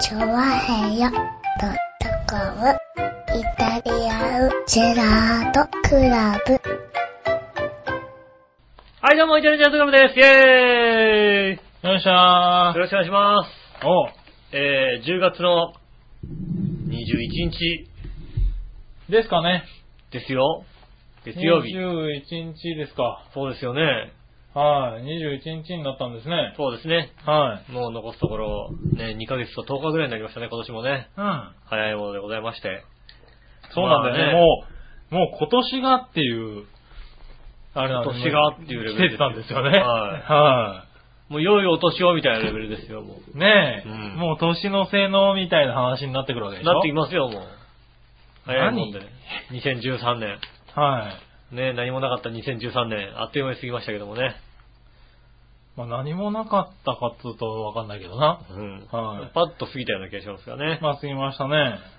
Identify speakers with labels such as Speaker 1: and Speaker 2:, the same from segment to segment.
Speaker 1: チョワヘヨドットコムイタリアンジェラートクラブ。
Speaker 2: はい、どうも、イタリアンジャズグラムです。イェーイ
Speaker 3: よいしょー
Speaker 2: よ。ろしくお願いします。
Speaker 3: おう
Speaker 2: えー、10月の21日
Speaker 3: ですかね。
Speaker 2: ですよ。月曜日。
Speaker 3: 21日ですか。
Speaker 2: そうですよね。
Speaker 3: はい。21日になったんですね。
Speaker 2: そうですね。
Speaker 3: はい。
Speaker 2: もう残すところ、ね、2ヶ月と10日ぐらいになりましたね、今年もね。
Speaker 3: うん。
Speaker 2: 早いものでございまして。
Speaker 3: そうなんだよ
Speaker 2: まあ
Speaker 3: ね。もう、もう今年がっていう、あれなんです
Speaker 2: 今年がっていうレベル
Speaker 3: 来てたんですよね。
Speaker 2: はい
Speaker 3: は
Speaker 2: もう良いお年をみたいなレベルですよ、もう。
Speaker 3: い。ねえ、
Speaker 2: うん
Speaker 3: もう年の性能みたいな話になってくるわけでしょ。
Speaker 2: なっていますよ、もう。早いもんで。2013年。
Speaker 3: はい。
Speaker 2: ね、何もなかった2013年。あっという間に過ぎましたけどもね。
Speaker 3: まあ何もなかったかっつうとわかんないけどな。
Speaker 2: うん。
Speaker 3: はい
Speaker 2: パッと過ぎたような気がしますがね。
Speaker 3: まあ過ぎましたね。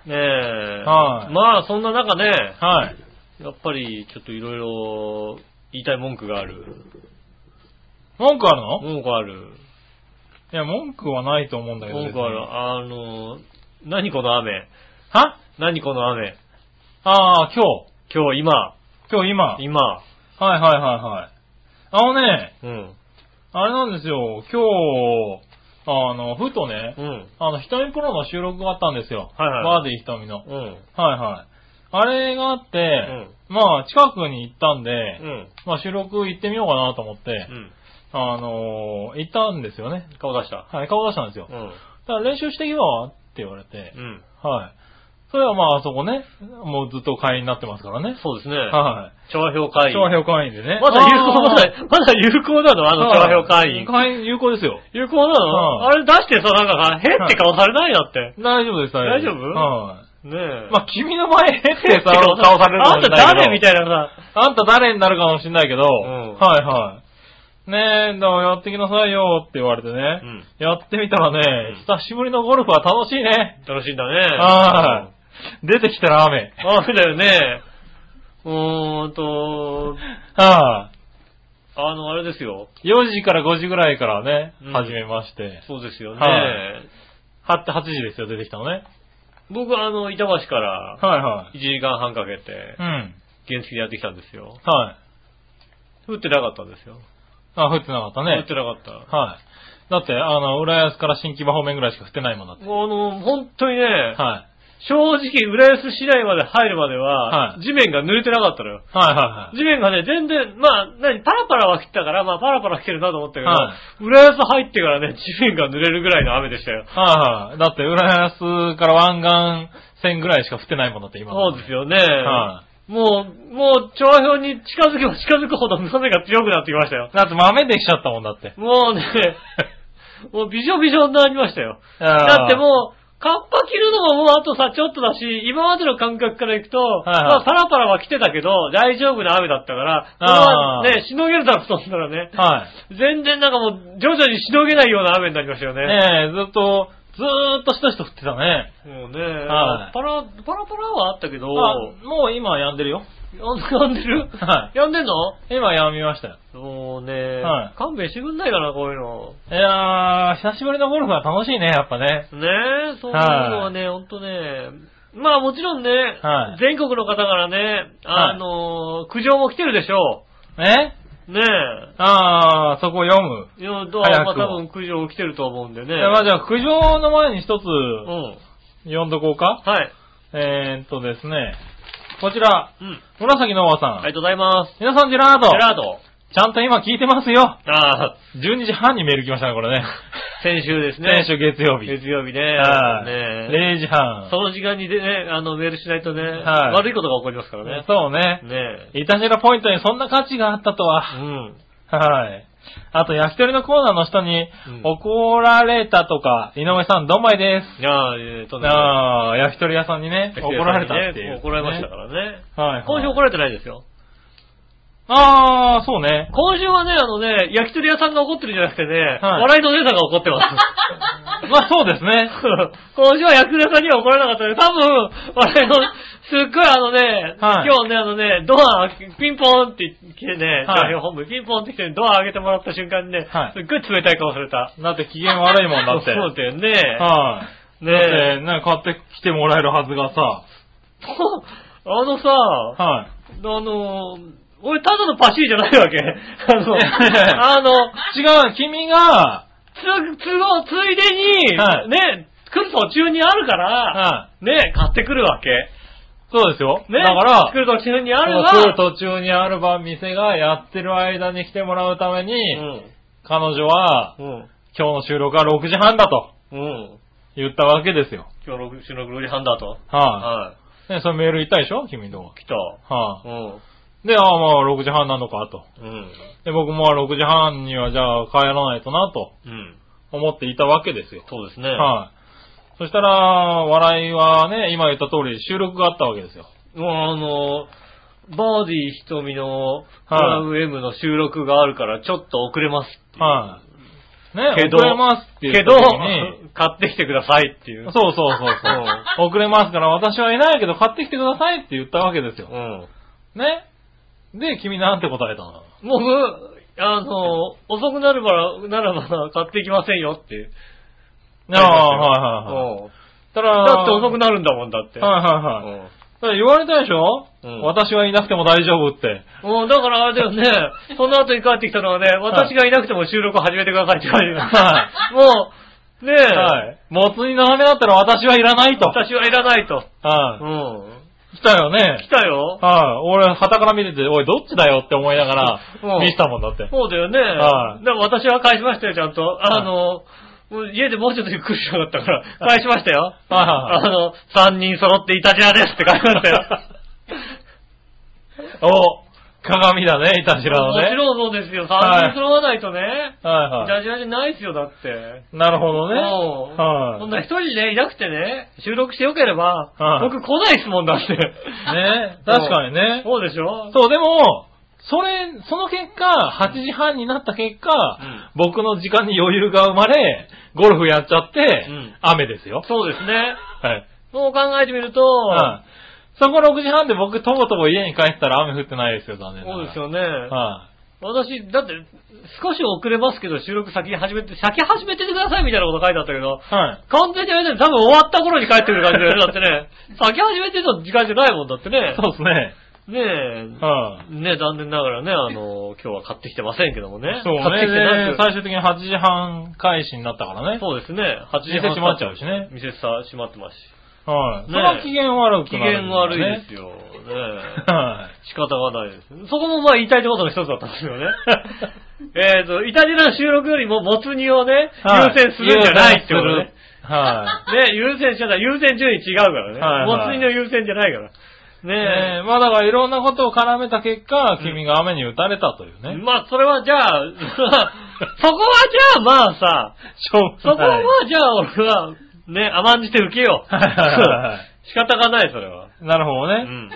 Speaker 2: ねえ。
Speaker 3: はい
Speaker 2: まあ、そんな中ね、
Speaker 3: はい。
Speaker 2: やっぱり、ちょっといろいろ、言いたい文句がある。
Speaker 3: 文句あるの、い
Speaker 2: 文句ある。
Speaker 3: や、文句はないと思うんだけど。
Speaker 2: 文句ある。
Speaker 3: 別に
Speaker 2: あの、何この雨。
Speaker 3: は
Speaker 2: 何この雨。
Speaker 3: ああ、今日。
Speaker 2: 今日、今。
Speaker 3: 今日今。
Speaker 2: 今。
Speaker 3: はいはいはいはい。あのね、
Speaker 2: うん。
Speaker 3: あれなんですよ、今日、あの、ふとね
Speaker 2: う、ん。
Speaker 3: あの、瞳プロの収録があったんですよ。
Speaker 2: はいはい
Speaker 3: バーディー瞳の。
Speaker 2: うん。
Speaker 3: はいはい。あれがあって、まあ、近くに行ったんで、
Speaker 2: うん。
Speaker 3: まあ、収録行ってみようかなと思って
Speaker 2: う、ん。
Speaker 3: あのー行ったんですよね。
Speaker 2: 顔出した。
Speaker 3: はい、顔出したんですよ。
Speaker 2: う
Speaker 3: だ
Speaker 2: ん。
Speaker 3: から練習してきばって言われて
Speaker 2: う、ん。
Speaker 3: はい。それはまあ、あそこね、もうずっと会員になってますからね。
Speaker 2: そうですね。
Speaker 3: は
Speaker 2: 調和評会
Speaker 3: い。
Speaker 2: 員。
Speaker 3: 超評会員でね。
Speaker 2: まだ有効、
Speaker 3: あー
Speaker 2: まだ、まだ有効なのあの調和評会員。
Speaker 3: 会員有効ですよ。
Speaker 2: 有効な
Speaker 3: う
Speaker 2: の
Speaker 3: ん
Speaker 2: あれ出してさ、なんか、へって顔されないんだって。
Speaker 3: 大丈夫です、
Speaker 2: 大丈夫
Speaker 3: は
Speaker 2: ねえ
Speaker 3: い。。まあ、君の前ってさ、
Speaker 2: あ
Speaker 3: 顔されるかもしれな
Speaker 2: んた
Speaker 3: いけど。
Speaker 2: 誰みた
Speaker 3: い
Speaker 2: いなさ。
Speaker 3: あんた誰になるかもしれないけど、
Speaker 2: ん
Speaker 3: はいはい。ねえ、だからやってきなさいよって言われてね、
Speaker 2: うん
Speaker 3: やってみたらね、
Speaker 2: うん
Speaker 3: 久しぶりのゴルフは楽しいね。
Speaker 2: 楽しいんだね。
Speaker 3: は出てきたら雨。
Speaker 2: い。雨だよね。 うーんと、
Speaker 3: は
Speaker 2: あの、あれですよ。
Speaker 3: い。4時から5時ぐらいからね
Speaker 2: うん、
Speaker 3: 始めまして。
Speaker 2: そうですよね。
Speaker 3: はは8時ですよ、出てきたのね。
Speaker 2: 僕、あの、板橋から
Speaker 3: はいは
Speaker 2: 1時間半かけ
Speaker 3: い。
Speaker 2: て
Speaker 3: う、ん。
Speaker 2: 原付でやってきたんですよ。
Speaker 3: はい。
Speaker 2: 降ってなかったんですよ。
Speaker 3: あ、降ってなかった
Speaker 2: 降
Speaker 3: ね
Speaker 2: って。なかった。
Speaker 3: はい。だって、あの、浦安から新木場方面ぐらいしか降ってないもんだって。
Speaker 2: もうあの、本当にね、
Speaker 3: はい。
Speaker 2: 正直、浦安市内まで入るまでは、
Speaker 3: はい
Speaker 2: 地面が濡れてなかったのよ。
Speaker 3: はいはいはい。
Speaker 2: 地面がね、全然、まあ、何、パラパラは来たから、まあ、パラパラ来てるなと思ったけど、
Speaker 3: は
Speaker 2: 裏安入ってからね、地面が濡れるぐらいの雨でしたよ。
Speaker 3: はいはい。だって、浦安から湾岸線ぐらいしか降ってないもんだって、今。
Speaker 2: そうです
Speaker 3: よ。
Speaker 2: よね。
Speaker 3: は
Speaker 2: もう、もう、調和表に近づけば近づくほど雨が強くなってきましたよ。
Speaker 3: い。だって、豆できちゃったもんだって。
Speaker 2: もう ね、もうびしょびしょになりましたよ。だ
Speaker 3: だ
Speaker 2: ってもう、カッパ着るのももうあとさ、ちょっとだし、今までの感覚からいくと、
Speaker 3: い
Speaker 2: まあ、パラパラは来てたけど、大丈夫な雨だったから、これは
Speaker 3: あー
Speaker 2: ね、しのげるだろうと思ったらね、
Speaker 3: はい。
Speaker 2: 全然なんかもう、徐々にしのげないような雨になりましたよね。
Speaker 3: ねえ、ずっと、ずーっとしとしと降ってたね。
Speaker 2: もうね、
Speaker 3: はい
Speaker 2: パラ、パラパラはあったけど、
Speaker 3: あ、もう今やんでるよ。
Speaker 2: やんでる
Speaker 3: は
Speaker 2: やんでんの
Speaker 3: 今やみましたよ。
Speaker 2: もうね、
Speaker 3: はい
Speaker 2: 勘弁してくんないかな、こういうの。
Speaker 3: いやー、久しぶりのゴルフは楽しいね、やっぱね。
Speaker 2: ねえ、そういうのはね、ほんとね、まあもちろんね、
Speaker 3: はい
Speaker 2: 全国の方からね、あのー苦情も来てるでしょ
Speaker 3: ね
Speaker 2: う。ねえ。
Speaker 3: あー、そこ読む。
Speaker 2: いや、どう
Speaker 3: 早く
Speaker 2: まあ多分苦情来てると思うんでね。
Speaker 3: いやまあじゃあ、苦情の前に一つ、
Speaker 2: うん。
Speaker 3: 読んどこうか。
Speaker 2: はい。
Speaker 3: えーっとですね、こちら、
Speaker 2: うん。
Speaker 3: 紫のおばさん。
Speaker 2: ありがとうございます。
Speaker 3: 皆さん、ジェラー
Speaker 2: ジェ
Speaker 3: ド。
Speaker 2: ラード。
Speaker 3: ちゃんと今聞いてますよ。
Speaker 2: ああ、
Speaker 3: 12時半にメール来ましたね、これね。
Speaker 2: 先週です ね。
Speaker 3: 先週月曜日。
Speaker 2: 月曜日ね。
Speaker 3: はい
Speaker 2: ねえ
Speaker 3: 0時半。
Speaker 2: その時間にでね、あの、メールしないとね、
Speaker 3: はい
Speaker 2: 悪いことが起こりますからね。
Speaker 3: そうね。
Speaker 2: ねえ。
Speaker 3: いたしらポイントにそんな価値があったと
Speaker 2: う
Speaker 3: は。
Speaker 2: ん。
Speaker 3: はい。あと、焼き鳥のコーナーの人に
Speaker 2: うん、
Speaker 3: 怒られたとか、井上さん、どんまいです。
Speaker 2: いやあえーとね、
Speaker 3: ああ、焼き鳥屋さんにね、怒られたっていう。。
Speaker 2: ね怒られましたかららね。
Speaker 3: はい。
Speaker 2: 今週怒
Speaker 3: ら
Speaker 2: られ
Speaker 3: れ
Speaker 2: てないですよ。
Speaker 3: ああ、そうね。
Speaker 2: 今週はね、あのね、焼き鳥屋さんが怒ってるんじゃなくてね、
Speaker 3: はい
Speaker 2: 笑いのお姉さんが怒って ます。
Speaker 3: まあ、そうで すね。
Speaker 2: 今週は焼き鳥屋さんには怒られなかったね。多分、笑いの、すっごいあのね、
Speaker 3: はい
Speaker 2: 今日ね、あのね、ドア、ピンポーンって来てね、
Speaker 3: はい
Speaker 2: 代表本部にピンポーンって来て、ドア開けてもらった瞬間にね、
Speaker 3: はい
Speaker 2: すっごい冷たい顔された。
Speaker 3: だって機嫌悪いもんだって。
Speaker 2: そうだよね。
Speaker 3: はい。
Speaker 2: ねえ。
Speaker 3: えなんか買ってきてもらえるはずがさ、
Speaker 2: あのさ、
Speaker 3: はい。
Speaker 2: あの、俺ただのパシリじゃないわけ。 あの、
Speaker 3: いやいやいや
Speaker 2: あの、
Speaker 3: 違う、君が、
Speaker 2: つ、都合、ついでに、
Speaker 3: はい
Speaker 2: ね、来る途中にあるから、
Speaker 3: はい。
Speaker 2: ね、買ってくるわけ。
Speaker 3: そうですよ。
Speaker 2: ね、
Speaker 3: だから、
Speaker 2: 来る途中にある
Speaker 3: そう
Speaker 2: わ。
Speaker 3: 来る途中にある晩店がやってる間に来てもらうために、彼女は、
Speaker 2: うん。
Speaker 3: 今日の収録は6時半だと
Speaker 2: うん。うん。
Speaker 3: 言ったわけですよ。
Speaker 2: 今日6時の6時半だと。
Speaker 3: はい、
Speaker 2: は
Speaker 3: ね、そのメール行ったでしょ君のとこ
Speaker 2: い。来た。
Speaker 3: はい、
Speaker 2: うん。
Speaker 3: で、ああ、まあ6時半なのかと。
Speaker 2: うん。
Speaker 3: で、僕も6時半にはじゃあ帰らないとなと
Speaker 2: うん。
Speaker 3: 思っていたわけですよ。
Speaker 2: そうですね。
Speaker 3: はい、そしたら、笑いはね、今言った通り収録があったわけですよ。
Speaker 2: もうあの、バーディー瞳のクラブ M の収録があるからちょっと遅れますっていう
Speaker 3: はい、ね、
Speaker 2: けど
Speaker 3: 遅れますって言
Speaker 2: け
Speaker 3: った
Speaker 2: ど
Speaker 3: 時に、、
Speaker 2: 買ってきてくださいっていう。
Speaker 3: そうそうそう そう。遅れますから私はいないけど買ってきてくださいって言ったわけですよ。
Speaker 2: うん。
Speaker 3: ね。で、君なんて答えたの
Speaker 2: 僕、あの、遅くなるから、ならば買ってきませんよって。
Speaker 3: ああ、はいはいはい。
Speaker 2: うん
Speaker 3: たら
Speaker 2: だって遅くなるんだもんだって。
Speaker 3: はいはいはい。ただ言われたでしょ、
Speaker 2: うん
Speaker 3: 私はいなくても大丈夫って。
Speaker 2: うんもうだからあれだよね、その後に帰ってきたのはね、私がいなくても収録を始めてくださいって言われる。
Speaker 3: は
Speaker 2: もう、ねえ、
Speaker 3: はい。もつに斜めだったら私はいらないと。
Speaker 2: 私はいらないと。うん。
Speaker 3: はい。来たよ
Speaker 2: 来
Speaker 3: ね。
Speaker 2: たよ。
Speaker 3: はい。俺、旗から見てて、おい、どっちだよって思いなが
Speaker 2: う
Speaker 3: ら、
Speaker 2: ん
Speaker 3: 見せたもんだって。
Speaker 2: そうだよね。
Speaker 3: はい
Speaker 2: でも私は返しましたよ、ちゃんと。あの、もう家でもうちょっとゆっくりしなかったから、返しましたよ。
Speaker 3: は
Speaker 2: あの、三人揃っていたじらですって返しましたよ。
Speaker 3: お、鏡だね、いたしらの
Speaker 2: もち
Speaker 3: ね。
Speaker 2: ろんそうですよ。
Speaker 3: はい
Speaker 2: 三人揃わないとね、
Speaker 3: はい
Speaker 2: ジ
Speaker 3: は
Speaker 2: ャジャじゃないですよ、だって。
Speaker 3: い。なるほどね。
Speaker 2: うん
Speaker 3: はい。
Speaker 2: そんな一人ね、いなくてね、収録してよければ、
Speaker 3: はい
Speaker 2: 僕来ないですもんだって。
Speaker 3: ね確かにね。
Speaker 2: そうでしょ
Speaker 3: そう、でも、それ、その結果、8時半になった結果、
Speaker 2: ん
Speaker 3: 僕の時間に余裕が生まれ、ゴルフやっちゃって、
Speaker 2: うん
Speaker 3: 雨ですよ。
Speaker 2: そうですね。
Speaker 3: はい。
Speaker 2: そう考えてみると、
Speaker 3: はいそこ6時半で僕、とぼとぼ家に帰ったら雨降ってないですよ、残念ながら。
Speaker 2: そうですよね。
Speaker 3: は
Speaker 2: 私、だって、少し遅れますけど、収録先に始めて、先始めててくださいみたいなこと書いてあったけど、
Speaker 3: い。はい。
Speaker 2: 完全にあれだよね、多分終わった頃に帰ってくる感じだよね、だってね。先始めてた時間じゃないもんだってね。
Speaker 3: そうですね。
Speaker 2: ねえ、
Speaker 3: はい。
Speaker 2: ねえ、残念ながらね、あの、今日は買ってきてませんけどもね。
Speaker 3: そう
Speaker 2: 買ってきて
Speaker 3: ね。
Speaker 2: な
Speaker 3: で最終的に8時半開始になったからね
Speaker 2: く。。そうですね、8時
Speaker 3: 店閉まっちゃうしね。
Speaker 2: 店さ、閉まってますし。
Speaker 3: は
Speaker 2: ね
Speaker 3: い。それは機嫌悪く
Speaker 2: 機
Speaker 3: なる
Speaker 2: 嫌
Speaker 3: んだよ
Speaker 2: 悪
Speaker 3: ね、
Speaker 2: いですよ。ねえ。
Speaker 3: はい。
Speaker 2: 仕方がないです。そこもまあ言いたいことの一つだったんですよね。 えっと、イタジラの収録よりも没入をね、
Speaker 3: はい
Speaker 2: 優先するんじゃないってことね。。
Speaker 3: は い。
Speaker 2: ね、優先しちゃったら優先順位違うからね。
Speaker 3: はいはい
Speaker 2: 没入の優先じゃないから。
Speaker 3: ねえ
Speaker 2: ね
Speaker 3: まあだからいろんなことを絡めた結果、君が雨に打たれたという
Speaker 2: え。
Speaker 3: ね。
Speaker 2: まあ、それはじゃあ、 そこはじゃあまあさ、
Speaker 3: しょう
Speaker 2: そこはじゃあ俺は、ね、甘んじて受けよう。
Speaker 3: はいはいはいは
Speaker 2: 仕方がない、それは。
Speaker 3: なるほど
Speaker 2: う
Speaker 3: ね。
Speaker 2: ん。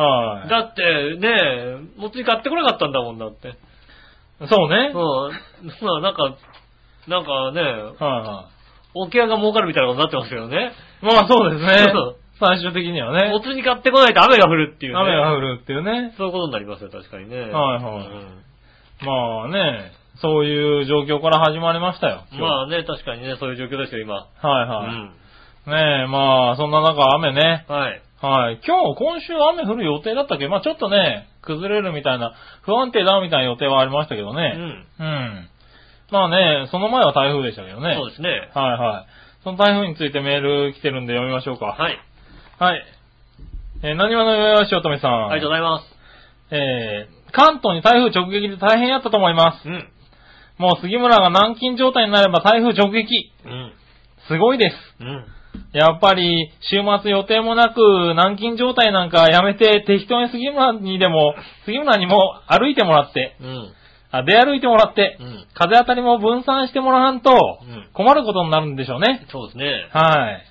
Speaker 3: はい。
Speaker 2: だって、ねえ、もつに買ってこなかったんだもんだって。
Speaker 3: そう ね。は
Speaker 2: う
Speaker 3: い
Speaker 2: ん。まあ、なんか、なんかね、
Speaker 3: は
Speaker 2: 沖合が儲かるみたいなことになってますよね。
Speaker 3: い。まあそうですね
Speaker 2: そう。
Speaker 3: 最終的にはね
Speaker 2: お。釣り買ってこないと雨が降るっていうね。
Speaker 3: 雨が
Speaker 2: る。
Speaker 3: 降るっていうね。
Speaker 2: そういうことになりますよ、確かにね。
Speaker 3: はいはいまあね、そういう状況から始まりましたよ。
Speaker 2: うんまあね、確かにね、そういう状況ですよ、今。
Speaker 3: あ。はいうは
Speaker 2: ん
Speaker 3: い。ねえ、まあそんな中雨ね。
Speaker 2: はい。
Speaker 3: はい。今日、今週雨降る予定だったっけまあちょっとね、崩れるみたいな、不安定だみたいな予定はありましたけどね。
Speaker 2: うん。
Speaker 3: うん。まあね、その前は台風でしたけどね。
Speaker 2: そうですね。
Speaker 3: はいはい。その台風についてメール来てるんで読みましょうか。い。
Speaker 2: はい。
Speaker 3: はい。えー、何話のよよしおとめさん。
Speaker 2: ありがとうございま。
Speaker 3: えー、関東に台風直撃で大変やったと思います
Speaker 2: うん。
Speaker 3: す。もう杉村が軟禁状態になれば台風直撃。
Speaker 2: うん。
Speaker 3: すごいです。
Speaker 2: うん。
Speaker 3: やっぱり、週末予定もなく、軟禁状態なんかやめて、適当に杉村にでも、杉村にも歩いてもらって、
Speaker 2: うん。
Speaker 3: あ、出歩いてもらって、
Speaker 2: うん。
Speaker 3: 風当たりも分散してもらわんと
Speaker 2: うん、
Speaker 3: 困ることになるんでしょうね。
Speaker 2: そうですね。
Speaker 3: はい。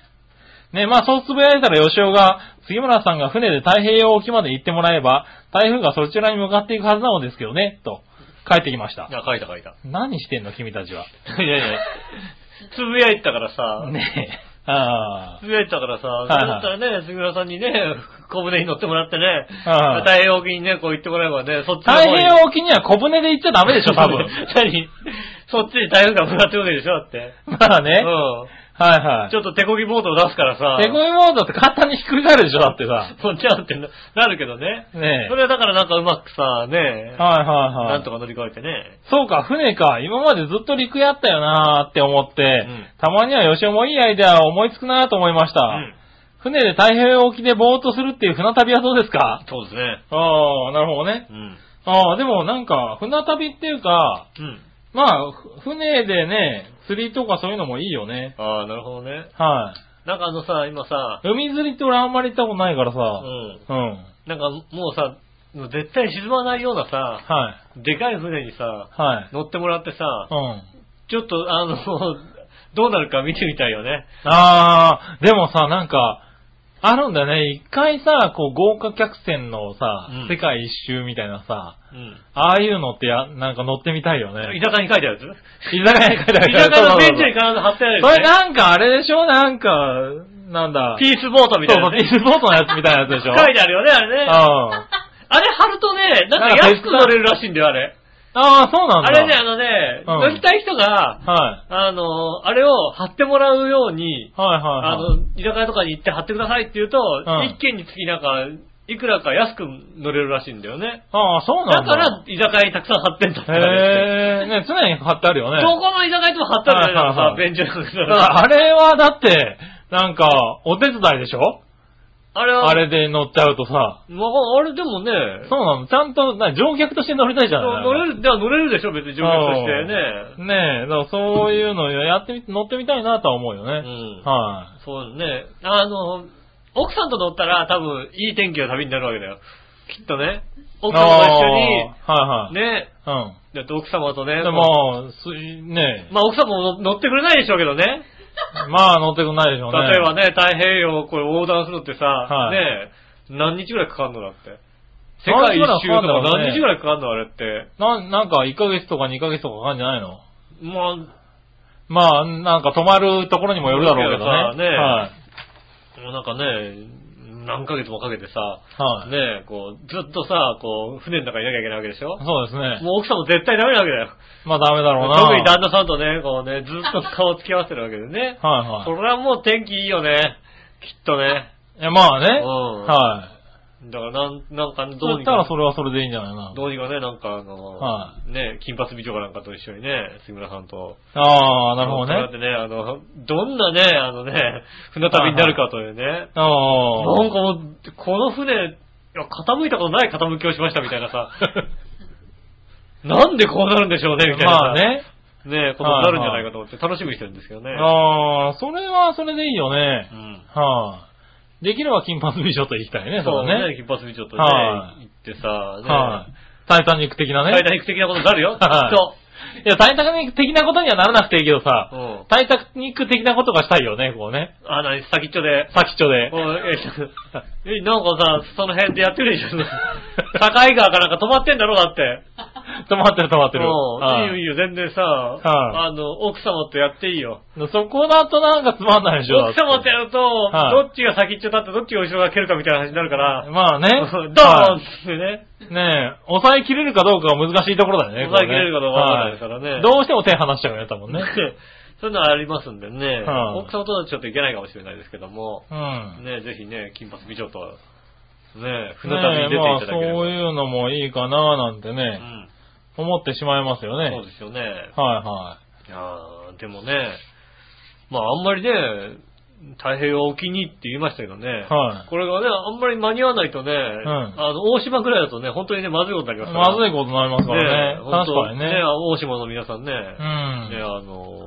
Speaker 3: ね、まあそうつぶやいたら吉尾が、杉村さんが船で太平洋沖まで行ってもらえば、台風がそちらに向かっていくはずなのですけどね、と、帰ってきました
Speaker 2: い。や、書いた書いた。
Speaker 3: 何してんの、君たちは。
Speaker 2: いやいや。つぶやいたからさ、
Speaker 3: ねえ。ああ。
Speaker 2: つぶやいたからさ、
Speaker 3: い
Speaker 2: だったらね、杉村さんにね、 小舟に乗ってもらってね、
Speaker 3: はい
Speaker 2: 太平洋沖にね、こう行ってもらえばね、 そっちの方
Speaker 3: 太
Speaker 2: に
Speaker 3: 平洋沖には小舟で行っちゃ ダメでしょ、多分。
Speaker 2: 何そっちに台風が向かってくるでしょだって。
Speaker 3: まあ
Speaker 2: う
Speaker 3: ね。
Speaker 2: ん。
Speaker 3: はいはい。
Speaker 2: ちょっと手こぎボートを出すからさ、
Speaker 3: 手こぎボードって簡単にひっくり返るでしょだってさ。
Speaker 2: そっちゃうってななるけどね。
Speaker 3: ねえ。
Speaker 2: それはだからなんかうまくさ、ねえ、
Speaker 3: はいはいはい。
Speaker 2: なんとか乗り越えてね。
Speaker 3: そうか、船か。今までずっと陸やったよなーって思って、
Speaker 2: ん
Speaker 3: たまには吉尾もいいアイデアを思いつくなーと思いました。
Speaker 2: うん。
Speaker 3: 船で太平洋沖でぼーっとするっていう船旅はどうですか
Speaker 2: そうですね。
Speaker 3: ああ、なるほどね。
Speaker 2: うん。
Speaker 3: ああ、でもなんか、船旅っていうか、
Speaker 2: うん。
Speaker 3: まあ、ふ船でね、釣りとかそういうのもいいよね。
Speaker 2: ああ、なるほどね。
Speaker 3: は
Speaker 2: なんかあのさ、今さ、
Speaker 3: い。海釣りって俺あんまり行ったことないから
Speaker 2: う
Speaker 3: さ。
Speaker 2: ん。
Speaker 3: うん。
Speaker 2: なんかもうさ、絶対沈まないようなさ、
Speaker 3: はい。
Speaker 2: でかい船にさ、
Speaker 3: はい。
Speaker 2: 乗ってもらってさ
Speaker 3: う、ん。
Speaker 2: ちょっとあの、 どうなるか見てみたいよね。
Speaker 3: ああ、でもさ、なんか、あるんだよね。一回さ、こう、豪華客船のさ、
Speaker 2: うん
Speaker 3: 世界一周みたいなさ、
Speaker 2: うん。
Speaker 3: ああいうのってや、なんか乗ってみたいよ
Speaker 2: 居
Speaker 3: ね。
Speaker 2: 酒屋に書いてあるや
Speaker 3: 居酒屋に書いてあ
Speaker 2: つ
Speaker 3: る
Speaker 2: 居
Speaker 3: やつ
Speaker 2: 酒屋のベンチに必ず貼ってある
Speaker 3: そ
Speaker 2: やつ
Speaker 3: れ
Speaker 2: ね。
Speaker 3: なんかあれでしょなんか、なんだ。
Speaker 2: ピースボートみたいなね。
Speaker 3: そうそうピースボートのやつみたいなやつで しょ
Speaker 2: 書いてあるよね、あれね。
Speaker 3: あ
Speaker 2: あれ貼るとね、なんか安く乗れるらしいんだよ、あれ。
Speaker 3: あー、そうなんだ。
Speaker 2: あれね、あのね、
Speaker 3: うん
Speaker 2: 乗りたい人が、
Speaker 3: は
Speaker 2: あの、あれを貼ってもらうように、
Speaker 3: い。はいはい、はい。
Speaker 2: あの、居酒屋とかに行って貼ってくださいって言うと、
Speaker 3: ん
Speaker 2: 一軒につきなんか、いくらか安く乗れるらしいんだよね。
Speaker 3: ああ、そう
Speaker 2: だ
Speaker 3: なんだ。
Speaker 2: から、居酒屋にたくさん貼ってんだって。
Speaker 3: へえ、ね、常に貼ってあるよね。
Speaker 2: どこの居酒屋でも貼ってあるじゃないです
Speaker 3: はい
Speaker 2: か、
Speaker 3: はいはい
Speaker 2: 便所の上
Speaker 3: だからあれはだって、なんか、お手伝いでしょ
Speaker 2: あれは、
Speaker 3: あれで乗っちゃうとさ。
Speaker 2: まあ、あれでもね、
Speaker 3: そうなの。ちゃんと、な乗客として乗りたいじゃない
Speaker 2: 乗れる、じゃあ乗れるでしょ、別に乗客としてね。
Speaker 3: ね。ねえ、だからそういうのやってみて、乗ってみたいなとは思うよ
Speaker 2: う
Speaker 3: ね。
Speaker 2: ん。
Speaker 3: は
Speaker 2: そうね。あの、奥さんと乗ったら多分いい天気の旅になるわけだよ。きっとね。
Speaker 3: い。
Speaker 2: 奥様と
Speaker 3: ああはいはい。
Speaker 2: 一緒に、ね。
Speaker 3: うん。
Speaker 2: だって奥様とね。
Speaker 3: で
Speaker 2: こ
Speaker 3: も、すね
Speaker 2: うまあ奥様も乗乗ってくれないでしょうけどね。
Speaker 3: え、まあ乗ってくんないでしょうね。
Speaker 2: 例えばね、太平洋をこれ横断するのってさ、
Speaker 3: はい
Speaker 2: ね、何日ぐらいかかるのだって。世
Speaker 3: 何
Speaker 2: 界一
Speaker 3: 日ぐらいか
Speaker 2: 周
Speaker 3: か
Speaker 2: と
Speaker 3: んだろうね
Speaker 2: か何日ぐらいかかるのあれって。
Speaker 3: な、なんか1ヶ月とか2ヶ月とかかかんじゃないの
Speaker 2: まあ、
Speaker 3: まあ、なんか泊まるところにもよるだろうけど
Speaker 2: そうだ
Speaker 3: ね。
Speaker 2: よね
Speaker 3: はい。
Speaker 2: もうなんかね、何ヶ月もかけてさ、
Speaker 3: はい。
Speaker 2: ね、こう、ずっとさ、こう、船の中にいなきゃいけないわけでしょ
Speaker 3: そうですね。
Speaker 2: もう奥さんも絶対ダメなわけだよ。
Speaker 3: まあダメだろうな。
Speaker 2: 特に旦那さんとね、こうね、ずっと顔つき合わせてるわけでね。
Speaker 3: はいはい
Speaker 2: そ。れはもう天気いいよね。きっとね。
Speaker 3: いや、まあね。
Speaker 2: うん
Speaker 3: はい。
Speaker 2: だからなん、なんかど
Speaker 3: そうし
Speaker 2: に
Speaker 3: たら
Speaker 2: か、
Speaker 3: それはそれでいいんじゃないかな。
Speaker 2: どうにかね、なんかあの、
Speaker 3: は
Speaker 2: ね、金髪美女かなんかと一緒にね、杉村さんと。
Speaker 3: ああ、なるほど
Speaker 2: だっ
Speaker 3: ね。
Speaker 2: てね、あの、どんなね、あのね、船旅になるかというね。
Speaker 3: ああ。
Speaker 2: なんかもう、この船、いや傾いたことない傾きをしましたみたいな さ。なんでこうなるんでしょうね、みたいなさ。
Speaker 3: まあ。ね。
Speaker 2: ねことになるんじゃないかと思って楽しみにしてるんですけどね。
Speaker 3: ああ、それはそれでいいよね
Speaker 2: う。ん。
Speaker 3: はい。できれば金髪美女と行きたいね、そ
Speaker 2: そう
Speaker 3: れは
Speaker 2: ね、
Speaker 3: ね。
Speaker 2: 金髪美女とね、
Speaker 3: はい
Speaker 2: 行ってさ、ね、
Speaker 3: はい。タイタニック的な
Speaker 2: タイ
Speaker 3: ね。
Speaker 2: タニック的なことになるよ、きっ
Speaker 3: はい
Speaker 2: と。
Speaker 3: いや、タイタニック的なことにはならなくていいけど
Speaker 2: う
Speaker 3: さ、
Speaker 2: ん。
Speaker 3: タイタニック的なことがしたいよね、こうね。
Speaker 2: あ、なに、先っちょで。
Speaker 3: 先っちょで
Speaker 2: お。いええなんかさ、その辺でやってるでしょ。境川かなんか止まってんだろ、だって。
Speaker 3: 止まってる止まってる。
Speaker 2: うん。いい
Speaker 3: はい
Speaker 2: よ、いいよ、全然さ、
Speaker 3: は
Speaker 2: あの、奥様とやっていいよ。
Speaker 3: そこだとなんかつまんないでしょ。だっ
Speaker 2: 奥
Speaker 3: て
Speaker 2: 様とやると、
Speaker 3: はい
Speaker 2: どっちが先っちょだってどっちが後ろが蹴るかみたいな話になるから、
Speaker 3: まあね
Speaker 2: ドー。ン
Speaker 3: は
Speaker 2: ってね。
Speaker 3: いねえ、抑えきれるかどうかが難しいところだよね。
Speaker 2: 抑えきれるかどうかわかんないからね
Speaker 3: はどうしても手離しちゃうよね、多分ね。
Speaker 2: そういうのはありますんでね、
Speaker 3: はい
Speaker 2: 奥様とはちょっといけないかもしれないですけども、
Speaker 3: うん。
Speaker 2: ね、ぜひね、金髪美女と、ね、船旅
Speaker 3: ね
Speaker 2: に出
Speaker 3: え
Speaker 2: てい
Speaker 3: まあ、
Speaker 2: ただけ
Speaker 3: そ
Speaker 2: れば。
Speaker 3: ういうのもいいかななんて
Speaker 2: う
Speaker 3: ね、
Speaker 2: ん
Speaker 3: 思ってしまいますよね。
Speaker 2: そうですよね。
Speaker 3: はいはい
Speaker 2: やーでもね、まああんまりね、太平洋沖にって言いましたけどね、
Speaker 3: はい
Speaker 2: これがね、あんまり間に合わないとね、
Speaker 3: ん。
Speaker 2: あの、大島ぐらいだとね、本当にね、まずいことにないりますから。
Speaker 3: まずい
Speaker 2: い
Speaker 3: ことになりますからね。確かにね。
Speaker 2: 大島の皆さんね、ね、あのー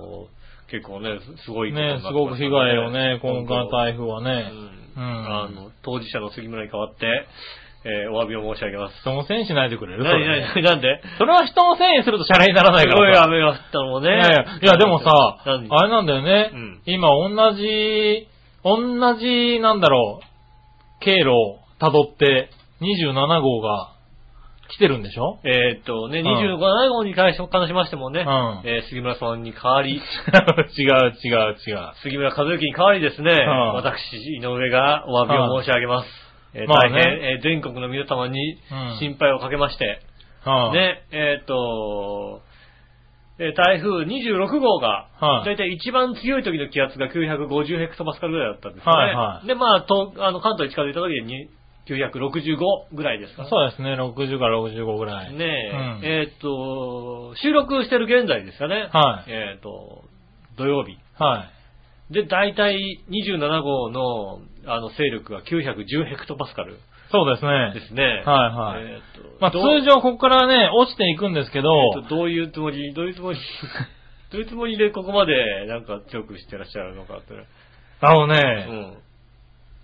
Speaker 2: 結構ね、すご
Speaker 3: う
Speaker 2: い
Speaker 3: ん。
Speaker 2: ことになっ
Speaker 3: ね
Speaker 2: て
Speaker 3: す
Speaker 2: ます
Speaker 3: ごく被害をね、今回の
Speaker 2: 本
Speaker 3: 台風は
Speaker 2: 当
Speaker 3: ね
Speaker 2: う。ん
Speaker 3: うん
Speaker 2: あの、当事者の杉村に代わって、えーお詫びを申し上げます。
Speaker 3: 人のせいにしないでくれるそ
Speaker 2: なにな
Speaker 3: れ
Speaker 2: に
Speaker 3: ね
Speaker 2: なになんで
Speaker 3: それは人のせいにするとシャレにならない
Speaker 2: す
Speaker 3: か
Speaker 2: ごい
Speaker 3: らさ。
Speaker 2: 雨が降ったのもね。
Speaker 3: いやいやいや、でもさ、あ
Speaker 2: 何
Speaker 3: れなんだよね。
Speaker 2: うん
Speaker 3: 今、同じ、同じ、なんだろう、経路を辿って、27号が来てるんでしょ
Speaker 2: えーっとね、
Speaker 3: うん
Speaker 2: 27号に関し関しましてもね、
Speaker 3: ん
Speaker 2: えー杉村さんに代わり、
Speaker 3: 違う違う違う。
Speaker 2: 杉村和之に代わりですね、
Speaker 3: ん
Speaker 2: 私、井上がお詫びを申し上げます。えー
Speaker 3: まあね
Speaker 2: 大変、えー全国の皆様に
Speaker 3: うん
Speaker 2: 心配をかけまして、
Speaker 3: うん。
Speaker 2: ね、えーっと、えー台風26号が、
Speaker 3: はい
Speaker 2: だいたい一番強い時の気圧が950ヘクトパスカルぐらいだったんですよね。
Speaker 3: はいはい
Speaker 2: で、まあ、とあの関東に近づいた時にに965ぐらいですか
Speaker 3: そうですね、60から65ぐらい。
Speaker 2: ね
Speaker 3: うん
Speaker 2: え、えーっと、収録してる現在ですかね。
Speaker 3: はい
Speaker 2: えーっと、土曜日。
Speaker 3: はい。
Speaker 2: で、大体27号の、あの、勢力が910ヘクトパスカル
Speaker 3: そうですね。
Speaker 2: ですね。
Speaker 3: はいはい
Speaker 2: えーっと
Speaker 3: まあ
Speaker 2: ど
Speaker 3: 通
Speaker 2: う
Speaker 3: 常ここからね、落ちていくんですけど、
Speaker 2: えっとどういうつもり、どういうつもり、 どういうつもりでここまでなんか強くしてらっしゃるのかって。
Speaker 3: あの
Speaker 2: う
Speaker 3: ね、
Speaker 2: ん。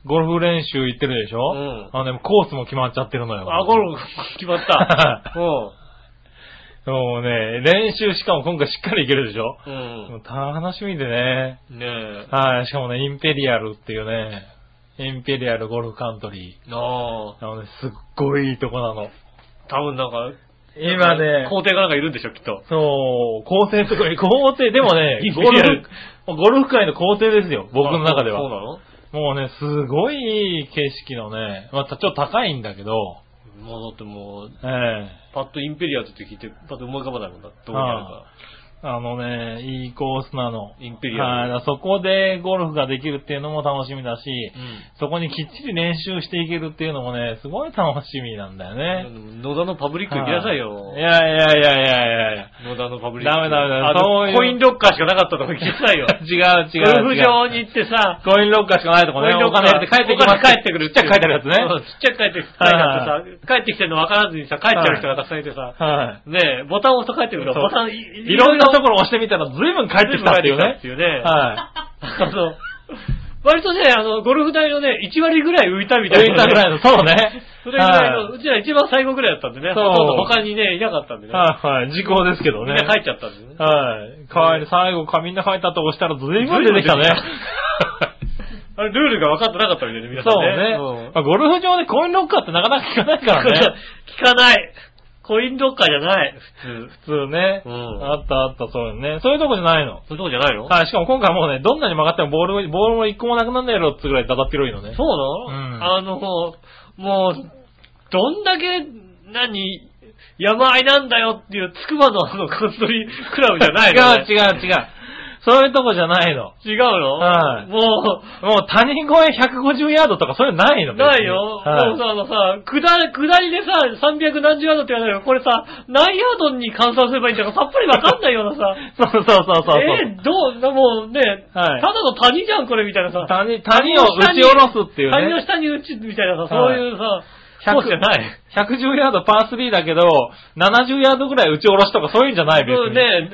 Speaker 3: ゴルフ練習行ってるでしょ
Speaker 2: うん
Speaker 3: あのね、コースも決まっちゃってるのよ。
Speaker 2: あ、ゴルフ決まっ た。
Speaker 3: もうね、練習しかも今回しっかり行けるでしょ
Speaker 2: うん。
Speaker 3: も
Speaker 2: う
Speaker 3: う楽しみでね。
Speaker 2: ん。ねえ。
Speaker 3: はい、しかもね、インペリアルっていうね、インペリアルゴルフカントリ
Speaker 2: なあ
Speaker 3: ー。あのね、すっごいいいとこなの。
Speaker 2: 多分なんか、
Speaker 3: 今ね、
Speaker 2: 皇帝がなんかいるんでしょ、きっと。
Speaker 3: そう、校庭とかに、校庭、でも ね
Speaker 2: イン、ペ
Speaker 3: ゴ
Speaker 2: リア
Speaker 3: ル
Speaker 2: ル
Speaker 3: フ、ゴルフ界の校庭ですよ、僕の中で
Speaker 2: あそう
Speaker 3: は。もうね、すごいいい景色のね、またちょっと高いんだけど、
Speaker 2: そうなのもうだってもう、
Speaker 3: ええ
Speaker 2: パッとインペリアルって聞いて、パッと思い浮かばないもんだ。どうやるか。
Speaker 3: あのね、いいコースなの。
Speaker 2: インペリアル
Speaker 3: はい、そこでゴルフができるっていうのも楽しみだし、
Speaker 2: うん。
Speaker 3: そこにきっちり練習していけるっていうのもね、すごい楽しみなんだよね。
Speaker 2: 野田のパブリック行きなさいよ。
Speaker 3: はいやいやいやいやいやいや。
Speaker 2: 野田のパブリック。
Speaker 3: ダメダメダメ
Speaker 2: あ
Speaker 3: そうい
Speaker 2: の、
Speaker 3: う
Speaker 2: コインロッカーしかなかったとこ行きなさいよ。
Speaker 3: 違う 違
Speaker 2: ゴ
Speaker 3: う
Speaker 2: ルフ
Speaker 3: 違う。
Speaker 2: 場に行ってさ、
Speaker 3: コインロッカーしかないとこね。お金入れて帰ってきます。
Speaker 2: 帰ってくる。
Speaker 3: ちっちゃく帰って くるやつ
Speaker 2: そう
Speaker 3: ね。
Speaker 2: ちっちゃく帰ってきてさ、帰ってきてるの分からずにさ、帰っちゃう人がたくさんいてさ、
Speaker 3: は
Speaker 2: ねえ、ボタンを押すと帰ってくるの。
Speaker 3: そう
Speaker 2: ボタン、
Speaker 3: い。いろんなと
Speaker 2: ろ
Speaker 3: ころ押してみたら随分帰ってきたっていうね
Speaker 2: 帰ってきたって。いうね。
Speaker 3: は
Speaker 2: あの、割とね、あの、ゴルフ台のね、1割ぐらい浮いたみ
Speaker 3: い。
Speaker 2: たい
Speaker 3: 浮い
Speaker 2: な。
Speaker 3: たぐらいの、そうね。
Speaker 2: それぐらいの、
Speaker 3: は
Speaker 2: うちら一番最後ぐらいだったんでね、
Speaker 3: そう
Speaker 2: ほとんど他にね、いなかったんで
Speaker 3: い
Speaker 2: ね。
Speaker 3: はいはい。時効ですけど
Speaker 2: みん
Speaker 3: ね。
Speaker 2: な帰っちゃったんでね。
Speaker 3: はい。かわいい。最後かみんな帰ったと押したら随分出てきたね
Speaker 2: 随分出て。 あれ、ルールが分かってなかったみたいで、皆さ
Speaker 3: そ
Speaker 2: ん
Speaker 3: うね。
Speaker 2: ね。
Speaker 3: まあゴルフ場でコインロッカーってなかなか聞かないからね。
Speaker 2: 聞かない。コインロッカーじゃない、普通。
Speaker 3: 普通ね。
Speaker 2: うん
Speaker 3: あったあった、そういうのね。そういうとこじゃないの。
Speaker 2: そういうとこじゃないの
Speaker 3: はい、しかも今回もうね、どんなに曲がってもボール、ボールも一個もなくなんないやろってぐらいだだっ広いのね。
Speaker 2: そう
Speaker 3: う
Speaker 2: なの、
Speaker 3: ん
Speaker 2: あの、もう、もうどんだけ、何、山あいなんだよっていう、つくばのあのカントリークラブじゃないの、ね、
Speaker 3: 違う違う違う。そういうとこじゃないの。
Speaker 2: 違うの
Speaker 3: はい
Speaker 2: も
Speaker 3: もう谷越え150ヤードとかそういうのないの。
Speaker 2: う、
Speaker 3: 別に
Speaker 2: ないよ。
Speaker 3: はい
Speaker 2: もうさ、あのさ、下り、下りでさ、300何十ヤードって言われるこれさ、何ヤードに換算すればいいんだかさっぱりわかんないようなさ。
Speaker 3: そうそうそう そうそう。
Speaker 2: えーどう、もうね、
Speaker 3: はい
Speaker 2: ただの谷じゃん、これ、みたいなさ。
Speaker 3: 谷、谷を打ち下ろすっていう
Speaker 2: 谷の
Speaker 3: ね。
Speaker 2: 下に打ち、みたいなさ、そう
Speaker 3: はい
Speaker 2: いうさ、
Speaker 3: 100
Speaker 2: そうじゃない。
Speaker 3: 110ヤードパー3だけど、70ヤードぐらい打ち下ろしとかそういうんじゃない別
Speaker 2: そう
Speaker 3: に。
Speaker 2: ね、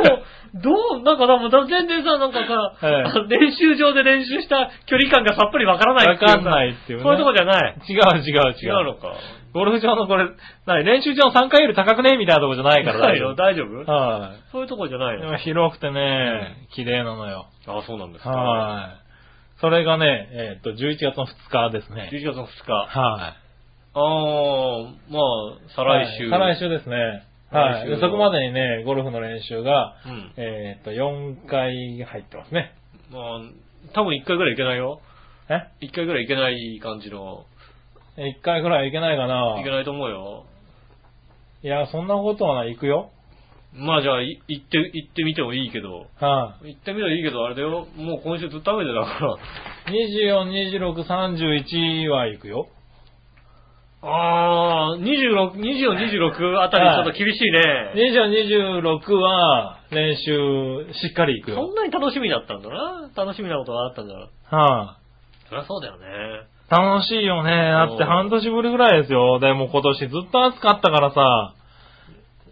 Speaker 2: どう、どう、どう、なんかさ、もうだ全然さ、なんかさ、
Speaker 3: はい
Speaker 2: あの練習場で練習した距離感がさっぱりわからないってう
Speaker 3: わかんないっていうね
Speaker 2: そういうとこじゃない。
Speaker 3: 違う違う違
Speaker 2: 違う
Speaker 3: う。
Speaker 2: のか。
Speaker 3: ゴルフ場のこれ、なに練習場の3回より高くねみたいなとこじゃないから
Speaker 2: ないよ、大丈
Speaker 3: 夫
Speaker 2: 夫
Speaker 3: はい。
Speaker 2: そういうとこじゃない
Speaker 3: で
Speaker 2: の。
Speaker 3: も広くてね、綺麗なのよ。
Speaker 2: あ、そうなんですか。
Speaker 3: はい。それがね、えっ、と、11月の2日ですね。
Speaker 2: 11月の2日。
Speaker 3: は
Speaker 2: あー、まあ、
Speaker 3: い。
Speaker 2: 再来週。
Speaker 3: はい再来週ですね。は
Speaker 2: 再来
Speaker 3: い。
Speaker 2: 週
Speaker 3: でそこまでにね、ゴルフの練習が、
Speaker 2: うん
Speaker 3: えっ、と、4回入ってますね。
Speaker 2: まあ、多分1回ぐらいいけないよ。
Speaker 3: え
Speaker 2: 一回ぐらいいけない感じの、
Speaker 3: ?1 回ぐらい行けないかない
Speaker 2: けないと思うよ。
Speaker 3: いや、そんなことはない。行くよ。
Speaker 2: まあじゃあ、い行って、行ってみてもいいけど。
Speaker 3: は
Speaker 2: 行ってみてもいいけど、あれだよ。もう今週ずっと雨でだか
Speaker 3: い。24、26、31は行くよ。
Speaker 2: ら。あー、26、24、26あたりちょっと厳しいね。
Speaker 3: 24、26は練習しっかり行く
Speaker 2: そん
Speaker 3: よ。
Speaker 2: なに楽しみだったんだな。楽しみなことがあったんだな。
Speaker 3: は
Speaker 2: そりゃそうだよね。
Speaker 3: い。楽しいよね。だって半年ぶりぐらいですよ。でも今年ずっと暑かったからさ、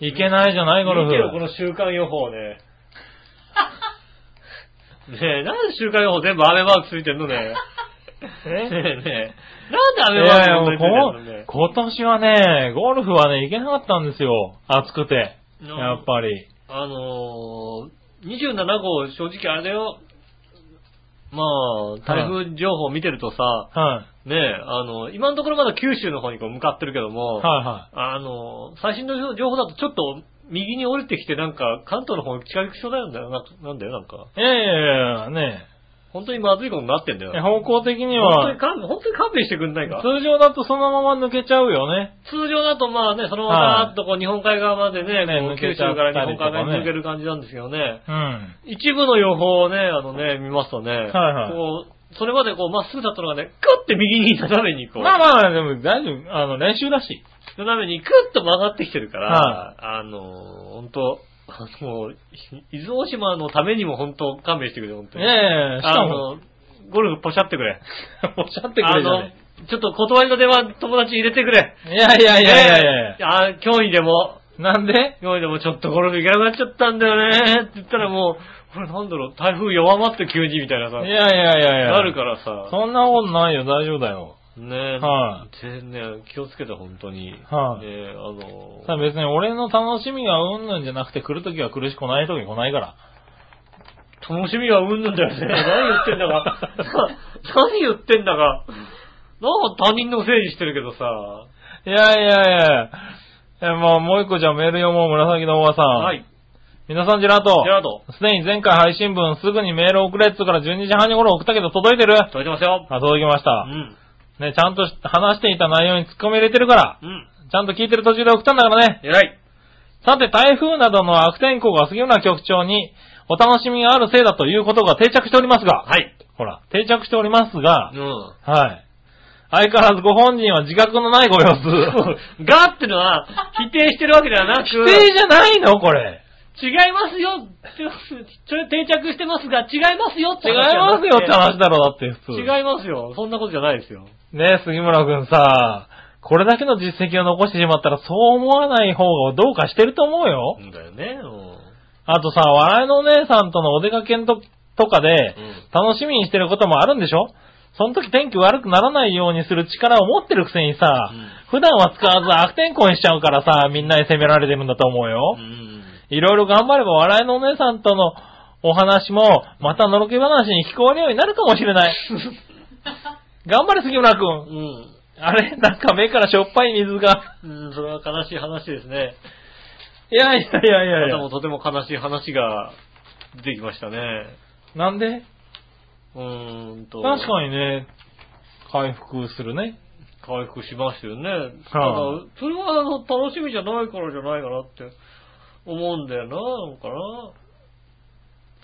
Speaker 3: 行けないじゃない、ゴル
Speaker 2: 見てよ、こ
Speaker 3: フ。
Speaker 2: の週間予報ね。 ねえ、なんで週間予報全部雨マークついてんのね。ねえ
Speaker 3: え
Speaker 2: ねえ。なん
Speaker 3: い
Speaker 2: で雨マ
Speaker 3: やいや
Speaker 2: ークついてん
Speaker 3: も
Speaker 2: の
Speaker 3: う
Speaker 2: ね。
Speaker 3: こ今年はね、ゴルフはね、行けなかったんですよ。暑くて。やっぱり。
Speaker 2: あのー、27号、正直あれよ、まあ、台風情報見てるとさ、
Speaker 3: は
Speaker 2: ねえ、あの、今のところまだ九州の方にこう向かってるけども、
Speaker 3: い。はいは
Speaker 2: あのー、最新の情報だとちょっと右に降りてきてなんか関東の方に近づきそうだよね、ななんだよ、なんか。
Speaker 3: い。いやいやいや、ね
Speaker 2: 本当にまずいことになってんだよ。
Speaker 3: え方向的に
Speaker 2: 本当
Speaker 3: は
Speaker 2: に、勘、本当に勘弁してくんないか。
Speaker 3: 通常だとそのまま抜けちゃうよね。
Speaker 2: 通常だとまあね、そのまま
Speaker 3: はい
Speaker 2: ガーッとこう日本海側までね、
Speaker 3: ね
Speaker 2: こう
Speaker 3: 抜
Speaker 2: 九
Speaker 3: け
Speaker 2: 州
Speaker 3: ちゃったりとかね
Speaker 2: から日本海側に抜ける感じなんですよね。
Speaker 3: うん。
Speaker 2: 一部の予報をね、あのね、見ますとね、
Speaker 3: はい
Speaker 2: こう、それまでこうまっすぐだったのがね、クッて右に斜めにこう、
Speaker 3: まあまあまあ、でも大丈夫。あの、練習だし。
Speaker 2: 斜めにクッと曲がってきてるから、
Speaker 3: は
Speaker 2: あの、本当あの、伊豆大島のためにも本当勘弁してくれ、本当に。
Speaker 3: ええしかも、
Speaker 2: あの、ゴルフポシャってくれ。
Speaker 3: おっしゃってくれじゃね
Speaker 2: あの、ちょっと断りの電話友達入れてくれ。
Speaker 3: え。いやいやいやいやいやいや。
Speaker 2: あー今日にでも、
Speaker 3: なんで
Speaker 2: 今日にでもちょっとゴルフ行けなくなっちゃったんだよねって言ったらもう、これなんだろう、台風弱まって急にみたいないさ、
Speaker 3: やいやいやいや。
Speaker 2: なるからさ、
Speaker 3: そんなことないよ、大丈夫だよ。
Speaker 2: ねえ、
Speaker 3: は
Speaker 2: 全然気をつけて本当に。
Speaker 3: はい
Speaker 2: ねえ、あの、
Speaker 3: さあ別に俺の楽しみがうんぬんじゃなくて来るときは来るし来ないとき来ないから。
Speaker 2: 楽しみはうんぬんだよね。何言ってんだか。な 何言ってんだか。なんか他人のせいにしてるけどさ。
Speaker 3: いやいやいやえ、まあもう一個じゃあメール読もう、紫のおばさん。
Speaker 2: はい。。
Speaker 3: 皆さんジェラート
Speaker 2: ジェ。ラード、
Speaker 3: すでに前回配信分すぐにメール送れっつうから12時半に頃送ったけど届いてるあ、
Speaker 2: 届いてますよ。
Speaker 3: 届きまし
Speaker 2: う
Speaker 3: た。
Speaker 2: ん。
Speaker 3: ね、ちゃんとし話していた内容に突っ込み入れてるから、
Speaker 2: うん。
Speaker 3: ちゃんと聞いてる途中で送ったんだからね。
Speaker 2: 偉い。
Speaker 3: さて、台風などの悪天候が過ぎるな局長に、お楽しみがあるせいだということが定着しておりますが、
Speaker 2: はい。
Speaker 3: ほら、定着しておりますが
Speaker 2: う、ん。
Speaker 3: はい。相変わらずご本人は自覚のないご様 子。
Speaker 2: がってのは、否定してるわけではなく、
Speaker 3: 不正じゃないのこれ。
Speaker 2: 違いますよちょちょ定着してますが、違いますよって
Speaker 3: 違いますよって話だろ、だって普通。
Speaker 2: 違いますよ。そんなことじゃないですよ。
Speaker 3: ねえ、杉村くんさ、これだけの実績を残してしまったらそう思わない方がどうかしてると思うよ。
Speaker 2: んだよね。
Speaker 3: あとさ、笑いのお姉さんとのお出かけのととかで
Speaker 2: うん、
Speaker 3: 楽しみにしてることもあるんでしょその時天気悪くならないようにする力を持ってるくせにさ、
Speaker 2: うん
Speaker 3: 普段は使わず悪天候にしちゃうからさ、みんなに責められてるんだと思うよ。
Speaker 2: ん。
Speaker 3: いろいろ頑張れば笑いのお姉さんとのお話も、またのろけ話に聞こえるようになるかもし れない。頑張れ杉村くん。
Speaker 2: うん。
Speaker 3: あれなんか目からしょっぱい水が。
Speaker 2: うん、それは悲しい話ですね。
Speaker 3: いやいやいやいや
Speaker 2: ま
Speaker 3: い
Speaker 2: た
Speaker 3: や
Speaker 2: もとても悲しい話が出てきましたね。
Speaker 3: なんで
Speaker 2: うーんと。
Speaker 3: 確
Speaker 2: に。
Speaker 3: かにね、回復するね。
Speaker 2: 回復しましたよね。ただ、それはあの楽しみじゃないからじゃないかなって思うんだよな、なんかな。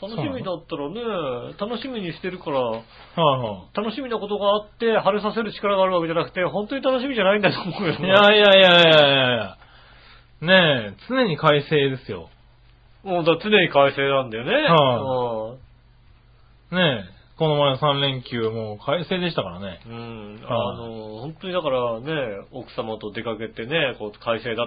Speaker 2: 楽しみだったらね、楽しみにしてるから、
Speaker 3: はいは
Speaker 2: 楽しみなことがあって、晴れさせる力があるわけじゃなくて、本当に楽しみじゃないんだと思うよ。
Speaker 3: い。いやいやいやいやいやねえ、常に快晴ですよ。
Speaker 2: もうだ常に快晴なんだよね。
Speaker 3: はねえ、この前の3連休も快晴でしたからね。
Speaker 2: うんうん。
Speaker 3: は
Speaker 2: あ
Speaker 3: い
Speaker 2: の、本当にだからね、奥様と出かけてね、こう、快晴だっ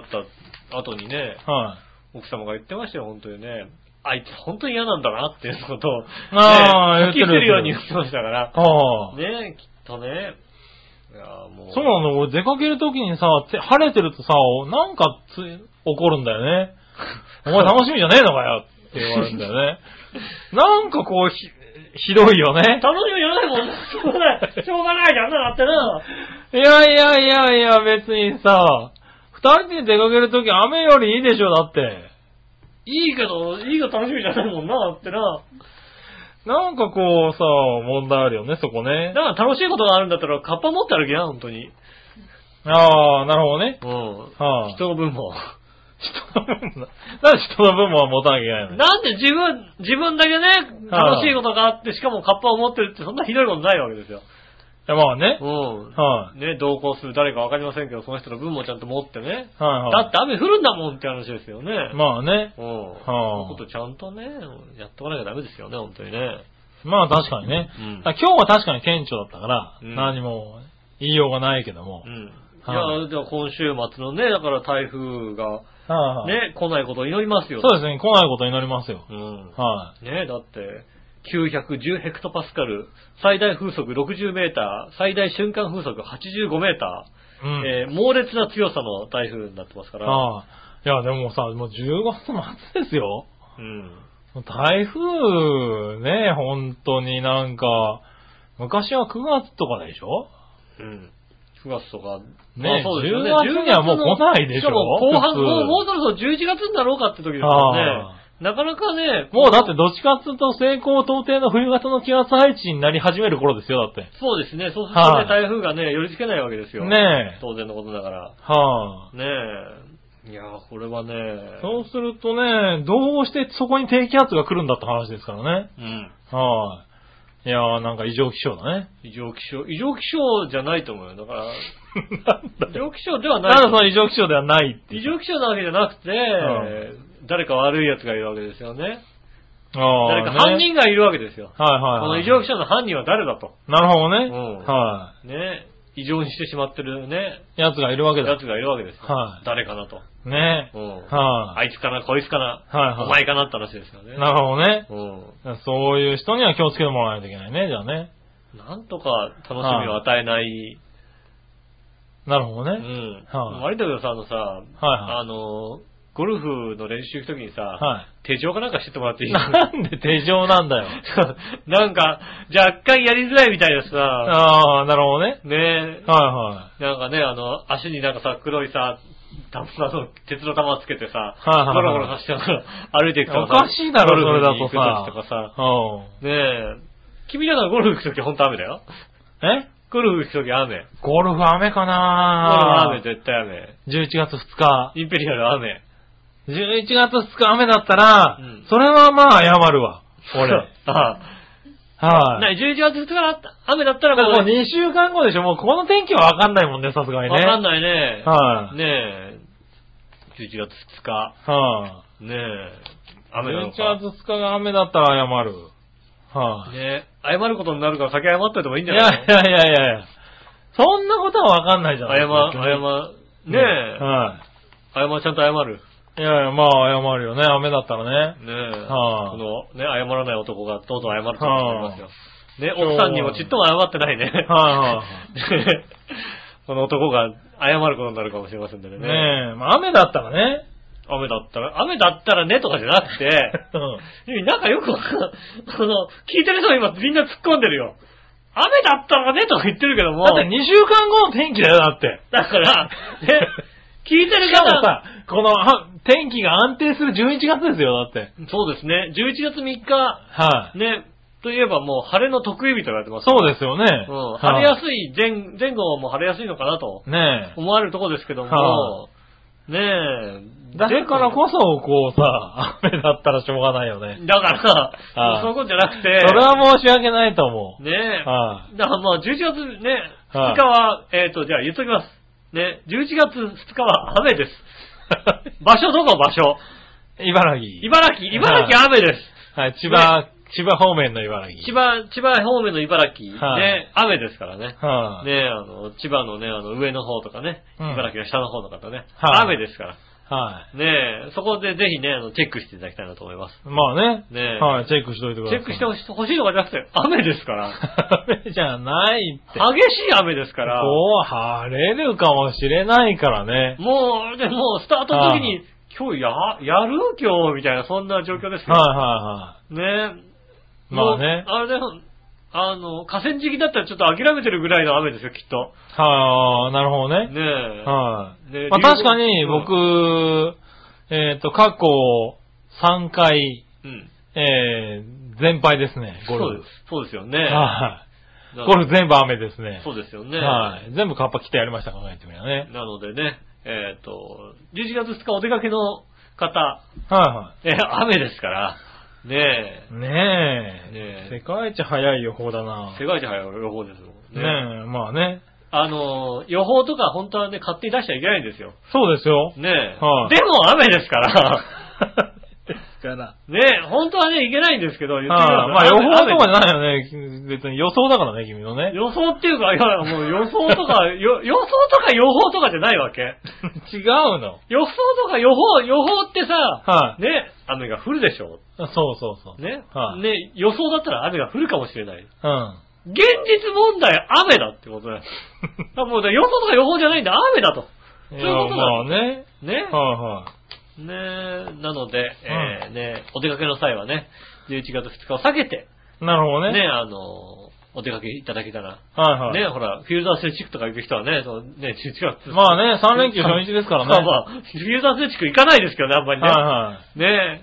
Speaker 2: た後にね、
Speaker 3: は
Speaker 2: 奥様が言ってましたよ、本当にね。あいつ本当に嫌なんだなっていうことを、ね、
Speaker 3: あー
Speaker 2: 聞き
Speaker 3: 言
Speaker 2: 捨
Speaker 3: って
Speaker 2: て
Speaker 3: る
Speaker 2: るように言ってましたから
Speaker 3: い。。ああ。
Speaker 2: ねきっとね。いやーもう。
Speaker 3: そうなの俺出かけるときにさ、て晴れてるとさ、なんかつ怒るんだよ ね。お前楽しみじゃねえのかよって言われるんだよね。なんかこうひ、ひどいよね。
Speaker 2: 楽しみじゃないもんね。しょうがない。しょうがないじゃんな、だってな。
Speaker 3: いやいやいやいや、別にさ、二人で出かけるとき雨よりいいでしょ、だって。
Speaker 2: いいけど、いいが楽しみじゃないもんな、だってな。
Speaker 3: なんかこうさ、問題あるよね、そこね
Speaker 2: だ。から楽しいことがあるんだったら、カッパ持って歩きな、本当に。
Speaker 3: ああ、なるほどね。
Speaker 2: うん。
Speaker 3: はあ、
Speaker 2: 人の分も。
Speaker 3: 人の分も、なんで人の分もは持たなきゃいけないの
Speaker 2: なんで自分、自分だけね、
Speaker 3: はい
Speaker 2: 楽しいことがあって、しかもカッパを持ってるってそんなひどいことないわけですよ。
Speaker 3: いや、まあね。
Speaker 2: うん。
Speaker 3: は
Speaker 2: ね、同行する誰かわかりませんけど、その人の分もちゃんと持ってね。
Speaker 3: い。はい
Speaker 2: だ
Speaker 3: は
Speaker 2: って雨降るんだもんって話ですよね。
Speaker 3: い。まあね。
Speaker 2: うん。そういうことちゃんとね、やっとかなきゃダメですよね、本当にね。
Speaker 3: まあ確かにね。
Speaker 2: うん
Speaker 3: だから今日は確かに顕著だったから、
Speaker 2: うん
Speaker 3: 何も言いようがないけども。
Speaker 2: うん。
Speaker 3: はい
Speaker 2: いや、では今週末のね、だから台風が
Speaker 3: はいはい
Speaker 2: ね、来ないことを祈りますよ。
Speaker 3: そうですね、来ないことになりますよ。
Speaker 2: うん。
Speaker 3: は
Speaker 2: ねえ、だって、910ヘクトパスカル、最大風速60メーター、最大瞬間風速85メータ
Speaker 3: い。う
Speaker 2: ー、
Speaker 3: ん。
Speaker 2: えー猛烈な強さの台風になってますから、
Speaker 3: ああ。いや、でもさ、もう10月末ですよ。
Speaker 2: うん。
Speaker 3: 台風ね、本当になんか、昔は9月とかでしょ
Speaker 2: うん。9月とか、
Speaker 3: ね
Speaker 2: まあそうですよね。
Speaker 3: 10月にはもう来ないでしょ
Speaker 2: かも後半、
Speaker 3: 普通
Speaker 2: もうもうそろそろ11月になろうかって時ですよ
Speaker 3: ああ
Speaker 2: ね。なかなかね、
Speaker 3: もうだってどっちかっつうと西高東低の冬型の気圧配置になり始める頃ですよ、だって。
Speaker 2: そうですね、そうすると
Speaker 3: は
Speaker 2: ね、
Speaker 3: い
Speaker 2: 台風がね、寄り付けないわけですよ。
Speaker 3: ねえ
Speaker 2: 当然のことだから。
Speaker 3: はあ。
Speaker 2: ねえ。いやー、これはね、
Speaker 3: そうするとね、どうしてそこに低気圧が来るんだって話ですからね。
Speaker 2: うん。
Speaker 3: はい。いやーなんか異常気象だね。
Speaker 2: 異常気象、異常気象じゃないと思うよ。だから、
Speaker 3: なん
Speaker 2: 異
Speaker 3: だ
Speaker 2: 常
Speaker 3: よ。
Speaker 2: 気象では
Speaker 3: な
Speaker 2: な
Speaker 3: ん
Speaker 2: い
Speaker 3: だ
Speaker 2: と
Speaker 3: そ
Speaker 2: 思う。
Speaker 3: の異常気象ではないってい
Speaker 2: 異
Speaker 3: う。
Speaker 2: 常気象なわけじゃなくて、誰か悪い奴がいるわけですよね。
Speaker 3: あ
Speaker 2: 誰
Speaker 3: あ、
Speaker 2: か
Speaker 3: ね
Speaker 2: 犯人がいるわけですよ。
Speaker 3: はいはい
Speaker 2: こ
Speaker 3: は
Speaker 2: の
Speaker 3: い。
Speaker 2: 異常気象の犯人は誰だと。
Speaker 3: なるほどね。
Speaker 2: うん
Speaker 3: は
Speaker 2: ね。異常にしてしまってるね、
Speaker 3: い。やつがいるわけだ。
Speaker 2: 奴がいるわけですよ。
Speaker 3: はい
Speaker 2: 誰かなと。
Speaker 3: ね
Speaker 2: うん
Speaker 3: は
Speaker 2: あ
Speaker 3: い。
Speaker 2: いつかな、こいつかな、
Speaker 3: はいはい
Speaker 2: お前かなって話ですよね。
Speaker 3: なるほどね。
Speaker 2: うん。
Speaker 3: そういう人には気をつけてもらわないといけないね、じゃあね。
Speaker 2: なんとか楽しみを与えない。
Speaker 3: なるほど
Speaker 2: う
Speaker 3: ね。
Speaker 2: ん。
Speaker 3: はい
Speaker 2: 割とけどさ、あのさ、
Speaker 3: はい
Speaker 2: あの、ゴルフの練習行くときにさ、
Speaker 3: は
Speaker 2: 手錠かなんかしてってもらってい
Speaker 3: い。
Speaker 2: い
Speaker 3: なんで手錠なん だよ。
Speaker 2: なんか、若干やりづらいみたいなさ、
Speaker 3: ああ、なるほどね。
Speaker 2: ねえ、
Speaker 3: は
Speaker 2: なんかね、あの、足になんかさ、黒いさ、玉 あの、鉄の玉つけてさ、
Speaker 3: はいはいはい
Speaker 2: ゴロゴロさせ て歩いてい
Speaker 3: い
Speaker 2: く
Speaker 3: はい。
Speaker 2: と
Speaker 3: おかしいだろ、それだと
Speaker 2: とか
Speaker 3: さ
Speaker 2: さ。、
Speaker 3: うん
Speaker 2: ねえ、君らがゴルフ行くときほんと雨だよ。
Speaker 3: え
Speaker 2: ゴルフ行くとき雨。
Speaker 3: ゴルフ雨か
Speaker 2: ゴルフ
Speaker 3: な
Speaker 2: 雨、絶対雨。
Speaker 3: 11月2日。
Speaker 2: インペリアル雨。
Speaker 3: 11月2日雨だったら
Speaker 2: うん、
Speaker 3: それはまあ謝るわ。俺。
Speaker 2: ああ。
Speaker 3: はい。
Speaker 2: な、11月2日だった雨だったら
Speaker 3: だからもう
Speaker 2: こ
Speaker 3: 2週間後でしょもうこの天気はわかんないもんね、さすが
Speaker 2: う、
Speaker 3: にね。
Speaker 2: わかんないね。
Speaker 3: はい
Speaker 2: ねえ、11月2日。
Speaker 3: は
Speaker 2: ねえ、
Speaker 3: い、
Speaker 2: 雨なのか。
Speaker 3: 11月2日が雨だったら謝る。はい、
Speaker 2: ね謝ることになるから先謝っといてもいいん
Speaker 3: い
Speaker 2: じ
Speaker 3: や
Speaker 2: ゃ
Speaker 3: いや
Speaker 2: ない
Speaker 3: いやいやいやそんなことはわかんないじゃ
Speaker 2: の
Speaker 3: ない
Speaker 2: 謝、
Speaker 3: 逆
Speaker 2: 謝、
Speaker 3: に
Speaker 2: ねえ、
Speaker 3: は
Speaker 2: 謝ちゃんと謝る。
Speaker 3: い、いやいや、まあ謝るよね、雨だったらね。
Speaker 2: ねえ、
Speaker 3: はい
Speaker 2: この、ね、謝らない男がどうぞ謝ると思いますよ。ね、
Speaker 3: 今日は
Speaker 2: 奥さんにもちっとも謝ってないね。
Speaker 3: は
Speaker 2: ねこの男が謝ることになるかもしれませんのでね。
Speaker 3: ねえ、まあ雨だったらね。
Speaker 2: 雨だったら、雨だったらねとかじゃなくて、
Speaker 3: うん
Speaker 2: なんかよくわかんその、聞いてる人が今みんな突っ込んでるよ。雨だったらねとか言ってるけども。
Speaker 3: だって2週間後の天気だよ、だ って。
Speaker 2: だから、ね、 聞いてる
Speaker 3: しかも
Speaker 2: 方、
Speaker 3: さ、このあ天気が安定する11月ですよ、だって。
Speaker 2: そうですね、11月3日、
Speaker 3: はい、
Speaker 2: ね、といえばもう晴れの得意日と言われてます。
Speaker 3: そうですよね。
Speaker 2: うん、晴れや
Speaker 3: い。
Speaker 2: すい、前前後も晴れやすいのかなと
Speaker 3: ね
Speaker 2: 思われるところですけども
Speaker 3: は、
Speaker 2: ねえ、
Speaker 3: え。だからこそ、こうさ、雨だったらしょうがないよね。
Speaker 2: だから、
Speaker 3: はい
Speaker 2: そういうことじゃなくて、
Speaker 3: それは申し訳ないと思う。
Speaker 2: ねえ、
Speaker 3: は
Speaker 2: だからまあ11月ね、
Speaker 3: はい
Speaker 2: 2日は、えっ、と、じゃあ言っときます。ね、11月2日は雨 です。場所どこ場所
Speaker 3: 茨城。
Speaker 2: 茨城、茨城雨です。
Speaker 3: はい、千葉、千葉方面の茨城。
Speaker 2: 千葉、千葉方面の茨城、
Speaker 3: はい
Speaker 2: ね、雨ですからね。
Speaker 3: はい、
Speaker 2: ねあの、千葉のね、あの、上の方とかね、
Speaker 3: うん
Speaker 2: 茨城の下の方の方ね、
Speaker 3: はい
Speaker 2: 雨ですから。
Speaker 3: は
Speaker 2: ねそこでぜひね、あの、チェックしていただきたいなと思います。
Speaker 3: い。まあね。
Speaker 2: ねえ
Speaker 3: はい、チェックしといてくだ
Speaker 2: チ
Speaker 3: さ
Speaker 2: ェ
Speaker 3: い。
Speaker 2: ックしてほ
Speaker 3: しい。
Speaker 2: し欲しいとかじゃなくて、雨ですから。
Speaker 3: 雨じゃないって。
Speaker 2: 激しい雨ですから。
Speaker 3: こう、晴れるかもしれないからね。
Speaker 2: もう、でも、スタートの時
Speaker 3: は
Speaker 2: に、今日や、やる今日、みたいな、そんな状況ですよ。
Speaker 3: は
Speaker 2: ね
Speaker 3: いはいはい。まあ
Speaker 2: も
Speaker 3: ね
Speaker 2: う。あれだよ、あの、河川敷だったらちょっと諦めてるぐらいの雨ですよ、きっと。
Speaker 3: はい、なるほどね。
Speaker 2: ねえ。
Speaker 3: はい、
Speaker 2: ね
Speaker 3: まあ
Speaker 2: 流行
Speaker 3: 確かに僕、えっ、と、過去3回、
Speaker 2: うん。
Speaker 3: えー、全敗ですね、ゴ
Speaker 2: そう
Speaker 3: ルフ
Speaker 2: です。。そうですよね。
Speaker 3: はい、
Speaker 2: な
Speaker 3: ゴルフ全部雨ですね。
Speaker 2: そうですよね。
Speaker 3: はい。全部カッパ着てやりました、考えてみればね。
Speaker 2: なのでね、えっ、と、11月2日お出かけの方、
Speaker 3: は
Speaker 2: え、雨ですから、ね
Speaker 3: いはい。ねえ。
Speaker 2: ねえ
Speaker 3: 世界一早い予報だな。
Speaker 2: え、世界一早い予報ですもん
Speaker 3: ねえ、まあね。
Speaker 2: あの、予報とか本当はね、勝手に出しちゃいけないんですよ。
Speaker 3: そうですよ。
Speaker 2: ねえ。
Speaker 3: はい
Speaker 2: でも雨ですから。
Speaker 3: から。
Speaker 2: ねえ、本当はね、いけないんですけど、言ってみれば
Speaker 3: まあ予報とかじゃ
Speaker 2: 雨
Speaker 3: ないよね。別に予想だからね、君のね。
Speaker 2: 予想っていうか、いや、もう予想と か、よ予想とか予報とかじゃないわけ。
Speaker 3: 違うの。
Speaker 2: 予想とか予報、予報ってさ、
Speaker 3: はい。
Speaker 2: ね、雨が降るでしょ。
Speaker 3: そうそうそう。
Speaker 2: ね、
Speaker 3: はい
Speaker 2: ね、予想だったら雨が降るかもしれない。
Speaker 3: うん。
Speaker 2: 現実問題、雨だって ことだよ。あもうね予想とか予報じゃないんだ、雨だと。そういうこと
Speaker 3: ま
Speaker 2: だ
Speaker 3: あね。
Speaker 2: ね。
Speaker 3: はいはい。
Speaker 2: ねなので、えーね、お出かけの際はね、11月2日を避けて、
Speaker 3: なるほどね。
Speaker 2: ね、あの、お出かけいただけたら、
Speaker 3: はいはい。
Speaker 2: ね、ほら、フィールドアスレチックとか行く人はね、そのね、11月。
Speaker 3: まあね、3連休初日ですからね。
Speaker 2: まあまあ、フィールドアスレチック行かないですけどね、あんまりね。
Speaker 3: はいはい。
Speaker 2: ね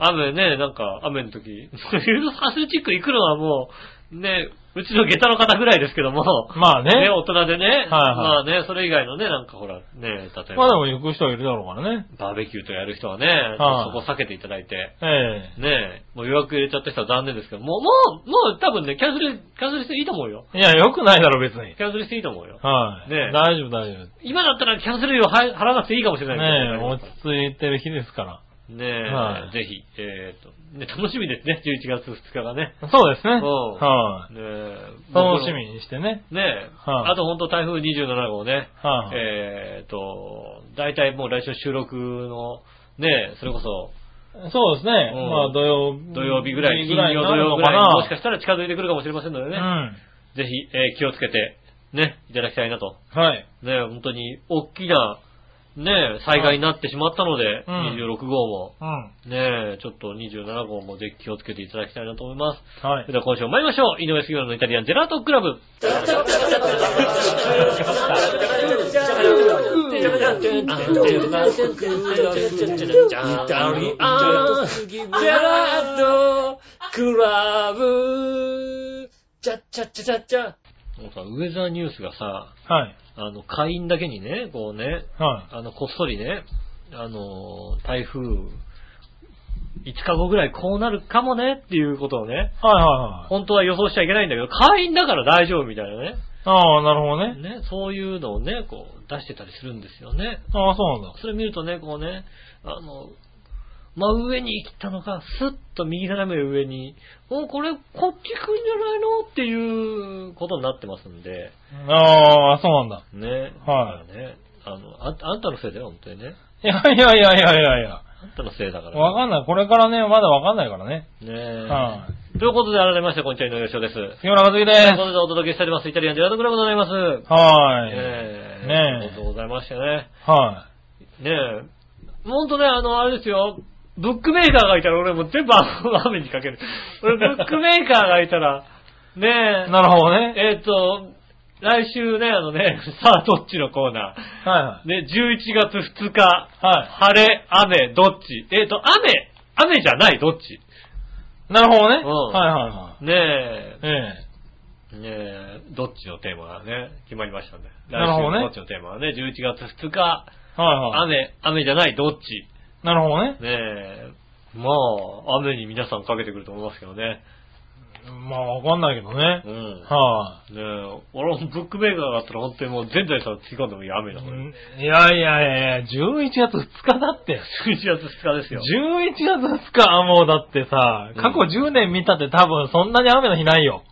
Speaker 2: 雨ね、なんか、雨の時。ユーロサス地区行くのはもう、ね、うちの下駄の方ぐらいですけども。
Speaker 3: まあね
Speaker 2: 大人でね。
Speaker 3: い
Speaker 2: ま
Speaker 3: は
Speaker 2: あね、それ以外のね、なんかほら、ね、例え
Speaker 3: まあで
Speaker 2: ば、
Speaker 3: も行く人はいるだろうからね。
Speaker 2: バーベキューとやる人はね、
Speaker 3: はい
Speaker 2: そこ避けていただいて。
Speaker 3: え
Speaker 2: ねもう予約入れちゃった人は残念ですけど、もう、もう、もう多分ね、キャンセル、キャンセルしていいと思うよ。
Speaker 3: えいや、良くないだろ、別に。
Speaker 2: キャンセルしていいと思うよ。
Speaker 3: はい。
Speaker 2: ねえ
Speaker 3: 大丈夫、大丈夫。
Speaker 2: 今だったらキャンセル料は払わなくていいかもしれない
Speaker 3: ねえ、落ち着いてる日ですから。
Speaker 2: ねえ、
Speaker 3: はい
Speaker 2: ぜひ、えーっと、ね、楽しみですね、11月2日がね。
Speaker 3: そうですね。
Speaker 2: うん
Speaker 3: は
Speaker 2: ねえ
Speaker 3: い。楽しみにしてね。
Speaker 2: ねえ、
Speaker 3: はい
Speaker 2: あと本当台風27号ね、
Speaker 3: はい。
Speaker 2: えーっと、大体もう来週収録の、ねえ、それこそ
Speaker 3: そうですね。
Speaker 2: うん
Speaker 3: まあ土曜
Speaker 2: 土曜日ぐらい、
Speaker 3: ぐ
Speaker 2: 金
Speaker 3: らいに
Speaker 2: 曜
Speaker 3: な
Speaker 2: 土
Speaker 3: る
Speaker 2: 曜
Speaker 3: の
Speaker 2: ぐ
Speaker 3: から
Speaker 2: いにもしか
Speaker 3: な。
Speaker 2: したら近づいてくるかもしれませんのでね、ぜひ、えー気をつけて、ね、いただきたいなと。
Speaker 3: うん。はい。
Speaker 2: ねえ、本当に大きな、ねえ、災害になってしまったので、
Speaker 3: うん
Speaker 2: 26号も。
Speaker 3: うん。
Speaker 2: ねえ、ちょっと27号もぜひ気をつけていただきたいなと思います。そ
Speaker 3: は
Speaker 2: れ
Speaker 3: い。
Speaker 2: では今週も参りましょう。井上杉村のイタリアンジェラートクラブ。もうさ、ウェザーニュースがさ、
Speaker 3: はい。
Speaker 2: あの、会員だけにね、こうね、
Speaker 3: は
Speaker 2: あの、こっそりね、あの、台風、5日後ぐらいこうなるかもねっていうことをね、
Speaker 3: い。はいはいはい。
Speaker 2: 本当は予想しちゃいけないんだけど、会員だから大丈夫みたいなね。
Speaker 3: ああ、なるほどね。
Speaker 2: ね、そういうのをね、こう、出してたりするんですよね。
Speaker 3: ああ、そうなんだ。
Speaker 2: それ見るとね、こうね、あの、真上に来たのが、スッと右斜め上に、おこれ、こっち来んじゃないのっていうことになってますんで、
Speaker 3: ああ、そうなんだ。
Speaker 2: ね。。
Speaker 3: はい
Speaker 2: ね。あの、ああんたのせいだよ、本当にね。
Speaker 3: いやいやいやいやいや いや。
Speaker 2: あんたのせいだから。
Speaker 3: わかんない。これからね、まだわかんないからね。
Speaker 2: ね
Speaker 3: は
Speaker 2: ということで、改めまして、こんにちは、井上翔です。という
Speaker 3: 杉村和樹で
Speaker 2: ことで、お届けしております、イタリアンジェラートクラブでございます。
Speaker 3: す。は
Speaker 2: ねえ。
Speaker 3: い。ねえ
Speaker 2: ありがとうございましたね。
Speaker 3: は
Speaker 2: ねえ。ほんとね、あの、あれですよ。ブックメーカーがいたら俺もう全部雨にかける。俺ブックメーカーがいたら、ね
Speaker 3: い。 なるほどね。
Speaker 2: え、えっ、と、来週ね、あのね、 さあどっちのコーナ
Speaker 3: はいは
Speaker 2: ー。。
Speaker 3: い
Speaker 2: ね、11月2日、
Speaker 3: は
Speaker 2: 晴れ、雨、どっちえっ、と、雨、雨じゃない、どっち
Speaker 3: い。なるほどね。
Speaker 2: うん
Speaker 3: はいはいは
Speaker 2: ねえ、
Speaker 3: い。え
Speaker 2: ねえ、どっちのテーマがね、決まりましたんで。来週
Speaker 3: なるほどね
Speaker 2: のどっちのテーマはね、11月2日、
Speaker 3: え。はいは
Speaker 2: 雨、雨じゃない、どっち
Speaker 3: い。なるほどね。
Speaker 2: ねえ、まあ、雨に皆さんかけてくると思いますけどね。
Speaker 3: まあわかんないけどね
Speaker 2: う。ん。
Speaker 3: は
Speaker 2: ねえ、俺もブックメーカーがあったら本当にもう全財産突き込んでもいい雨
Speaker 3: い。
Speaker 2: だ、これ。11
Speaker 3: いやいやいやいや、11月2日だって。
Speaker 2: 月2日ですよ。
Speaker 3: 11月2日はもうだってさ、過去10年見たって多分そんなに雨の日ないよ。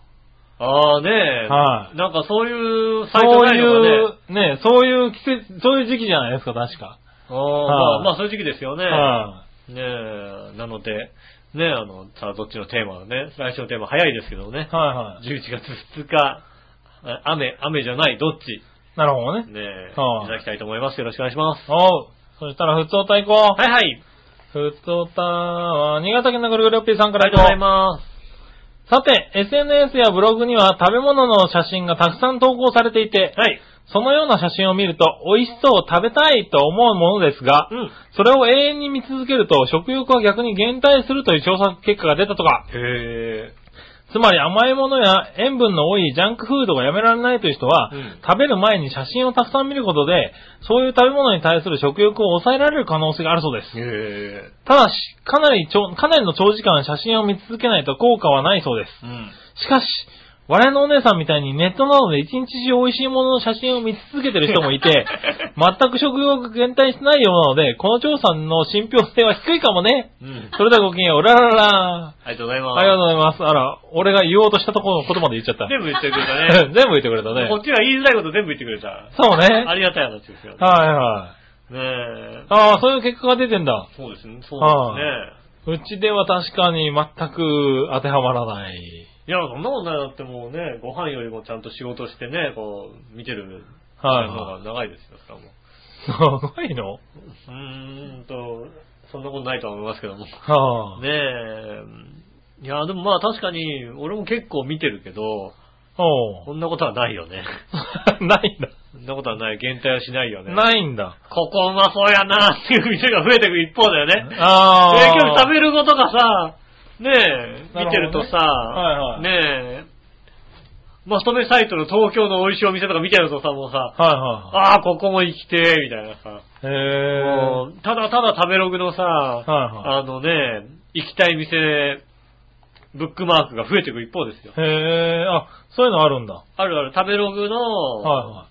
Speaker 2: ああねえ、
Speaker 3: はい
Speaker 2: なんかそういうサイ
Speaker 3: そ
Speaker 2: ト
Speaker 3: う
Speaker 2: ないの
Speaker 3: い
Speaker 2: がね。
Speaker 3: う、ね、そういう季節、そういう時期じゃないですか、確か。
Speaker 2: ああまあ、
Speaker 3: はい
Speaker 2: まあそういう時期ですよね。
Speaker 3: は
Speaker 2: ねえ、なので、ねえ、あの、さあどっちのテーマはね、来週のテーマ早いですけどね
Speaker 3: い。。はいはい。
Speaker 2: 11月2日、あ雨、雨じゃない、どっち
Speaker 3: なるほどね。
Speaker 2: ねえ、い
Speaker 3: はい
Speaker 2: ただきたいと思います。よろしくお願いします。
Speaker 3: おう。そしたら、ふつおた行こう。
Speaker 2: はいはい。
Speaker 3: ふつおたは、新潟県のぐるぐるおっぴーさん
Speaker 2: あ
Speaker 3: か
Speaker 2: りが
Speaker 3: ら
Speaker 2: とうござい
Speaker 3: 行こ
Speaker 2: ます。
Speaker 3: う。さて、SNS やブログには食べ物の写真がたくさん投稿されていて、
Speaker 2: はい。
Speaker 3: そのような写真を見ると、美味しそう、食べたいと思うものですが、
Speaker 2: うん。
Speaker 3: それを永遠に見続けると、食欲は逆に減退するという調査結果が出たとか、
Speaker 2: へえ。
Speaker 3: つまり甘いものや塩分の多いジャンクフードがやめられないという人は、
Speaker 2: うん
Speaker 3: 食べる前に写真をたくさん見ることで、そういう食べ物に対する食欲を抑えられる可能性があるそうです。
Speaker 2: へえ。
Speaker 3: ただし、かなりちょかなりの長時間写真を見続けないと効果はないそうです。
Speaker 2: うん。
Speaker 3: しかし、我々のお姉さんみたいにネットなどで一日中美味しいものの写真を見続けてる人もい て、全く食欲が減退してないようなので、この調査の信憑性は低いかもね。
Speaker 2: うん。
Speaker 3: それではごきげんよう、うらららら。
Speaker 2: ありがとうございます。
Speaker 3: ありがとうございます。あら、俺が言おうとしたところの言葉で言っちゃった。
Speaker 2: 全部言ってくれ たね。
Speaker 3: 全部言ってくれたね
Speaker 2: こ。っちが言いづらいこと全部言ってくれた。
Speaker 3: そうね。
Speaker 2: ありがたい話ですよ。ね
Speaker 3: はいはい。
Speaker 2: え。
Speaker 3: ああ、そういう結果が出てんだ。
Speaker 2: そうですね。そうですね。
Speaker 3: うちでは確かに全く当てはま らない。
Speaker 2: いや、そんなことないだってもうね、ご飯よりもちゃんと仕事してね、こう、見てる時
Speaker 3: はい
Speaker 2: 間の方が長いですよ、それはもう。
Speaker 3: すごいの
Speaker 2: うーんと、そんなことないとは思いますけども。
Speaker 3: はあ。
Speaker 2: ねえ。いや、でもまあ確かに、俺も結構見てるけど、
Speaker 3: おう
Speaker 2: こんなことはないよね。
Speaker 3: ないんだ。
Speaker 2: そんなことはない。減退はしないよね。
Speaker 3: ないんだ。
Speaker 2: ここうまそうやなっていう店が増えていく一方だよ ね。
Speaker 3: あ
Speaker 2: 結局
Speaker 3: あ。
Speaker 2: 食べることがさ、ねえ、
Speaker 3: なるほどね
Speaker 2: 見てるとさ、
Speaker 3: はいはい
Speaker 2: ねえ、まとめサイトの東京の美味しいお店とか見てるとさ、もうさ、
Speaker 3: は
Speaker 2: ああ、ここも行きてえ、みたいなさ、
Speaker 3: いはい。へ
Speaker 2: もうただただ食べログのさ、
Speaker 3: いは
Speaker 2: あのね、行きたい店、ブックマークが増えていく一方ですよ。
Speaker 3: え。へえ。あ、そういうのあるんだ。は
Speaker 2: あるある、食べログの、
Speaker 3: いは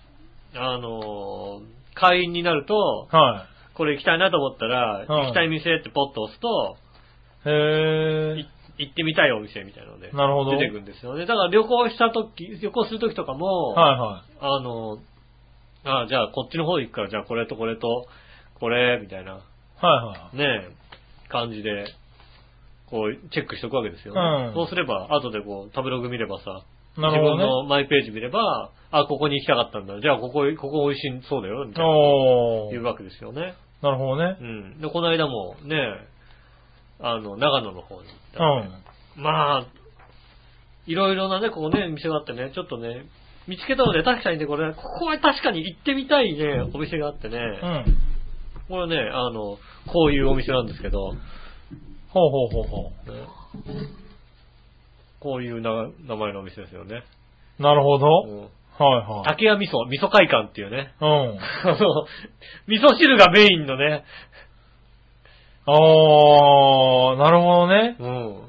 Speaker 2: あのー、会員になると、
Speaker 3: い。は
Speaker 2: これ行きたいなと思ったら、
Speaker 3: うん
Speaker 2: 行きたい店ってポッと押すと、
Speaker 3: い。へ
Speaker 2: い
Speaker 3: え。
Speaker 2: 行ってみたいお店みたいなので、
Speaker 3: なるほど。
Speaker 2: 出てくるんですよね。だから旅行した時、旅行する時とかも、
Speaker 3: はいは
Speaker 2: あの、あじゃあこっちの方行くから、じゃあこれとこれと、これ、みたいな、
Speaker 3: い。はいはい。
Speaker 2: ねえ、感じで、こう、チェックしておくわけですよね。
Speaker 3: うん
Speaker 2: そうすれば、後でこう、食べログ見ればさ、
Speaker 3: なるほ
Speaker 2: 自分
Speaker 3: ど
Speaker 2: のマイページ見れば、あ、ここに行きたかったんだ。じゃあ、ここ、ここ美味しいそうだよ、みたいな、
Speaker 3: ね。お
Speaker 2: いう
Speaker 3: ー。
Speaker 2: わけですよね。
Speaker 3: なるほどね
Speaker 2: う。ん。で、この間も、ね、あの、長野の方に行っ
Speaker 3: う
Speaker 2: た
Speaker 3: ん。
Speaker 2: の
Speaker 3: はい
Speaker 2: ね、まあ、いろいろなね、ここね、店があってね、ちょっとね、見つけたので、確かにね、これ、ここは確かに行ってみたいね、お店があってね、
Speaker 3: うん。
Speaker 2: これね、あの、こういうお店なんですけど、
Speaker 3: ほうほうほうほ
Speaker 2: ねこういうな名前のお店ですよね。
Speaker 3: う。なるほど。
Speaker 2: うん
Speaker 3: はいはい。
Speaker 2: 竹屋味噌、味噌会館っていうね、
Speaker 3: うん。
Speaker 2: あの、味噌汁がメインのね、
Speaker 3: あー、なるほどね。
Speaker 2: うん。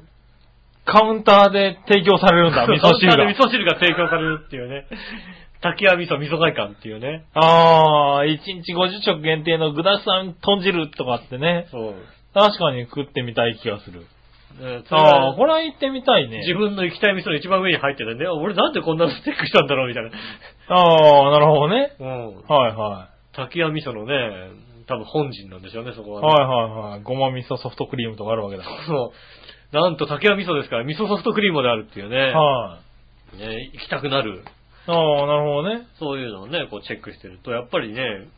Speaker 3: カウンターで提供され るんだ、味噌汁
Speaker 2: カウンターで味
Speaker 3: が。
Speaker 2: 噌汁が提供されるっていうね。竹屋味噌味噌会館っていうね。
Speaker 3: あー、1日50食限定の具だくさん豚汁とかってね。
Speaker 2: そう。
Speaker 3: 確かに食ってみたい気がする。
Speaker 2: ねそれ
Speaker 3: あ
Speaker 2: は
Speaker 3: ー、これは行ってみたいね。
Speaker 2: 自分の行きたい店の一番上に入っててね、俺なんでこんなのステックしたんだろうみたい
Speaker 3: あー、なるほどね。
Speaker 2: な。うん。
Speaker 3: はいは
Speaker 2: 竹屋味噌のね、多分本人なんでしょうね、そこは、
Speaker 3: い。
Speaker 2: ね。
Speaker 3: はいはいはい。ごま味噌ソフトクリームとかあるわけだ。
Speaker 2: そう。なんと竹屋味噌ですから、味噌ソフトクリームまであるっていうね。
Speaker 3: はい。
Speaker 2: ね行きたくなる。
Speaker 3: ああ、なるほどね。
Speaker 2: そういうのをね、こうチェックしてると、やっぱりね、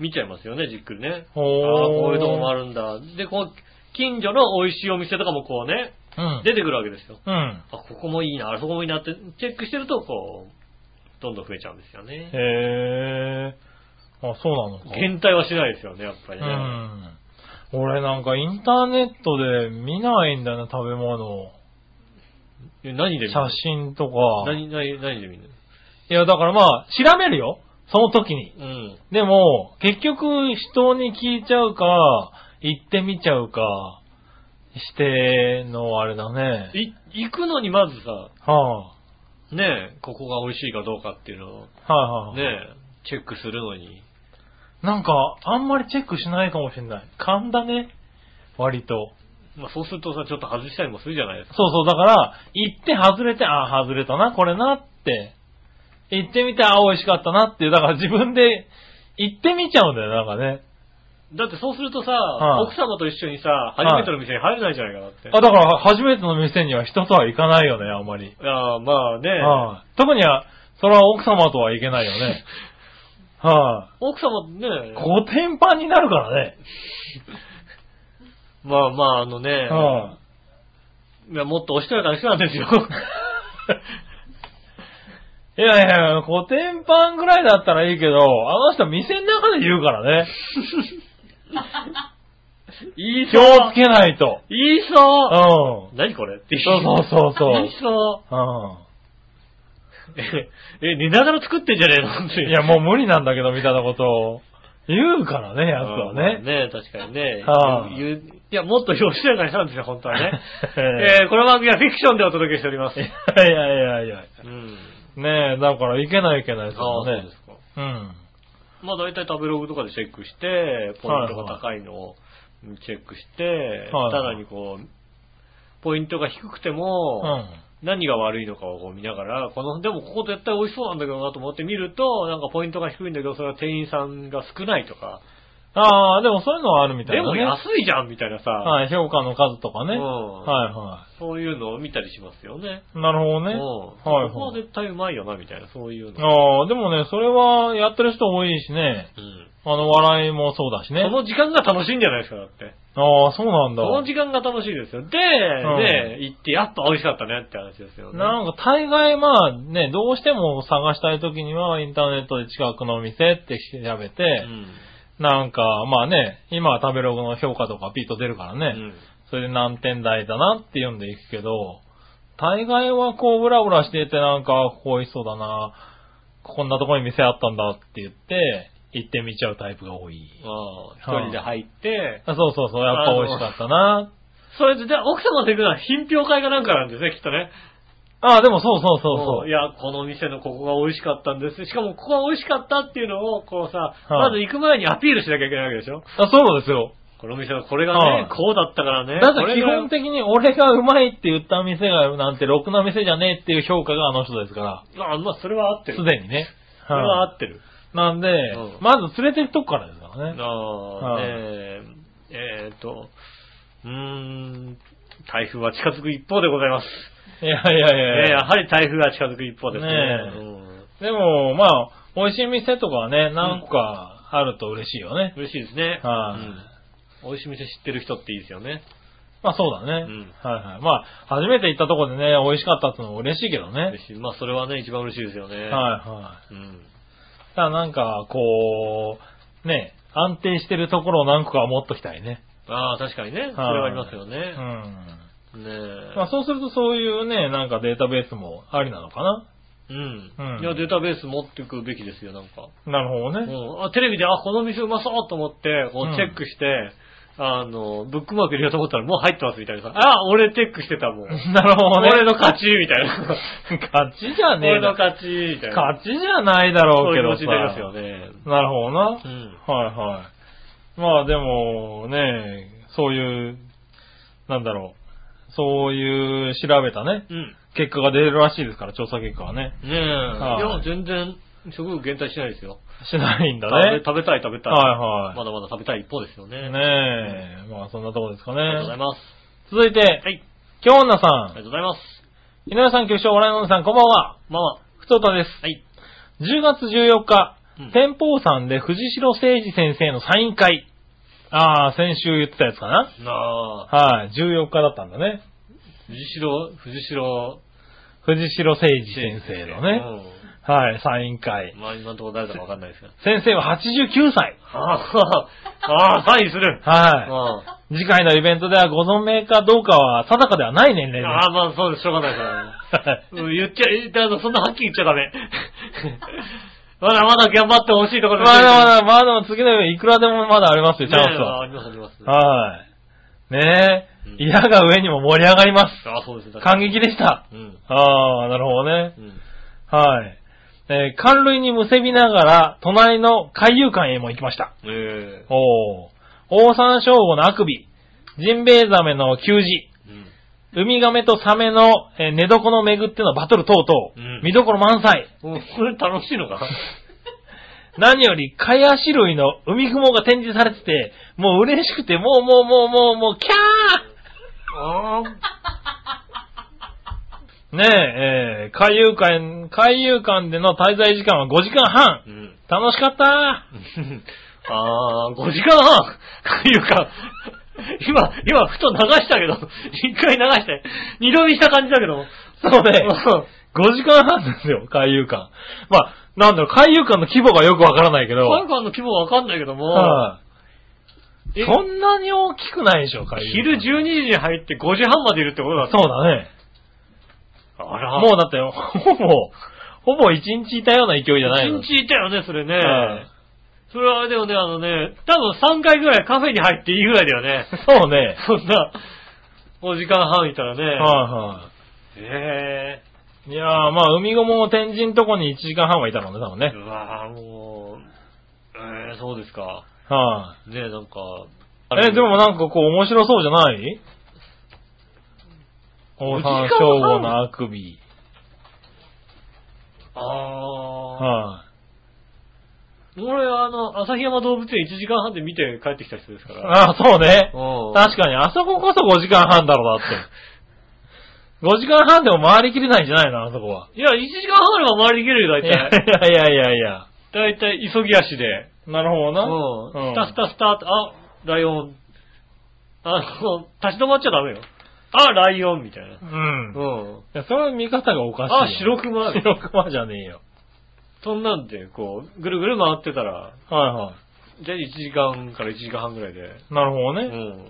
Speaker 2: 見ちゃいますよね、じっくりね。
Speaker 3: ほ
Speaker 2: あ
Speaker 3: ー
Speaker 2: あ、こういうとこもあるんだ。で、こう、近所の美味しいお店とかもこうね、
Speaker 3: うん。
Speaker 2: 出てくるわけですよ。
Speaker 3: うん。
Speaker 2: あ、ここもいいな、あそこもいいなってチェックしてると、こう、どんどん増えちゃうんですよね。
Speaker 3: へえ。あ、そうなのか。
Speaker 2: 減退はしないですよね、やっぱり
Speaker 3: う
Speaker 2: ね。
Speaker 3: ん。俺なんかインターネットで見ないんだよな、食べ物。
Speaker 2: え何で見る
Speaker 3: 写真とか。い
Speaker 2: 何、何、何で見る
Speaker 3: や、だからまあ、調べるよ。その時に。
Speaker 2: うん。
Speaker 3: でも、結局、人に聞いちゃうか、行ってみちゃうか、しての、あれだね。
Speaker 2: い、行くのにまずさ、
Speaker 3: は
Speaker 2: ねえ、ここが美味しいかどうかっていうのを、
Speaker 3: あ、はいはい、
Speaker 2: ねえ、チェックするのに。
Speaker 3: なんか、あんまりチェックしないかもしれない。勘だね。割と。
Speaker 2: まあそうするとさ、ちょっと外したりもするじゃないですか。
Speaker 3: そうそう、だから、行って外れて、ああ、外れたな、これなって。行ってみて、ああ、美味しかったなっていう、だから自分で行ってみちゃうんだよ、なんかね。
Speaker 2: だってそうするとさ、
Speaker 3: はい
Speaker 2: 奥様と一緒にさ、
Speaker 3: い
Speaker 2: 初めての店に入れないじゃないかなって。
Speaker 3: あ、だから、初めての店には人とは行かないよね、あんまり。
Speaker 2: いやーまあね、
Speaker 3: はい特には、それは奥様とは行けないよね。は
Speaker 2: 奥様ね、
Speaker 3: い、コテンパンになるからね。
Speaker 2: まあまああのね、
Speaker 3: はい
Speaker 2: や、もっとおしとやかな人なん ですよ。
Speaker 3: いいやいや、コテンパンぐらいだったらいいけど、あの人店の中で言うからね。
Speaker 2: いい
Speaker 3: 気
Speaker 2: そう
Speaker 3: をつけないと。。
Speaker 2: いいうそうん何これって
Speaker 3: そうそうそうそ
Speaker 2: い
Speaker 3: う
Speaker 2: いそ
Speaker 3: うん。
Speaker 2: うえ、 え、寝ながら作ってんじゃねえのって。
Speaker 3: い や、もう無理なんだけど、みたいなことを言うからね、やつは
Speaker 2: うん
Speaker 3: ね。
Speaker 2: ね確かにね。
Speaker 3: はい
Speaker 2: 言ういや、もっとおしとやかにしたんですよ、本当は ね。
Speaker 3: え
Speaker 2: えーこの番組はフィクションでお届けしております。
Speaker 3: いやいやいやいや。
Speaker 2: うん。
Speaker 3: ねえ、だからいけないいけないです
Speaker 2: ああ、
Speaker 3: よ
Speaker 2: そう
Speaker 3: ね
Speaker 2: で。すか。
Speaker 3: うん。
Speaker 2: まあ大体食べログとかでチェックして、ポイントが高いのをチェックして、
Speaker 3: はい
Speaker 2: さらにこう、ポイントが低くて
Speaker 3: う
Speaker 2: も、
Speaker 3: ん。
Speaker 2: 何が悪いのかをこう見ながら、この、でもここ絶対美味しそうなんだけどなと思って見ると、なんかポイントが低いんだけど、それは店員さんが少ないとか、
Speaker 3: ああ、でもそういうのはあるみたい
Speaker 2: で
Speaker 3: な、ね。
Speaker 2: も安いじゃんみたいなさ、
Speaker 3: はい、評価の数とかね。
Speaker 2: うん
Speaker 3: はいは
Speaker 2: そういうのを見たりしますよね。
Speaker 3: い。なるほどね。
Speaker 2: うん
Speaker 3: はい
Speaker 2: そこは
Speaker 3: はい。
Speaker 2: 絶対うまいよな、みたいな、そういうの。
Speaker 3: ああ、でもね、それはやってる人多いしね。
Speaker 2: うん
Speaker 3: あの、笑いもそうだしね。
Speaker 2: その時間が楽しいんじゃないですか、だって。
Speaker 3: ああ、そうなんだ
Speaker 2: そ。の時間が楽しいですよ。で、で、行って、やっと美味しかったねって話ですよね。
Speaker 3: なんか大概まあね、どうしても探したい時にはインターネットで近くのお店って調べ
Speaker 2: う
Speaker 3: て、
Speaker 2: ん
Speaker 3: なんかまあね、今は食べログの評価とかピッと出るからね、
Speaker 2: うん
Speaker 3: それで何点台だなって読んでいくけど、大概はこうブラブラしててなんか、ここ美味しそうだな、こんなとこに店あったんだって言って、行ってみちゃうタイプが多い。
Speaker 2: ああ一人で入って、
Speaker 3: あそうそうそう、やっぱ美味しかったな。
Speaker 2: それで、で奥様と行くのは品評会かなんかなんですね、きっとね。
Speaker 3: ああ、でもそうそうそうそ
Speaker 2: ん
Speaker 3: う。
Speaker 2: いや、この店のここが美味しかったんです。しかも、ここが美味しかったっていうのを、こうさ、
Speaker 3: は
Speaker 2: ま
Speaker 3: い
Speaker 2: ず行く前にアピールしなきゃいけないわけでしょ。
Speaker 3: あそうですよ。
Speaker 2: この店のこれが
Speaker 3: は
Speaker 2: ね
Speaker 3: い、
Speaker 2: こうだったからね。
Speaker 3: だか
Speaker 2: こ
Speaker 3: ら
Speaker 2: れ
Speaker 3: 基
Speaker 2: が
Speaker 3: 本的に俺がうまいって言った店がなんてろくな店じゃねえっていう評価があの人ですから、
Speaker 2: まあ、まあ、それは合ってる。
Speaker 3: すでにね。
Speaker 2: それは
Speaker 3: は
Speaker 2: 合ってる。
Speaker 3: いなんで
Speaker 2: う、ん
Speaker 3: まず連れてるとこからですからね。
Speaker 2: ああ、
Speaker 3: は
Speaker 2: ね
Speaker 3: い
Speaker 2: え、えーと、うーん、台風は近づく一方でございます。
Speaker 3: いやいやい
Speaker 2: え
Speaker 3: や
Speaker 2: え
Speaker 3: い
Speaker 2: や
Speaker 3: や。
Speaker 2: はり台風は近づく一方ですね。
Speaker 3: ねえ
Speaker 2: うん
Speaker 3: でも、まあ、美味しい店とかはね、何個かあると嬉しいよね。
Speaker 2: 嬉しいですね。
Speaker 3: はい
Speaker 2: うん美味しい店知ってる人っていいですよね。
Speaker 3: まあそうだね。はい
Speaker 2: ん
Speaker 3: はい。まあ、初めて行ったとこでね、美味しかったってのも嬉しいけどね。
Speaker 2: 嬉しい。まあ、それはね、一番嬉しいですよ
Speaker 3: は
Speaker 2: ね。
Speaker 3: いはい。
Speaker 2: うん。
Speaker 3: ただなんか、こう、ね、安定してるところを何個かは持っときたいね。
Speaker 2: ああ、確かにね。それはありますよね
Speaker 3: う。ん。
Speaker 2: ねえ。
Speaker 3: まあそうするとそういうね、なんかデータベースもありなのかな。
Speaker 2: うん
Speaker 3: う。ん
Speaker 2: いや、データベース持っていくべきですよ、なんか。
Speaker 3: なるほど
Speaker 2: う
Speaker 3: ね。
Speaker 2: ん。あ、テレビで、あ、この店うまそうと思って、こ
Speaker 3: う
Speaker 2: うんチェックして、あの、ブックマーク入れようと思ったらもう入ってますみたいなさ。あ、俺チェックしてたもん。
Speaker 3: なるほどね。
Speaker 2: 俺の勝ちみたい な。
Speaker 3: 勝ちじゃね
Speaker 2: 俺
Speaker 3: え
Speaker 2: の
Speaker 3: だ
Speaker 2: 勝ちみたいな。
Speaker 3: 勝ちじゃないだろうけど
Speaker 2: そうい
Speaker 3: さ。
Speaker 2: う気持ちになりますよね。
Speaker 3: なるほどな。
Speaker 2: うん。
Speaker 3: はいはい。まあでもね、そういう、なんだろう。そういう調べたね、
Speaker 2: うん。
Speaker 3: 結果が出るらしいですから、調査結果はね。
Speaker 2: ねえ。い
Speaker 3: は
Speaker 2: や
Speaker 3: い、
Speaker 2: 全然、食欲減退しないですよ。
Speaker 3: しないんだ
Speaker 2: 食べ
Speaker 3: ね。
Speaker 2: 食べたい食べたい。
Speaker 3: はいはい
Speaker 2: まだまだ食べたい一方ですよね。
Speaker 3: ねえ。まあそんなとこですか
Speaker 2: ありがとうござい
Speaker 3: ね。
Speaker 2: ます。
Speaker 3: 続いて、
Speaker 2: はい。
Speaker 3: 京女さ
Speaker 2: ありがと
Speaker 3: ん、
Speaker 2: うございます。
Speaker 3: 井上さん、局長、笑いのお姉さん、こんばんは。
Speaker 2: まあま
Speaker 3: ふとたです。
Speaker 2: あ、はい。
Speaker 3: 10月14日、
Speaker 2: うん
Speaker 3: 天保さんで藤代誠二先生のサイン会。ああ、先週言ってたやつかな。
Speaker 2: なあ、
Speaker 3: はい、14日だったんだね。
Speaker 2: 藤代、藤代
Speaker 3: 藤代誠二先生のね。はい、サイン
Speaker 2: う
Speaker 3: 会
Speaker 2: ん。。まあ今のところ誰だかわかんないですけど。
Speaker 3: 先生は89歳。
Speaker 2: ああ、ああ、サインする。
Speaker 3: は
Speaker 2: あ
Speaker 3: い。次回のイベントではご存命かどうかは定かではない年齢
Speaker 2: あ
Speaker 3: で
Speaker 2: あ、まあそうです。しょうがないです
Speaker 3: す。はい
Speaker 2: うん言っちゃ、言ってあのそんなはっきり言っちゃダメ。まだまだ頑張ってほしいとこ
Speaker 3: ま
Speaker 2: ろ
Speaker 3: だ まだ、まだ次の夢いくらでもまだありますよ、チャンス
Speaker 2: ねえ
Speaker 3: は。
Speaker 2: ありますあります。
Speaker 3: はい。ね
Speaker 2: うん
Speaker 3: え、嫌が上にも盛り上がります。
Speaker 2: ああ、そうですね。
Speaker 3: 感激でした。
Speaker 2: うん。
Speaker 3: ああ、なるほどね
Speaker 2: う。ん。
Speaker 3: はい。えー、寒類にむせびながら、隣の海遊館へも行きました。
Speaker 2: ええ
Speaker 3: おー。オオサンショウウオのあくび、ジンベエザメの給餌、
Speaker 2: うん。
Speaker 3: ウミガメとサメの、えー寝床の巡ってのバトル等々、
Speaker 2: うん
Speaker 3: 見どころ満載。
Speaker 2: うんこれ楽しいのかな
Speaker 3: 何より、カヤシ類の海雲が展示されてて、もう嬉しくて、もうもうもうもうもう、キャー
Speaker 2: ああ、
Speaker 3: ねえ、えー、海遊館、海遊館での滞在時間は5時間半
Speaker 2: う。ん。
Speaker 3: 楽しかった
Speaker 2: あー、5時間半 というか、今、今、ふと流したけど、一回流して、二度見した感じだけど。
Speaker 3: そうね
Speaker 2: ん
Speaker 3: !5 時間半ですよ、海遊館。まあ、なんだろう、海遊館の規模がよくわからないけど、
Speaker 2: 体育館の規模わかんないけども、
Speaker 3: はい
Speaker 2: え
Speaker 3: そんなに大きくないでしょ、海遊
Speaker 2: 昼12
Speaker 3: 館。
Speaker 2: 時に入って5時半までいるってことだ
Speaker 3: そうだね。
Speaker 2: あら。
Speaker 3: もうだって、ほぼ、ほぼ1日いたような勢いじゃないの。
Speaker 2: 一日いたよね、それね。
Speaker 3: はい
Speaker 2: それはあれだよね、あのね、多分3回ぐらいカフェに入っていいぐらいだよ ね。
Speaker 3: そうね。
Speaker 2: そんな、5時間半いたらね。
Speaker 3: は
Speaker 2: へ
Speaker 3: いはい。いやー、まあ、海雲の天神のとこに1時間半はいたもんね、多分
Speaker 2: え
Speaker 3: ね。
Speaker 2: うわぁ、もう、えー、そうですか。
Speaker 3: はい、
Speaker 2: ねえ、なんか。
Speaker 3: え、でもなんかこう面白そうじゃないおさん、しょうごのあくび。
Speaker 2: ああ、
Speaker 3: は
Speaker 2: 俺、あの、旭山動物園1時間半で見て帰ってきた人ですから。
Speaker 3: ああ、そうね。
Speaker 2: うん
Speaker 3: 確かに、あそここそ5時間半だろうなって。5時間半でも回りきれないんじゃないのあそこは。
Speaker 2: いや、1時間半あれば回りきれるよ、大
Speaker 3: いやい
Speaker 2: 体。
Speaker 3: やいやいや。
Speaker 2: 大体、急ぎ足で。
Speaker 3: なるほど
Speaker 2: うん。
Speaker 3: な。う
Speaker 2: ス
Speaker 3: ん
Speaker 2: タスタスタって、あ、ライオン。あの、立ち止まっちゃダメよ。あ、ライオンみたいな。
Speaker 3: うん。い
Speaker 2: うん。
Speaker 3: や、それは見方がおかしいよ。
Speaker 2: あ、白熊。
Speaker 3: 白熊じゃねえよ。
Speaker 2: そんなんで、こう、ぐるぐる回ってたら、
Speaker 3: はいは
Speaker 2: じゃあ1時間から1時間半ぐらいで。
Speaker 3: い。なるほど
Speaker 2: う
Speaker 3: ね。
Speaker 2: ん。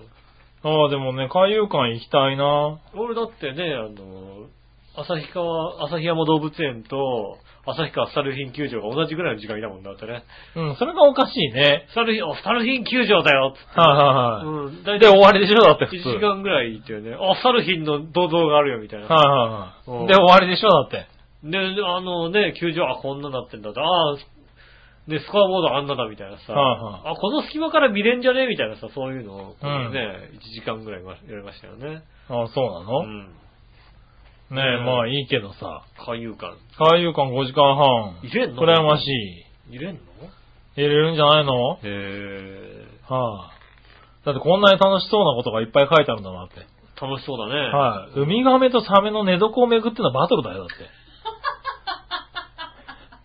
Speaker 3: ああ、でもね、海遊館行きたいな。
Speaker 2: 俺だってね、あの、旭川、旭山動物園と、旭川スタルフィン球場が同じぐらいの時間いたもんだってね。
Speaker 3: うん、それがおかしいね。
Speaker 2: スタルフィン、あスタルフィン球場だよっつって。
Speaker 3: はいはいはい。
Speaker 2: うん。大
Speaker 3: で、
Speaker 2: 体
Speaker 3: 終わりでしょだって普
Speaker 2: 1
Speaker 3: 通。
Speaker 2: 時間ぐらいいてね、あ、スタルフィンの銅像があるよみたいな。
Speaker 3: はいはいは
Speaker 2: うん
Speaker 3: い。で、終わりでしょだって。
Speaker 2: で、あのね、球場、あ、こんななってんだって、あ、で、スコアボードあんなだみたいなさ、
Speaker 3: はいは
Speaker 2: あ、この隙間から見れんじゃねみたいなさ、そういうのを、こう
Speaker 3: うん
Speaker 2: ね、1時間ぐらいやりましたよね。
Speaker 3: ああ、そうな
Speaker 2: う
Speaker 3: の、
Speaker 2: ん。
Speaker 3: ねえ、まあいいけどさ。
Speaker 2: 海遊館。
Speaker 3: 海遊館5時間半。
Speaker 2: 入れんの
Speaker 3: 羨ましい。
Speaker 2: 入れんの
Speaker 3: 入れるんじゃないのはい、
Speaker 2: へ
Speaker 3: だってこんなに楽しそうなことがいっぱい書いてあるんだなって。
Speaker 2: ー楽しそうだね。
Speaker 3: はい、ウミガメとサメの寝床を巡ってのはバトルだよ、だって。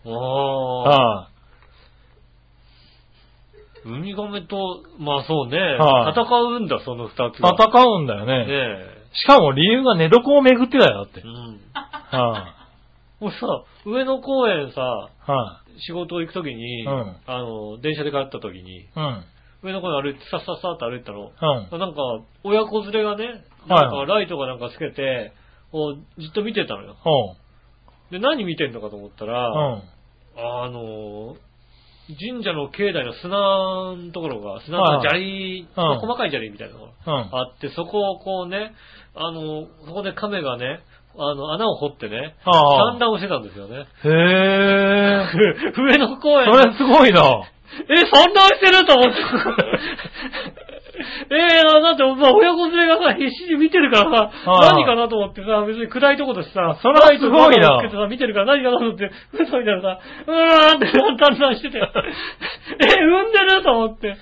Speaker 2: ああ、
Speaker 3: は
Speaker 2: ウミガメと、まあそうね、
Speaker 3: はい
Speaker 2: 戦うんだ、その二つ
Speaker 3: い、
Speaker 2: が。
Speaker 3: 戦うんだよ
Speaker 2: ね
Speaker 3: ね。
Speaker 2: え。
Speaker 3: しかも理由が寝床を巡ってだよ、だって
Speaker 2: う。ん。
Speaker 3: は
Speaker 2: 俺さ、上野公園さ、
Speaker 3: い、はい、
Speaker 2: 仕事行くときに、
Speaker 3: うん
Speaker 2: あの、電車で帰ったときに、
Speaker 3: うん。
Speaker 2: 上野公園歩いて、さっさっさって歩いてたの。
Speaker 3: うん。
Speaker 2: なんか、親子連れがね、
Speaker 3: はい
Speaker 2: なんかライトかなんかつけて、こうじっと見てたのよ。
Speaker 3: おう。
Speaker 2: で、何見てんのかと思った
Speaker 3: う
Speaker 2: ら、
Speaker 3: ん。
Speaker 2: あの、神社の境内の砂のところが、砂の砂利、
Speaker 3: はい
Speaker 2: 細かい砂利みたいなのが
Speaker 3: うん。
Speaker 2: あって、そこをこうね、あの、そこで亀がね、あの、穴を掘ってね、
Speaker 3: あ
Speaker 2: 産
Speaker 3: あ。
Speaker 2: 卵をしてたんですよね。
Speaker 3: へえ。
Speaker 2: 上野公
Speaker 3: そ
Speaker 2: 園
Speaker 3: れすごいな。
Speaker 2: え、産卵してると思って。えー、だって、まあ、親子連れがさ、必死に見てるからさ、
Speaker 3: は
Speaker 2: 何
Speaker 3: い
Speaker 2: かなと思ってさ、別に暗いとこだしさ、
Speaker 3: それはすごい
Speaker 2: ライ
Speaker 3: な
Speaker 2: トをつけてさ、見てるから何かなと思って、嘘みたいなさ、うーんってだんだんしてて、え、産んでると思って。
Speaker 3: へ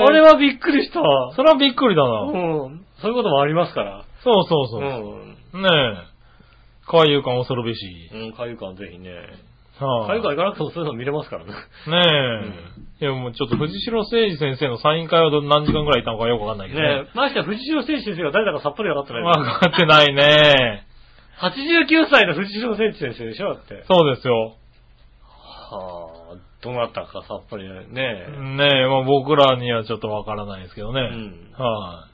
Speaker 3: え。
Speaker 2: 俺。はびっくりした。
Speaker 3: それはびっくりだ
Speaker 2: う
Speaker 3: な。
Speaker 2: ん。そういうこともありますから。
Speaker 3: そうそうそうう。
Speaker 2: ん。
Speaker 3: ねえ。海遊館恐るべし。
Speaker 2: うん、海遊館ぜひね。
Speaker 3: は
Speaker 2: 海
Speaker 3: い
Speaker 2: 遊館行かなくてもそういうの見れますからね。
Speaker 3: ねえ。いや、もうちょっと藤代誠二先生のサイン会はど何時間くらいいたのかよくわかんないけど
Speaker 2: ね
Speaker 3: ね。
Speaker 2: え、ましてや藤代選手先生が誰だかさっぱり分かってない。
Speaker 3: わかってないね。
Speaker 2: 89歳の藤代選手先生でしょだって。
Speaker 3: そうですよ。
Speaker 2: はあ、どなたかさっぱりね。
Speaker 3: ねえ、まあ僕らにはちょっとわからないですけどね。
Speaker 2: うん
Speaker 3: は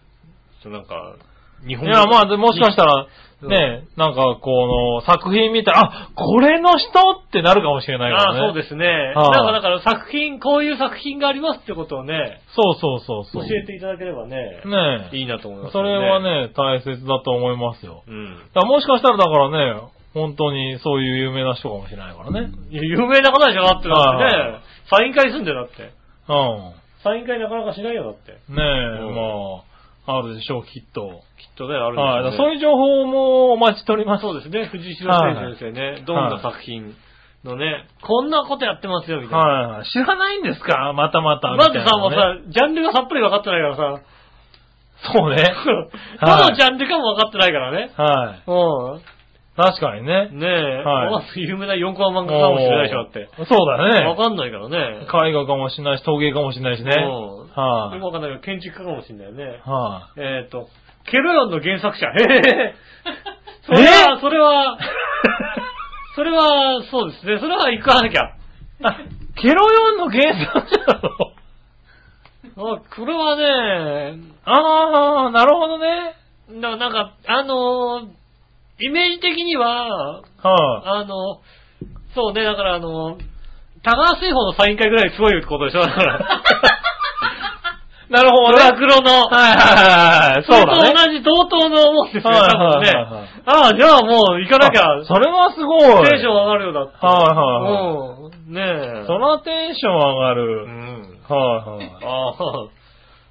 Speaker 2: ちょっとなんか、日
Speaker 3: い。い
Speaker 2: 本語
Speaker 3: や、まあでもしかしたら、
Speaker 2: うん
Speaker 3: ねえ、なんかこの作品見たら、あ、これの人ってなるかもしれないからね。
Speaker 2: ああ、そうですね。
Speaker 3: はい
Speaker 2: なんかだから作品、こういう作品がありますってことをね、
Speaker 3: そうそうそうそ
Speaker 2: 教
Speaker 3: う。
Speaker 2: えていただければね、
Speaker 3: ねえ。
Speaker 2: いいなと思います、
Speaker 3: それは。ね、大切だと思いますよ。
Speaker 2: うん。
Speaker 3: だからもしかしたらだからね、本当にそういう有名な人かもしれないからね。
Speaker 2: いや有名な方でしょだって
Speaker 3: はい
Speaker 2: だってね。サイン会すんだよ、だって。
Speaker 3: うん。
Speaker 2: サイン会なかなかしないよ、だって。
Speaker 3: ねえ、
Speaker 2: ん
Speaker 3: まあ、あるでしょう、きっと。
Speaker 2: きっとね、あるん
Speaker 3: はい、だから
Speaker 2: でしょうね
Speaker 3: そういう情報もお待ちしております。
Speaker 2: そうですね、藤代先生ね、どんな作品のね、こんなことやってますよ、みたいな。
Speaker 3: はい、知らないんですかまたまた。
Speaker 2: まず
Speaker 3: みたい
Speaker 2: さ、
Speaker 3: な
Speaker 2: もう
Speaker 3: ね
Speaker 2: さ、ジャンルがさっぱり分かってないからさ、
Speaker 3: そうね。
Speaker 2: どのジャンルかも分かってないからね。
Speaker 3: は
Speaker 2: う
Speaker 3: い。確かにね。
Speaker 2: ん。ねえ、
Speaker 3: はい
Speaker 2: まず有名な4コマ漫画家かもしれないでしょ、だって。
Speaker 3: おーそうだ
Speaker 2: 分
Speaker 3: ね。
Speaker 2: かんないからね。
Speaker 3: 絵画かもしれないし、陶芸かもしれないしね。
Speaker 2: うん
Speaker 3: は
Speaker 2: よく
Speaker 3: い、
Speaker 2: 分かんないけど、建築家かもしれないよね。
Speaker 3: は
Speaker 2: えっ、と、ケロヨンの原作者。へ へそれは、それは、それは、そうですね。それは行かなきゃ。
Speaker 3: い、ケロヨンの原作者なの
Speaker 2: あこれはね、
Speaker 3: あー、なるほどね。
Speaker 2: ななんか、あのーイメージ的には、
Speaker 3: はい、
Speaker 2: あの、そうね、だからあの、田川製法のサイン会ぐらいすごいことで しょだから。
Speaker 3: なるほ
Speaker 2: ド
Speaker 3: どね。
Speaker 2: ラクロの。
Speaker 3: はいはいはいはい。そうだ
Speaker 2: それと同じ
Speaker 3: ね。
Speaker 2: 同等の思うんですよ、
Speaker 3: はい
Speaker 2: 多分ね
Speaker 3: はいはいはい。
Speaker 2: ああ、じゃあもう行かなきゃ、
Speaker 3: それはすごい。
Speaker 2: テンション上がるよ、だって。
Speaker 3: はいはい
Speaker 2: うん。ねえ。
Speaker 3: そらテンション上が
Speaker 2: う
Speaker 3: る。
Speaker 2: ん。
Speaker 3: はいはい。
Speaker 2: あ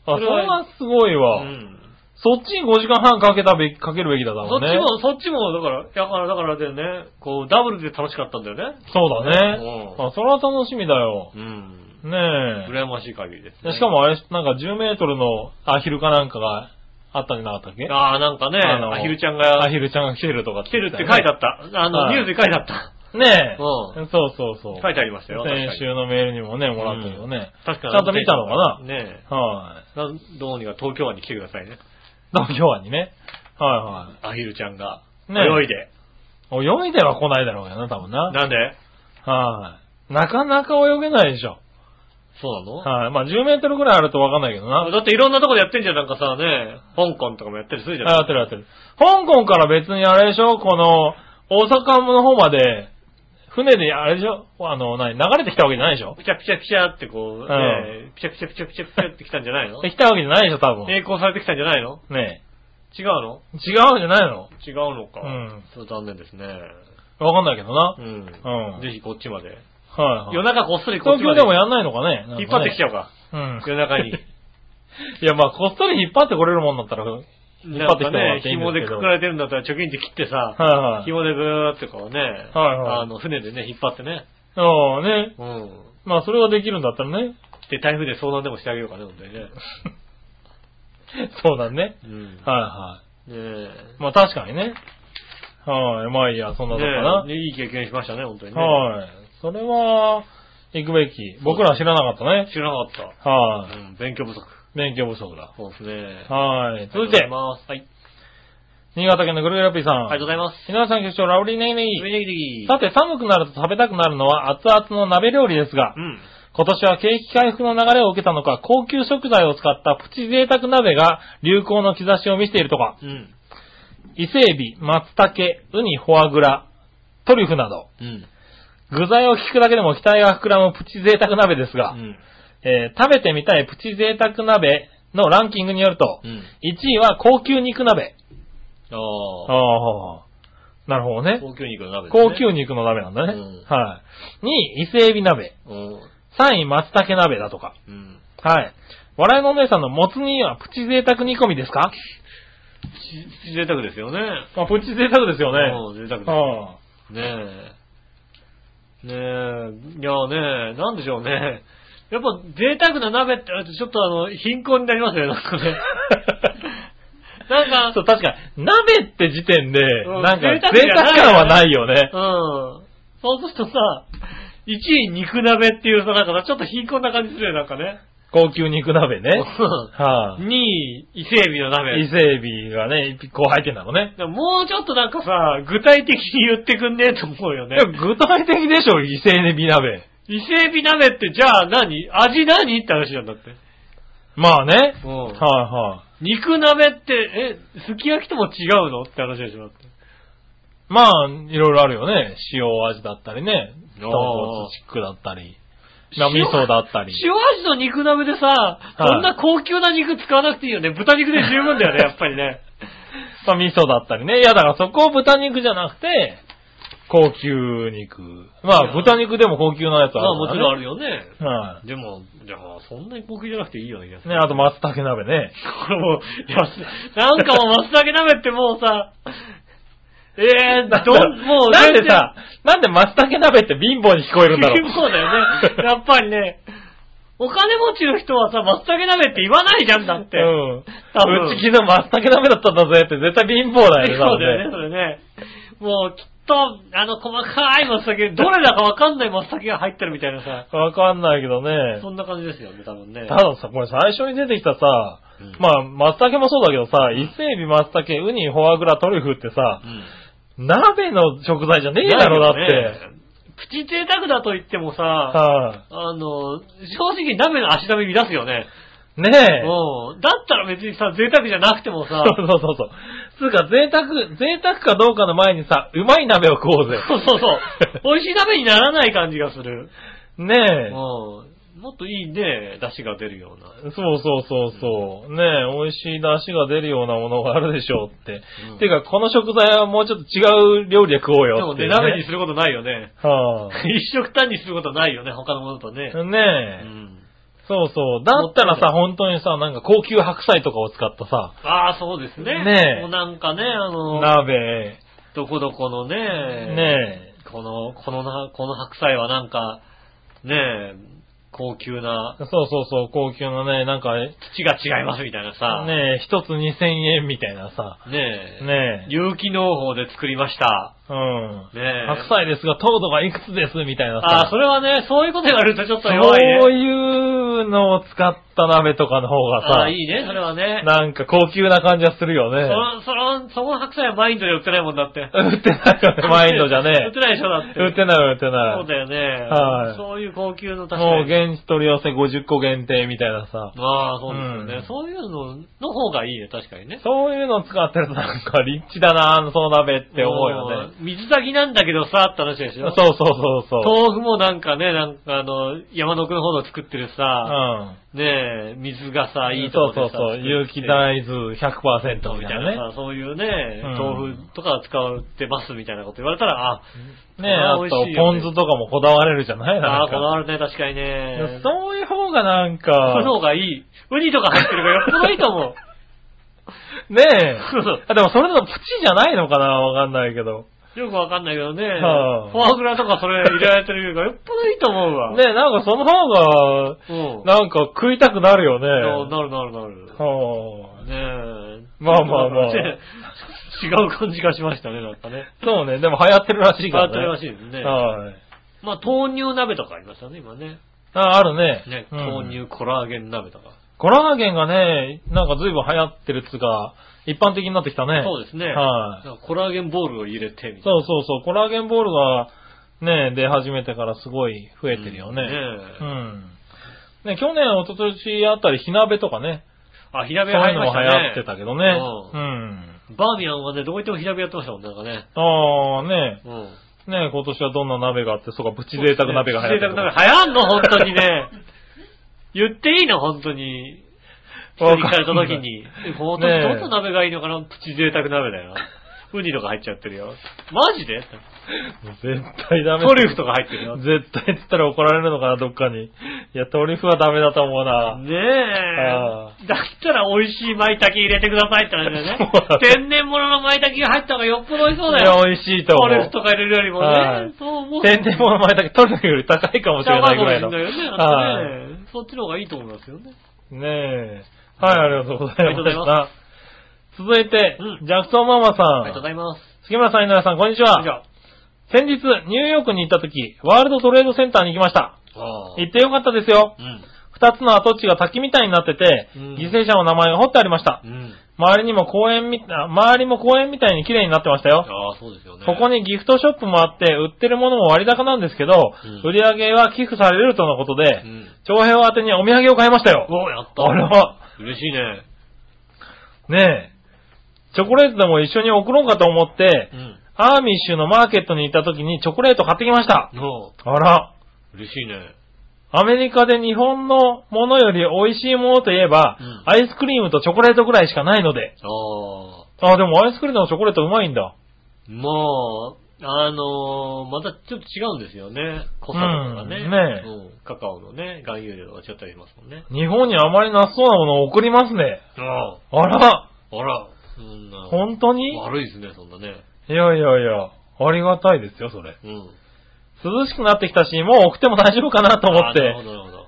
Speaker 2: あ、
Speaker 3: あ、それはすごいわ。
Speaker 2: うん。
Speaker 3: そっちに5時間半かけたべき、かけるべきだだ
Speaker 2: そ
Speaker 3: も
Speaker 2: っ
Speaker 3: ん
Speaker 2: ち
Speaker 3: ね。
Speaker 2: も、そっちも、だから、だから、だからでね、こう、ダブルで楽しかったんだよね。
Speaker 3: そうだね。
Speaker 2: うん
Speaker 3: あ、それは楽しみだよ。
Speaker 2: うん。
Speaker 3: ねえ。
Speaker 2: 羨ましい限りです、ね。
Speaker 3: しか、もあれ、なんか10メートルのアヒルかなんかがあったんじゃなかったっけ
Speaker 2: ああ、なんかね、
Speaker 3: あの
Speaker 2: アヒルちゃん
Speaker 3: ア
Speaker 2: が
Speaker 3: ヒルちゃんが来てるとか
Speaker 2: 来てるって書いてあ
Speaker 3: っ
Speaker 2: った。あの、
Speaker 3: はい
Speaker 2: ニュースに書いてあった。
Speaker 3: たよね。ねえ。
Speaker 2: う
Speaker 3: そうそうそう。
Speaker 2: 書いてありましたよ。確かに
Speaker 3: 先週のメールにもね、もらったけどね。
Speaker 2: 確かに。
Speaker 3: ちゃんと見たのかな
Speaker 2: ねえ
Speaker 3: はい。
Speaker 2: な ん。どうにか東京湾に来てくださいね。
Speaker 3: 東京湾にね。は
Speaker 2: アヒルちゃんが。
Speaker 3: ね
Speaker 2: 泳いで。
Speaker 3: いはい。泳いでは来ないだろうよな、多分な。
Speaker 2: なんで
Speaker 3: はい。なかなか泳げないでしょ。
Speaker 2: そうなの
Speaker 3: はい。まあ10メートルぐらいあるとわかんないけどな。
Speaker 2: だっていろんなとこでやってんじゃん、なんかさ、ね、香港とかもやったりするじゃん。
Speaker 3: あ、やってるやってる。香港から別にあれでしょこの、大阪の方まで、船であれでしょあの、何流れてきたわけじゃないでしょ
Speaker 2: ピチャピチャピチャってこう、
Speaker 3: う
Speaker 2: ね、ピチャピチャピチャピチャピチャって来たんじゃないの
Speaker 3: できたわけじゃないでしょ多分。
Speaker 2: 栄光されてきたんじゃないの
Speaker 3: ね
Speaker 2: 違うの
Speaker 3: え。違うんじゃないの
Speaker 2: 違うのか。
Speaker 3: うん
Speaker 2: それ残念ですね。
Speaker 3: わかんないけどな。
Speaker 2: うん。
Speaker 3: うん
Speaker 2: ぜひこっちまで。
Speaker 3: はい、
Speaker 2: 夜
Speaker 3: はい。
Speaker 2: 中こっそりこっ
Speaker 3: 東
Speaker 2: ちま
Speaker 3: 京
Speaker 2: で。
Speaker 3: でもやんないのかね
Speaker 2: 引っ張ってきち
Speaker 3: ゃ
Speaker 2: ゃうか。
Speaker 3: うん。
Speaker 2: 夜中 に。
Speaker 3: いや、まあ、こっそり引っ張ってこれるもんだったら、はい
Speaker 2: な
Speaker 3: っ張
Speaker 2: ん
Speaker 3: って
Speaker 2: か
Speaker 3: きてもら
Speaker 2: ね
Speaker 3: っ、ていいんで
Speaker 2: 紐
Speaker 3: す
Speaker 2: で
Speaker 3: けど
Speaker 2: くくられてるんだったら貯金で切ってさ、
Speaker 3: はい。
Speaker 2: 紐でぐーってこうね、
Speaker 3: はいはい
Speaker 2: あの、船でね、引っ張ってね。
Speaker 3: ああね。
Speaker 2: うん。
Speaker 3: まあ、それができるんだったらね。
Speaker 2: で、台風で相談でもしてあげようかね、本当にね。
Speaker 3: そうだね。
Speaker 2: うん。
Speaker 3: はい
Speaker 2: ね
Speaker 3: は
Speaker 2: え。
Speaker 3: い。まあ、確かにね。はい。まあ、いいや、そんなとこかな。
Speaker 2: ねえいい経験しましたね、本当にね。
Speaker 3: はい。それは、行くべき。僕らは知らなかったね。
Speaker 2: 知らなかっ
Speaker 3: は
Speaker 2: た。うん、勉強不足。
Speaker 3: い。勉強不足だ。
Speaker 2: そうですね。
Speaker 3: はい。
Speaker 2: 続
Speaker 3: 続
Speaker 2: い
Speaker 3: い
Speaker 2: て、
Speaker 3: て、
Speaker 2: はい。
Speaker 3: 新潟県のぐるぐるラッピーさん。
Speaker 2: ありがとうございます。
Speaker 3: 皆さん局長、ラブリーネギネギ。
Speaker 2: ネギネギ
Speaker 3: さて、寒くなると食べたくなるのは熱々の鍋料理ですが
Speaker 2: う、ん。
Speaker 3: 今年は景気回復の流れを受けたのか、高級食材を使ったプチ贅沢鍋が流行の兆しを見せているとか、
Speaker 2: うん。
Speaker 3: 伊勢エビ、松茸、ウニ、フォアグラ、トリュフなど、
Speaker 2: うん。
Speaker 3: 具材を聞くだけでも期待が膨らむプチ贅沢鍋です
Speaker 2: う
Speaker 3: が、
Speaker 2: ん。
Speaker 3: えー食べてみたいプチ贅沢鍋のランキングによると、
Speaker 2: うん。
Speaker 3: 1位は高級肉鍋。
Speaker 2: ああ。
Speaker 3: ああ、なるほどね。
Speaker 2: 高級肉の鍋ですね。
Speaker 3: 高級肉の鍋なんだね。
Speaker 2: うん
Speaker 3: はい。2位、伊勢エビ鍋。
Speaker 2: うん。
Speaker 3: 3位、松茸鍋だとか。
Speaker 2: うん。
Speaker 3: はい。笑いのお姉さんのもつ煮はプチ贅沢煮込みですか、
Speaker 2: し贅沢ですよね。
Speaker 3: まあ、プチ贅沢ですよね。
Speaker 2: うん、贅沢ですよ。
Speaker 3: あ
Speaker 2: ねえ。ねえ、いやねえ、なんでしょうね。やっぱ贅沢な鍋って、ちょっとあの、貧困になりますね、なんか ね。な
Speaker 3: あ
Speaker 2: ん
Speaker 3: そ
Speaker 2: か、
Speaker 3: う、確かに、鍋って時点で、
Speaker 2: ん
Speaker 3: なん
Speaker 2: 贅
Speaker 3: か
Speaker 2: 沢じ
Speaker 3: 贅
Speaker 2: ゃない
Speaker 3: 沢感はないよね。
Speaker 2: うん。そうするとさ、1位肉鍋っていうさ、なんかさちょっと貧困な感じするよね、なんかね。
Speaker 3: 高級肉鍋ね。 はい、
Speaker 2: 2位、伊勢海老の鍋。
Speaker 3: 伊勢エビがね、一匹こう入ってんだろうね。
Speaker 2: でももうちょっとなんかさ、具体的に言ってくんねえと思うよね
Speaker 3: いや。具体的でしょ、伊勢エビ鍋。
Speaker 2: 伊勢海老鍋ってじゃあ何味何って話なんだって。
Speaker 3: まあね。
Speaker 2: うん
Speaker 3: はい、はい、
Speaker 2: 肉鍋って、え、すき焼きとも違うのって話でしょだって。
Speaker 3: まあ、いろいろあるよね。塩味だったりね。
Speaker 2: あー
Speaker 3: 豚骨チックだったり。まあ味噌だったり。
Speaker 2: 塩味の肉鍋でさ、
Speaker 3: い
Speaker 2: そんな高級な肉使わなくていいよね。豚肉で十分だよね、やっぱり ね。
Speaker 3: まあ味噌だったりね。いや、だからそこを豚肉じゃなくて、高級肉。
Speaker 2: い
Speaker 3: ま
Speaker 2: や
Speaker 3: あ豚肉でも高級なやつあるか
Speaker 2: ま
Speaker 3: ら、
Speaker 2: あ
Speaker 3: ね。
Speaker 2: もちろんあるよ ね。
Speaker 3: は
Speaker 2: でも、じゃあそんなに高級じゃなくていいよね、
Speaker 3: い。ね、あと松茸鍋ね。
Speaker 2: これもう、いや、なんかもう松茸鍋ってもうさ、ええー、 どん、もう
Speaker 3: な
Speaker 2: 全
Speaker 3: ん
Speaker 2: 然
Speaker 3: でさ、なんで松茸鍋って貧乏に聞こえるんだろ う。
Speaker 2: そうだよね。やっぱりね、お金持ちの人はさ、松茸鍋って言わないじゃんだって。
Speaker 3: うん。
Speaker 2: 多分
Speaker 3: うち昨日松茸鍋だったんだぜって絶対貧乏だよね、
Speaker 2: そうだよね、
Speaker 3: 多
Speaker 2: そ
Speaker 3: 分ね
Speaker 2: れね。もうきっと、あの細かい松茸、どれだかわかんない松茸が入ってるみたいなさ、
Speaker 3: わかんないけどね。
Speaker 2: そんな感じですよね、多分ね。
Speaker 3: たださ、これ最初に出てきたさ、
Speaker 2: うん
Speaker 3: まあ、松茸もそうだけどさ、伊勢エビ、松茸、ウニ、フォアグラ、トリュフってさ
Speaker 2: う、ん。
Speaker 3: 鍋の食材じゃねえだろ、だって。
Speaker 2: プチ贅沢だと言ってもさ、
Speaker 3: は
Speaker 2: あの、正直鍋の足並み乱すよね。
Speaker 3: い。ねえ。
Speaker 2: うん。だったら別にさ、贅沢じゃなくてもさ
Speaker 3: そ、うそうそうそう。つうか、贅沢、贅沢かどうかの前にさ、うまい鍋を食おうぜ。
Speaker 2: そうそうそう。美味しい鍋にならない感じがする。
Speaker 3: ね
Speaker 2: う
Speaker 3: え
Speaker 2: ん。。もっといいね、出汁が出るような。
Speaker 3: そうそうそうそう。ねえ、美味しい出汁が出るようなものがあるでしょうって。
Speaker 2: うん
Speaker 3: てか、この食材はもうちょっと違う料理で食おう
Speaker 2: で
Speaker 3: よ
Speaker 2: も
Speaker 3: ってい
Speaker 2: ね、
Speaker 3: う、
Speaker 2: 鍋にすることないよね。
Speaker 3: はあ、
Speaker 2: 一食単にすることないよね、他のものとね。
Speaker 3: ねえ。
Speaker 2: うん
Speaker 3: そうそう。だったらさ、本当にさ、なんか高級白菜とかを使ったさ、
Speaker 2: ああ、そうですね。
Speaker 3: ねえ
Speaker 2: もうなんかね、あの、
Speaker 3: 鍋、
Speaker 2: どこどこのね、
Speaker 3: ね
Speaker 2: この、このな、この白菜はなんか、ねえ、高級な
Speaker 3: そうそうそう、高級のね、なんか、ね
Speaker 2: 土が違いますみたいなさ、ね
Speaker 3: え、一つ2000円みたいなさ、
Speaker 2: え、
Speaker 3: ねえ、
Speaker 2: 有機農法で作りました。
Speaker 3: うん。
Speaker 2: ねえ。
Speaker 3: 白菜ですが、糖度がいくつですみたいな
Speaker 2: あ
Speaker 3: さ
Speaker 2: あ、、それはね、そういうこと言われるとちょっと弱いね。
Speaker 3: そういうのを使った鍋とかの方が
Speaker 2: あ
Speaker 3: さ
Speaker 2: あ、い、いね、それはね。
Speaker 3: なんか高級な感じはするよ
Speaker 2: そ
Speaker 3: ね。
Speaker 2: の、その、その白菜はマインドで売ってないもんだって。
Speaker 3: 売ってない よね、 マインドじゃ
Speaker 2: 売っ
Speaker 3: ね
Speaker 2: てないでしょ、だって。
Speaker 3: え。売ってない、売ってない。
Speaker 2: そうだよね。
Speaker 3: はい
Speaker 2: そういう高級の確か
Speaker 3: もう
Speaker 2: に。
Speaker 3: 現地取り寄せ50個限定みたいなさ。
Speaker 2: ああ、そうですよね、
Speaker 3: うん
Speaker 2: そういうのの方がいいね、確かにね。
Speaker 3: そういうのを使ってるとなんかリッチだな、その鍋って思うよね。
Speaker 2: もう。水炊きなんだけどさ、って話でし
Speaker 3: そう
Speaker 2: ょ。
Speaker 3: そうそうそう。
Speaker 2: 豆腐もなんかね、なんかあの、山の奥の方の作ってる
Speaker 3: う
Speaker 2: さ、
Speaker 3: ん。
Speaker 2: ねえ、水がさ、いいと
Speaker 3: そ
Speaker 2: こで
Speaker 3: うそう
Speaker 2: さ
Speaker 3: そう。有機
Speaker 2: だ
Speaker 3: 大豆100%み
Speaker 2: み
Speaker 3: た
Speaker 2: た
Speaker 3: い
Speaker 2: い
Speaker 3: なね。
Speaker 2: なさ、そういうね、
Speaker 3: うん
Speaker 2: 豆腐とか使ってますみたいなこと言われたら、あ、
Speaker 3: ねえ、あ
Speaker 2: これは美味
Speaker 3: と
Speaker 2: しいよ
Speaker 3: ポ
Speaker 2: ね
Speaker 3: ン酢とかもこだわれるじゃない
Speaker 2: あ
Speaker 3: な
Speaker 2: あ、こ
Speaker 3: ん
Speaker 2: だ
Speaker 3: か。
Speaker 2: わるね、確かにね。
Speaker 3: そういう方がなん
Speaker 2: その
Speaker 3: か、
Speaker 2: 方がいい。ウニとか入ってるからよっぽどいいと思う。
Speaker 3: ねえ。
Speaker 2: そう
Speaker 3: あ、でもそれだとプチじゃないのかなわかんないけど。
Speaker 2: よくわかんないけどね。
Speaker 3: はい
Speaker 2: フォアグラとかそれ入れられてるからよっぽどいいと思うわ。
Speaker 3: ねえ、なんかその方が、
Speaker 2: うん。
Speaker 3: なんか食いたくなるよね。
Speaker 2: そうなるなるなる。
Speaker 3: はあ
Speaker 2: ねえ。
Speaker 3: まあまあまあ
Speaker 2: ね 違う感じがしましたね、なんかね。
Speaker 3: そうね、でも流行ってるらしいからね。
Speaker 2: 変わってるらしいですね。
Speaker 3: はい。
Speaker 2: まあ、豆乳鍋とかありましたね、今ね。
Speaker 3: あ、あるね。
Speaker 2: ね、
Speaker 3: うん
Speaker 2: 豆乳コラーゲン鍋とか。
Speaker 3: コラーゲンがね、なんか随分流行ってるっつうか、一般的になってきたね。
Speaker 2: そうですね。
Speaker 3: はい
Speaker 2: なんかコラーゲンボールを入れてみたいな。
Speaker 3: そうそうそう、コラーゲンボールがね、出始めてからすごい増えてるよね。
Speaker 2: うんね
Speaker 3: う
Speaker 2: え
Speaker 3: ん。ね、去年、一昨年あたり、火鍋とかね、
Speaker 2: あ、火
Speaker 3: そう
Speaker 2: 鍋
Speaker 3: い
Speaker 2: 入
Speaker 3: う
Speaker 2: り
Speaker 3: の
Speaker 2: まし
Speaker 3: も
Speaker 2: たね。
Speaker 3: 流行ってたけどね。う。
Speaker 2: うんバーミヤンはね、どこ行っても火鍋やってましたもんね、なんかね。
Speaker 3: ああ、ね、
Speaker 2: うん。
Speaker 3: ね、今年はどんな鍋があって、そうか、プチ贅沢鍋が流行って
Speaker 2: 贅
Speaker 3: る。
Speaker 2: 沢鍋流行んの本当に ね。言っていいの本当に。一
Speaker 3: わ
Speaker 2: 人
Speaker 3: かんない
Speaker 2: かれた時 に。本当
Speaker 3: ねえ
Speaker 2: にどんな鍋がいいのかなプチ贅沢鍋だよ。ウニとか入っちゃってるよ。マジで
Speaker 3: 絶対ダメ。
Speaker 2: トリュフとか入ってるよ。ね
Speaker 3: 絶対って言ったら怒られるのかな、どっかに。いや、トリュフはダメだと思うな。あ
Speaker 2: え。だったら美味しい舞茸入れてくださいって話だよね
Speaker 3: そうだね。
Speaker 2: 天然物の舞茸が入った方がよっぽど美味しそうだ
Speaker 3: いや、
Speaker 2: よ。
Speaker 3: 美味しいと
Speaker 2: トリ
Speaker 3: 思
Speaker 2: ュフとか入れるよりも
Speaker 3: はい
Speaker 2: ね。そう思う。
Speaker 3: う。天然物前だけトリュフより高いかもしれないぐらいの。
Speaker 2: 高かもしれない
Speaker 3: は
Speaker 2: よねだってねそっちの方がいいと思いますよね。
Speaker 3: い。ねえ。はい、ありがとうござい
Speaker 2: ありがとうございま
Speaker 3: ました。続いて
Speaker 2: う、ん
Speaker 3: ジャクソンマ
Speaker 2: あり
Speaker 3: マ
Speaker 2: が
Speaker 3: さ
Speaker 2: とうんご。ざいます。
Speaker 3: 杉村さん、井上さん、こんにち
Speaker 2: じゃ
Speaker 3: は。
Speaker 2: あ。
Speaker 3: 先日、ニューヨークに行った時、ワールドトレードセンターに行きました。
Speaker 2: ああ
Speaker 3: 行ってよかったですよ。
Speaker 2: うん。
Speaker 3: 二つの跡地が滝みたいになってて、
Speaker 2: うん
Speaker 3: 犠牲者の名前が彫ってありました
Speaker 2: う。ん。
Speaker 3: 周りにも公園み、あ周りも公園みたいに綺麗になってましたよ。
Speaker 2: ああ、そうですよね。
Speaker 3: ここ
Speaker 2: に。
Speaker 3: にギフトショップもあって、売ってるものも割高なんですけど、
Speaker 2: うん
Speaker 3: 売り上げは寄付されるとのことで
Speaker 2: う、ん。
Speaker 3: 長編を当てにお土産を買いましたよ。
Speaker 2: おーやった。
Speaker 3: あれは、
Speaker 2: 嬉しいね。
Speaker 3: ねえ、チョコレートでも一緒に送ろうかと思って、
Speaker 2: うん。
Speaker 3: アーミッシュのマーケットに行った時にチョコレート買ってきました。
Speaker 2: おう
Speaker 3: あら、
Speaker 2: 嬉しいね。
Speaker 3: アメリカで日本のものより美味しいものといえば、
Speaker 2: うん
Speaker 3: アイスクリームとチョコレートぐらいしかないので。
Speaker 2: ああ。
Speaker 3: あ、でもアイスクリームのチョコレートうまいんだ。
Speaker 2: もう、あのー、またちょっと違うんですよね。濃さとかがね。
Speaker 3: うんねえ
Speaker 2: うん。カカオのね、含有量が違ったりしますもんね。
Speaker 3: 日本にあまりなさそうなものを送りますね。
Speaker 2: あ
Speaker 3: あら、
Speaker 2: あ。あら。そんな。
Speaker 3: 本当に
Speaker 2: 悪いですね、そんなね。
Speaker 3: いやいやいや、ありがたいですよ、それ。
Speaker 2: うん。
Speaker 3: 涼しくなってきたし、もう送っても大丈夫かなと思っ
Speaker 2: あーなるほ
Speaker 3: て。
Speaker 2: ど、なるほど。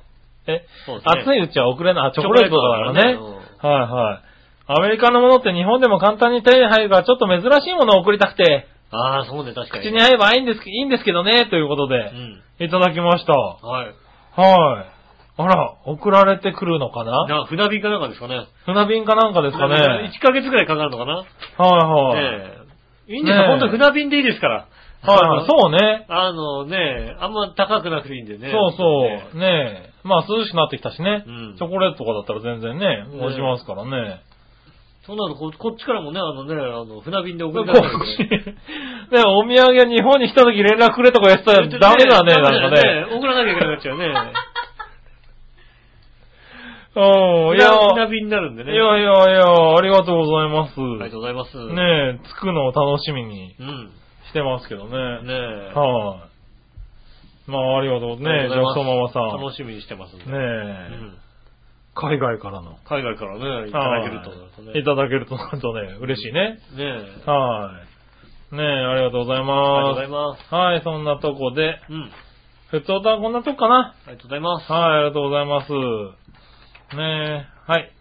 Speaker 3: え、
Speaker 2: そうですね。
Speaker 3: 暑いうちは送れない。あチョコレートだからね。
Speaker 2: チョコレートだ
Speaker 3: はいはい。アメリカのものって日本でも簡単に手に入るからちょっと珍しいものを送りたくて、
Speaker 2: ああ、そうね、確かに。
Speaker 3: 口に合えばいいんです、いいんですけどね、ということ
Speaker 2: う
Speaker 3: で、
Speaker 2: ん。
Speaker 3: いただきました。
Speaker 2: はい。
Speaker 3: はい。あら、送られてくるのかな
Speaker 2: な船便かなんかですかね。
Speaker 3: 船便かなんかですかね。はい
Speaker 2: 1ヶ月くらいかかるのかな
Speaker 3: はい。
Speaker 2: ねえ。いいんですよ、
Speaker 3: ねえ
Speaker 2: 本当に船便でいいですから。
Speaker 3: はいはい、
Speaker 2: う。
Speaker 3: そうね。
Speaker 2: あのね、あんま高くなくていいんでね。
Speaker 3: そう
Speaker 2: ね
Speaker 3: そう。ねえ。まあ涼しくなってきたしね。
Speaker 2: うん
Speaker 3: チョコレートとかだったら全然ね、
Speaker 2: ね
Speaker 3: 落ちますからね。
Speaker 2: そうなるとこ、こっちからもね、あのね、あの、船便で送
Speaker 3: こ
Speaker 2: り
Speaker 3: う
Speaker 2: 出さないとね
Speaker 3: ね、お土産日本に来た時連絡くれとか言ってたらダメだね、なんかね。。
Speaker 2: 送らなきゃいけなくなっちゃうね。
Speaker 3: うん、いや、
Speaker 2: 船便になるんで
Speaker 3: い
Speaker 2: ね。
Speaker 3: やいやいや、ありがとうございます。
Speaker 2: ありがとうございます。
Speaker 3: ねえ、着くのを楽しみに
Speaker 2: うん。
Speaker 3: してますけどね。
Speaker 2: ねえ。
Speaker 3: はい、まあ、ありがとう
Speaker 4: あ
Speaker 3: ね。
Speaker 4: り
Speaker 3: じ
Speaker 4: が
Speaker 3: ゃあ、そ
Speaker 4: とうござ
Speaker 3: の
Speaker 4: い
Speaker 3: ま
Speaker 4: ま
Speaker 3: ますさ、
Speaker 4: 楽しみにしてますんで。
Speaker 3: ねえ、
Speaker 4: うん
Speaker 3: 海外からの。
Speaker 4: 海外からね、いただけると思います
Speaker 3: はい
Speaker 4: ね。
Speaker 3: いただけるとなるとね、嬉しいね。
Speaker 4: ねえ。
Speaker 3: はい。ねえ、ありがとうござい
Speaker 4: ありがとう
Speaker 3: ま
Speaker 4: ござい
Speaker 3: す。
Speaker 4: ます。
Speaker 3: はい、そんなとこで、
Speaker 4: うん。
Speaker 3: 普通とはこんなとこかな。
Speaker 4: ありがとうございます。
Speaker 3: はい、ありがとうございます。ねえ、はい。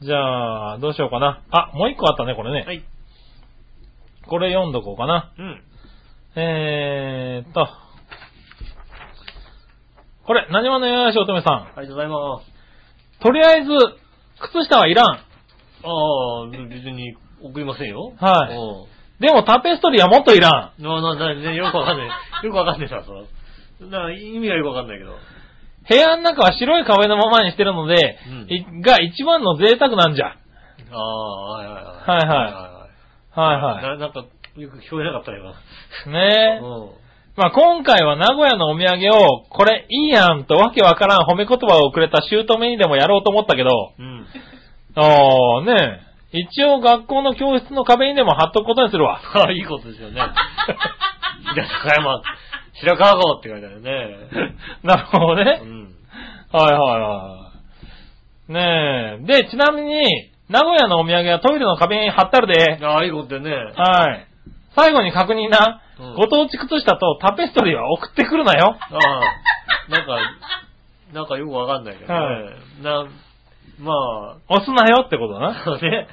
Speaker 3: じゃあ、どうしようかな。あ、もう一個あったね、これね。
Speaker 4: はい。
Speaker 3: これ読んどこうかな。
Speaker 4: うん。
Speaker 3: えーっと。これ、何話のよよし乙女さん。
Speaker 4: ありがとうございます。
Speaker 3: とりあえず、靴下はいらん。
Speaker 4: ああ、別に送りませんよ。
Speaker 3: はい
Speaker 4: い。
Speaker 3: でもタペストリーはもっといらん。
Speaker 4: な、な、な、ね、よくわかんない。よくわかんないさ、そのな、意味がよくわかんないけど。
Speaker 3: 部屋の中は白い壁のままにしてるので、
Speaker 4: うん
Speaker 3: いが一番の贅沢なんじゃ。はい
Speaker 4: ああ、はいはい
Speaker 3: はいはいは
Speaker 4: はい。ななんか、よく聞こえなかったよ、
Speaker 3: い。ね
Speaker 4: 今。
Speaker 3: え。
Speaker 4: うん。
Speaker 3: まあ今回は名古屋のお土産を、これいいやんとわけわからん褒め言葉をくれた姑にでもやろうと思ったけど、
Speaker 4: うん。
Speaker 3: ああ、ねえ。一応学校の教室の壁にでも貼っとくことにする わ。
Speaker 4: ああ、いいことですよね。平高山、白川郷って書いてあるよね。
Speaker 3: なるほどね
Speaker 4: う。ん。
Speaker 3: はいはいはい。ねえ。で、ちなみに、名古屋のお土産はトイレの壁に貼ったるで。
Speaker 4: ああ、いいことだよね。
Speaker 3: はい。最後に確認な。
Speaker 4: うん
Speaker 3: ご当地靴下とタペストリーは送ってくるなよ。
Speaker 4: ああ、なんか、なんかよくわかんないけどね。
Speaker 3: は
Speaker 4: な、ま
Speaker 3: 押すなよってことだ
Speaker 4: あ、
Speaker 3: な。
Speaker 4: そうね。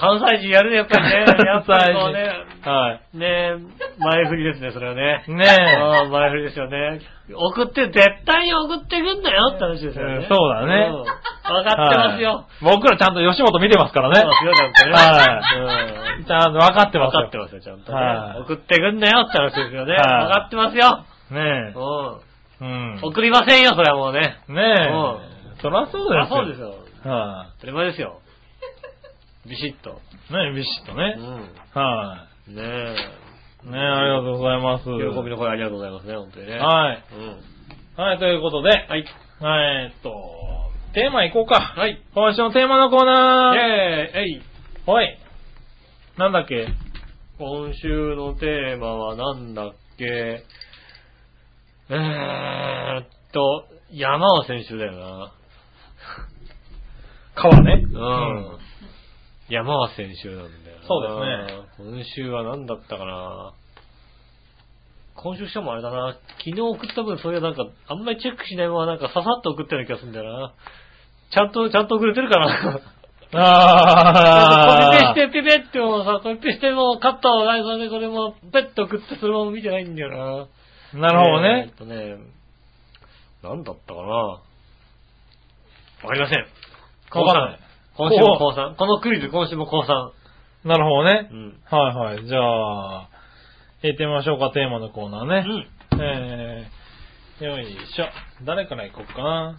Speaker 4: 関西人やるね、やっぱりね。やっぱりこうね。
Speaker 3: は
Speaker 4: ね前振りですね、それはね。
Speaker 3: い。ねえ。
Speaker 4: ああ、前振りですよね。送って、絶対に送ってくんだよって話ですよ
Speaker 3: うん
Speaker 4: ね。
Speaker 3: そうだね
Speaker 4: んわかってますよ。
Speaker 3: はい僕らちゃんと吉本見てますからね。
Speaker 4: そうですよちゃんとね
Speaker 3: は
Speaker 4: う
Speaker 3: い。ちゃんと分かってま
Speaker 4: わ
Speaker 3: すよ。
Speaker 4: かってますよ、ちゃんと
Speaker 3: はい
Speaker 4: ね。送ってくんなよって話ですよね。
Speaker 3: はい
Speaker 4: わかってますよ。
Speaker 3: ね
Speaker 4: う
Speaker 3: え。うん
Speaker 4: ん。。送りませんよ、それはもうね。
Speaker 3: ねえ。そらそうですよ。
Speaker 4: あそうです。よ。
Speaker 3: は
Speaker 4: 当たり前ですよ。ビシッと。
Speaker 3: い。ねえ、ビシッと
Speaker 4: う
Speaker 3: ね。
Speaker 4: ん。
Speaker 3: はい。
Speaker 4: ねえ。
Speaker 3: ねえ、ありがとうございます。喜
Speaker 4: 喜びの声ありがとうございますね、本当にね。
Speaker 3: はい。
Speaker 4: うん。
Speaker 3: はい、ということで、はい。えーっと、テーマいこうか。
Speaker 4: はい。
Speaker 3: 今週のテーマのコー
Speaker 4: イェー
Speaker 3: ナー。
Speaker 4: イえい
Speaker 3: はい。なんだっけ
Speaker 4: 今週のテーマはなんだっけえーっと、山は先週だよ
Speaker 3: 川ね。う
Speaker 4: な。うん。山は先週なんだよな。
Speaker 3: そう
Speaker 4: ですね。今週は何だったかな。今週しかもあれだな。昨日送った分、そういうなんか、あんまりチェックしないままなんかささっと送ったような気がするんだよな。ちゃんと、ちゃんと送れてるかな。
Speaker 3: あ
Speaker 4: コピペして、ピペってもうさ、コピペしてもカットはないそれでこれも、ペッと送ってそのまま見てないんだよ
Speaker 3: ー。な
Speaker 4: な。
Speaker 3: るほど
Speaker 4: えー
Speaker 3: ね
Speaker 4: っ。とね、なんだったかなわかりません。高
Speaker 3: わかんない
Speaker 4: 3。今週も高3。このクイズ今週も高3。
Speaker 3: なるほどね
Speaker 4: う。ん。
Speaker 3: はいはい。じゃあ、行ってみましょうか、テーマのコーナー
Speaker 4: う
Speaker 3: ね。
Speaker 4: ん。
Speaker 3: えー、よいしょ。誰から行こうかな。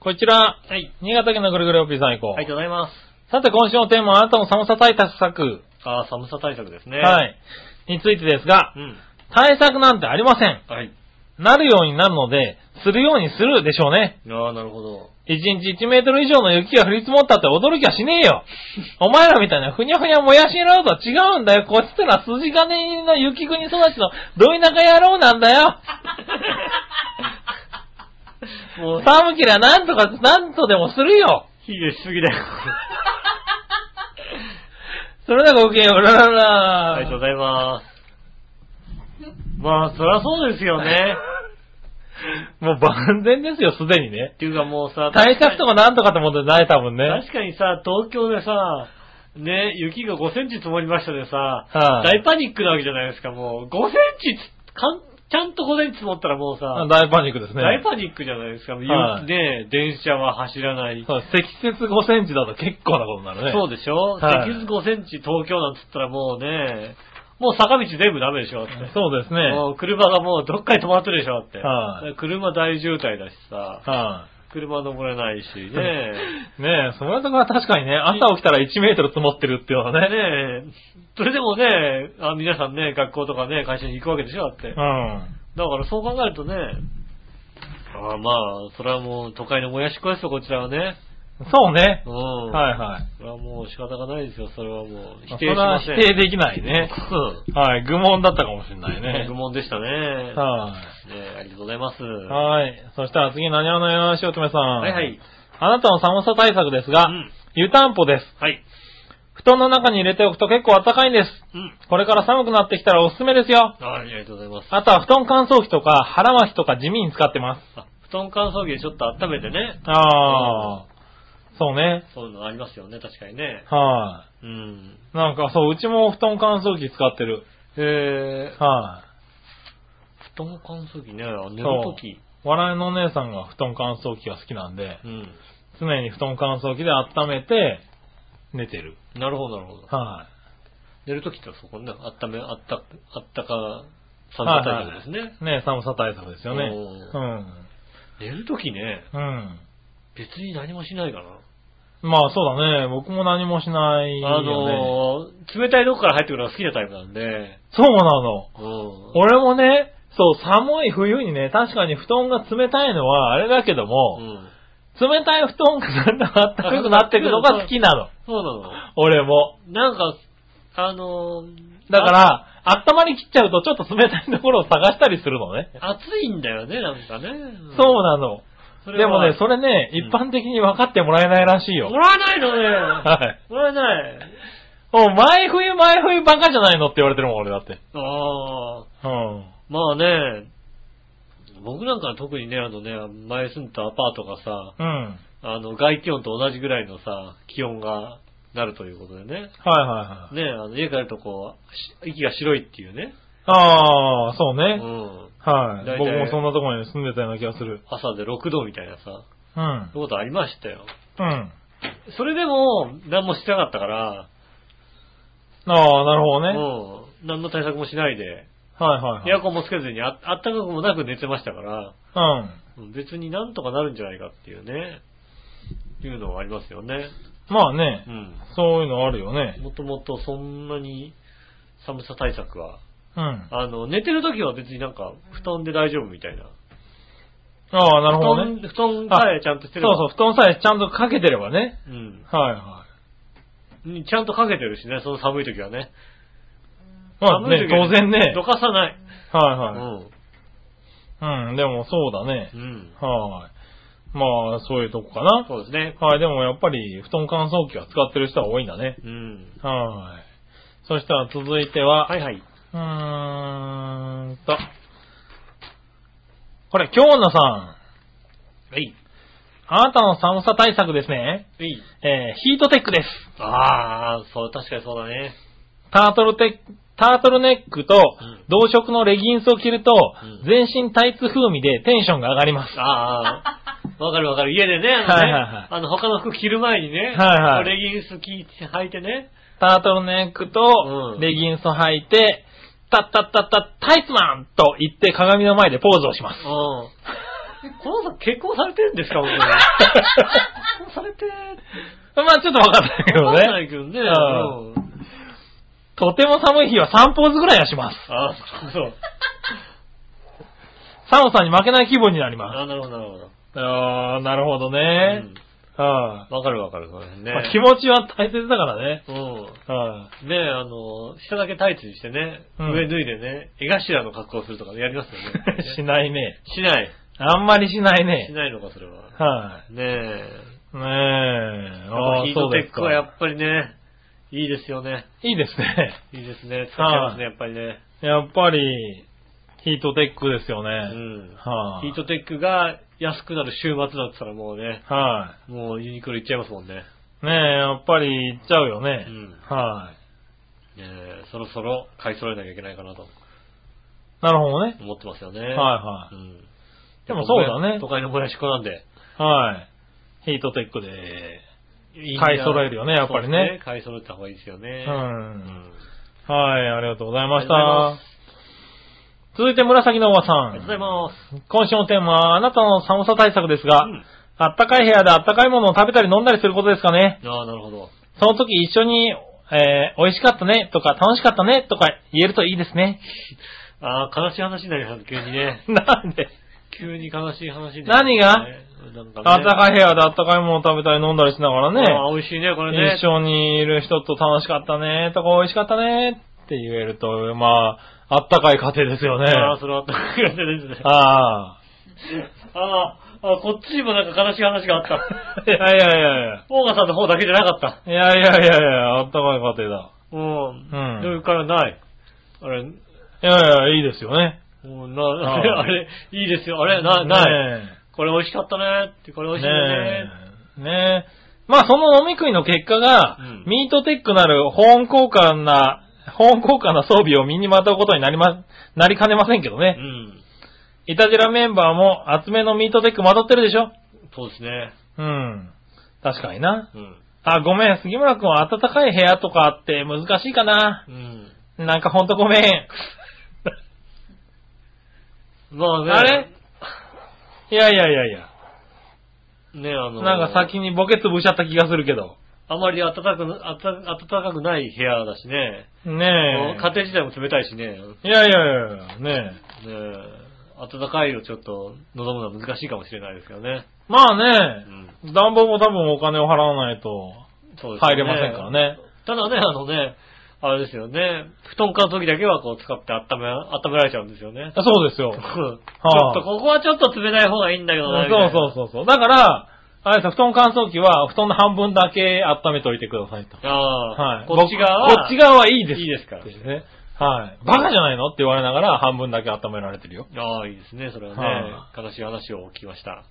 Speaker 3: こちら、
Speaker 4: はい。
Speaker 3: 新潟県のぐるぐるおっぴーさん行こう。
Speaker 4: ありがとうございます。
Speaker 3: さて今週のテーマはあなたの寒さ対策、
Speaker 4: あー寒さ対策ですね。
Speaker 3: はい。についてですが、
Speaker 4: うん。
Speaker 3: 対策なんてありません。
Speaker 4: はい。
Speaker 3: なるようになるので、するようにするでしょうね。
Speaker 4: ああ、なるほど。
Speaker 3: 1日1メートル以上の雪が降り積もったって驚きはしねえよ。お前らみたいなふにゃふにゃもやし野郎とは違うんだよ。こっちとら筋金の雪国育ちのどいなか野郎なんだよ。
Speaker 4: もう、
Speaker 3: 寒けりゃなんとか、なんとでもするよ。
Speaker 4: 火入れしすぎだよ。
Speaker 3: それではごきげんよう。ららら。
Speaker 4: ありがとうございます。まあ、そりゃそうですよね。
Speaker 3: もう万全ですよ、すでにね
Speaker 4: っ。ていうかもうさ、
Speaker 3: 対策とかなんとかってもんじゃない、多分ね。
Speaker 4: 確かにさ、東京でさ、ね、雪が5センチ積もりましたでさ、
Speaker 3: はい
Speaker 4: 大パニックなわけじゃないですか、もう。5センチつかん、ちゃんと5センチ積もったらもうさ、
Speaker 3: 大パニックですね。
Speaker 4: 大パニックじゃないですか、もう
Speaker 3: はい
Speaker 4: ね、電車は走らない。
Speaker 3: そう積雪5センチだと結構なことになるね。
Speaker 4: そうでしょ、
Speaker 3: はい
Speaker 4: 積雪5センチ東京なんつったらもうね、もう坂道全部ダメでしょだって。
Speaker 3: そうですね。
Speaker 4: もう車がもうどっかに止まってるでしょだって。
Speaker 3: はい
Speaker 4: 車大渋滞だしさ、
Speaker 3: は
Speaker 4: 車登れない しね。
Speaker 3: い。ねえ、そのとこは確かにね、朝起きたら1メートル積もってるっていうのはね。
Speaker 4: ねえ、それでもね、あ皆さんね、学校とかね、会社に行くわけでしょ、だっ
Speaker 3: う
Speaker 4: て。だか
Speaker 3: ん。
Speaker 4: らそう考えるとね、ああまあ、それはもう都会のもやしっこですよ、こちらはね。
Speaker 3: そうね。
Speaker 4: うん。
Speaker 3: はいはい。
Speaker 4: それはもう仕方がないですよ、それはもう。否
Speaker 3: そ
Speaker 4: 定
Speaker 3: れは
Speaker 4: しま
Speaker 3: 否
Speaker 4: せん。
Speaker 3: 定できないね。はい、愚問だったかもしれない
Speaker 4: うん。
Speaker 3: ね
Speaker 4: 愚。問でしたね。は。
Speaker 3: はい
Speaker 4: ねありがとうございます。
Speaker 3: い。
Speaker 4: は
Speaker 3: はい。そしたら次、何話のよしおとめさん。
Speaker 4: いはい。
Speaker 3: あなたの寒さ対策ですが、
Speaker 4: うん
Speaker 3: 湯たんぽです。
Speaker 4: はい。
Speaker 3: 布団の中に入れておくと結構暖かいんです。
Speaker 4: うん。
Speaker 3: これから寒くなってきたらおすすめですよ。
Speaker 4: あありがとうございます。
Speaker 3: あとは布団乾燥機とか腹巻きとか地味に使ってます。
Speaker 4: あ、布団乾燥機でちょっと温めてね。
Speaker 3: ああ、そうね。
Speaker 4: そういうのありますよね、確かにね。
Speaker 3: は
Speaker 4: うん。
Speaker 3: い、なんかそう、うちも布団乾燥機使ってる。
Speaker 4: へえ。
Speaker 3: はい、
Speaker 4: 布団乾燥機ね、あ寝る
Speaker 3: そう
Speaker 4: とき。
Speaker 3: 笑いのお姉さんが布団乾燥機が好きなんで、
Speaker 4: うん。
Speaker 3: 常に布団乾燥機で温めて寝てる。
Speaker 4: なるほど、なるほど。
Speaker 3: は
Speaker 4: 寝るときってそこね、あっため、あった、あったか、寒さ対策ですね。
Speaker 3: い、ね寒さ対策ですよね。
Speaker 4: お
Speaker 3: う
Speaker 4: ー
Speaker 3: ん。
Speaker 4: 寝るときね、
Speaker 3: うん。
Speaker 4: 別に何もしないかな。
Speaker 3: まあそうだね。僕も何もしないよ、ね。
Speaker 4: あのー、冷たいとこから入ってくるのが好きなタイプなんで、
Speaker 3: そうなの。
Speaker 4: うん。
Speaker 3: 俺もね、そう、寒い冬にね、確かに布団が冷たいのはあれだけど
Speaker 4: う
Speaker 3: も、
Speaker 4: ん。
Speaker 3: 冷たい布団がだんだん暖かくなっていくの が好きなの。
Speaker 4: そうな
Speaker 3: 俺も。
Speaker 4: の。なんか、あのー、
Speaker 3: だから、温まりきっちゃうとちょっと冷たいところを探したりするのね。
Speaker 4: あ、暑いんだよね、なんかね。
Speaker 3: そうなの。
Speaker 4: うん
Speaker 3: でもね、そ
Speaker 4: れ
Speaker 3: れね、
Speaker 4: うん
Speaker 3: 一般的に分かってもらえないらしいよ
Speaker 4: は。も。らえないのね。
Speaker 3: はい。
Speaker 4: もらえない。
Speaker 3: もう前冬前冬バカじゃないのって言われてるもん、俺だって。
Speaker 4: ああ。
Speaker 3: うん。
Speaker 4: まあね、僕なんか特にね、あのね、前住んでたアパートがさ、
Speaker 3: うん。はい
Speaker 4: あの、外気温と同じぐらいのさ、気温がなるということでね。
Speaker 3: はいはい。
Speaker 4: ね、あの家帰るとこう、し息が白いっていうね。
Speaker 3: ああ、そう
Speaker 4: う
Speaker 3: ね。
Speaker 4: ん。
Speaker 3: はい。
Speaker 4: 大体
Speaker 3: 僕もそんなところに住んでたような気がする。
Speaker 4: 朝で6度みたいなさ、そう
Speaker 3: うん
Speaker 4: いう。ことありましたよ。
Speaker 3: うん。
Speaker 4: それでも、何もしてなかったから、
Speaker 3: ああ、なるほどね。
Speaker 4: うん。何の対策もしないで、
Speaker 3: はいはい
Speaker 4: エ
Speaker 3: はい。
Speaker 4: アコンもつけずにあ、あったかくもなく寝てましたから、
Speaker 3: うん。
Speaker 4: うん別になんとかなるんじゃないかっていうね、いうのはありますよね。
Speaker 3: まあね
Speaker 4: う、ん。
Speaker 3: そういうのあるよね。
Speaker 4: もともとそんなに寒さ対策は、
Speaker 3: うん。
Speaker 4: あの、寝てる時は別になんか、布団で大丈夫みたいな。
Speaker 3: ああ、なるほどね。
Speaker 4: 布団、布団さえちゃんとし
Speaker 3: そ
Speaker 4: て
Speaker 3: う
Speaker 4: れば。
Speaker 3: そう、布団さえちゃんとかけてればね。
Speaker 4: うん。
Speaker 3: はいは
Speaker 4: にちゃんとかけてるしね、その寒い時はね。
Speaker 3: い。まあ
Speaker 4: 寒い
Speaker 3: ね、
Speaker 4: 時は
Speaker 3: 当然ね
Speaker 4: ど。かさない。
Speaker 3: はいうはい。うん、でもそうだね
Speaker 4: う。ん。うん。
Speaker 3: はい。まあ、そういうとこかな。
Speaker 4: そうですね。
Speaker 3: はい、でもやっぱり布団乾燥機は使ってる人は多いんだね。
Speaker 4: うん。
Speaker 3: はい。そしたら続いては、
Speaker 4: はいはい。
Speaker 3: うーんと、これ、京女さん。
Speaker 4: はい。
Speaker 3: あなたの寒さ対策ですね。
Speaker 4: はい。
Speaker 3: えーヒートテックです。
Speaker 4: あー、そう、確かにそうだね。
Speaker 3: タートルテック、タートルネックと
Speaker 4: うん
Speaker 3: 同色のレギンスを着ると
Speaker 4: うん、
Speaker 3: 全身タイツ風味でテンションが上がります。
Speaker 4: あ ー、わかるわかる。家でね、あのね、
Speaker 3: はいはいはい
Speaker 4: あの、他の服着る前にね、
Speaker 3: はいはい
Speaker 4: レギンス着履いてね、
Speaker 3: タートルネック
Speaker 4: う
Speaker 3: と
Speaker 4: ん
Speaker 3: レギンスを履いて、タッタッタッタッタイツマンと言って鏡の前でポーズをします
Speaker 4: うん。。 この人結婚されてるんですか、僕結婚されて、
Speaker 3: まあちょっとわかんないけど
Speaker 4: わかんな
Speaker 3: ね。
Speaker 4: いけどね。
Speaker 3: うん
Speaker 4: うん
Speaker 3: とても寒い日は3ポーズぐらいはします。
Speaker 4: あそうそう。
Speaker 3: 寒さに負けない気分になりま
Speaker 4: あなるほど、なるほど。
Speaker 3: す。あー、なるほど
Speaker 4: え
Speaker 3: ね。はい
Speaker 4: わかるわかる、それね。
Speaker 3: まあ気持ちは大切だからね。
Speaker 4: う
Speaker 3: はい
Speaker 4: ん。ねあの、下だけタイツにしてね、
Speaker 3: うん。
Speaker 4: 上脱いでね、絵頭の格好をするとかやりますよね
Speaker 3: しないね。
Speaker 4: しない。
Speaker 3: あんまりしない
Speaker 4: し
Speaker 3: ね。
Speaker 4: ないのか、それは。
Speaker 3: は
Speaker 4: ねえ。
Speaker 3: い。ねえ。
Speaker 4: やっぱヒートテックはや
Speaker 3: そうです
Speaker 4: っぱりね、いいですよね。
Speaker 3: かいいです ね。
Speaker 4: いいですね。使っちゃいますね、やっぱりね。
Speaker 3: やっぱり、ヒートテックですよね。
Speaker 4: うん。
Speaker 3: はい、
Speaker 4: ヒートテックが安くなる週末だったらもうね、
Speaker 3: は
Speaker 4: もうユニクロ行っちゃいますもんね。
Speaker 3: い、ねえ、やっぱり行っちゃうよね。
Speaker 4: うん
Speaker 3: はい、
Speaker 4: ねえそろそろ買い揃えなきゃいけないかなと
Speaker 3: なるほどね。
Speaker 4: 思ってますよね。
Speaker 3: はいは
Speaker 4: うん。
Speaker 3: でもそうだね
Speaker 4: 都会のもやしっ子なんで。
Speaker 3: い。はい。ヒートテックで。買い揃えるよねやっぱりね
Speaker 4: そうです買い揃えた方がいいですよね。
Speaker 3: う。
Speaker 4: うんん
Speaker 3: はい、ありがとうございまし
Speaker 4: ありがとうござい
Speaker 3: た
Speaker 4: ま。
Speaker 3: 続いて紫のおばさ
Speaker 4: ありがとうござい
Speaker 3: ん。
Speaker 4: ます。
Speaker 3: 今週のテーマは、あなたの寒さ対策ですが、
Speaker 4: うん
Speaker 3: あったかい部屋であったかいものを食べたり飲んだりすることですかね。
Speaker 4: ああ、なるほど。
Speaker 3: その時一緒に、えー美味しかったねとか楽しかったねとか言えるといいですね。
Speaker 4: ああ、悲しい話になります、急にね
Speaker 3: 。なんで
Speaker 4: 急に悲しい話になりますね
Speaker 3: 何が、
Speaker 4: なんかね。
Speaker 3: 暖かい部屋で暖かいもの食べたり飲んだりしなが
Speaker 4: あ
Speaker 3: らね、
Speaker 4: あ美味しいね、これね。
Speaker 3: 一緒にいる人と楽しかったね、とか美味しかったねって言えると、まあ、あったかい家庭ですよね。
Speaker 4: ああ、それはあったかいですね。
Speaker 3: ああ。
Speaker 4: ああ、あこっちにもなんか悲しい話があ った。
Speaker 3: いやいやいやいや。
Speaker 4: 大川さんの方だけじゃなかった。
Speaker 3: いやいやいやいや、あったかい家庭だ。
Speaker 4: うん。
Speaker 3: うん
Speaker 4: どういうからない。あれ、
Speaker 3: いやいや、いいですよね。
Speaker 4: もう
Speaker 3: あ
Speaker 4: な、 あれ、
Speaker 3: あ
Speaker 4: あれ、いいですよ。あれ、な、ない。
Speaker 3: ね
Speaker 4: これ美味しかったねって、これ美
Speaker 3: え
Speaker 4: 味しい
Speaker 3: ね
Speaker 4: ね。
Speaker 3: え。ねえ。まあ、その飲み食いの結果が、
Speaker 4: うん
Speaker 3: ミートテックなる保温効果な、保温効果な装備を身にまとうことになりま、なりかねませんけど
Speaker 4: う
Speaker 3: ね。
Speaker 4: ん。
Speaker 3: イタジラメンバーも厚めのミートテックまとってるでしょ
Speaker 4: そうですね。
Speaker 3: うん。確かにな。
Speaker 4: うん。
Speaker 3: あ、ごめん、杉村くんは暖かい部屋とかあって難しいかな。
Speaker 4: うん。
Speaker 3: なんかほんとごめん。
Speaker 4: まあね。
Speaker 3: あれいやいやいやいや。
Speaker 4: ね、あの、
Speaker 3: なんか先にボケ潰しちゃった気がするけど。
Speaker 4: あまり暖かく、暖か暖かくない部屋だしね。
Speaker 3: ねえ。
Speaker 4: 家庭自体も冷たいしね。
Speaker 3: いやいやいや、ねえ。
Speaker 4: ね暖かいをちょっと望むのは難しいかもしれないですけどね。
Speaker 3: ま
Speaker 4: う
Speaker 3: あね、
Speaker 4: ん。
Speaker 3: 暖房も多分お金を払わないと
Speaker 4: そうですね
Speaker 3: 入れませんから。ね。
Speaker 4: ただね、あのね、あれですよね、布団乾燥機だけはこう使って温め、温められちゃうんですよね。
Speaker 3: あそうですよ。
Speaker 4: ち
Speaker 3: そう
Speaker 4: ょっと、ここはちょっと冷たい方がいいんだけどなみたいな
Speaker 3: そうそうそう。だから、あれですよ布団乾燥機は布団の半分だけ温めておいてくださいと。
Speaker 4: あ
Speaker 3: は
Speaker 4: あ、
Speaker 3: い。
Speaker 4: こっち側
Speaker 3: 僕こっち側はいいです。
Speaker 4: いいですから
Speaker 3: ですね。はい。バカじゃないのって言われながら半分だけ温められてるよ。
Speaker 4: ああ、いいですね、それはね。
Speaker 3: は
Speaker 4: 悲しい話を聞きました。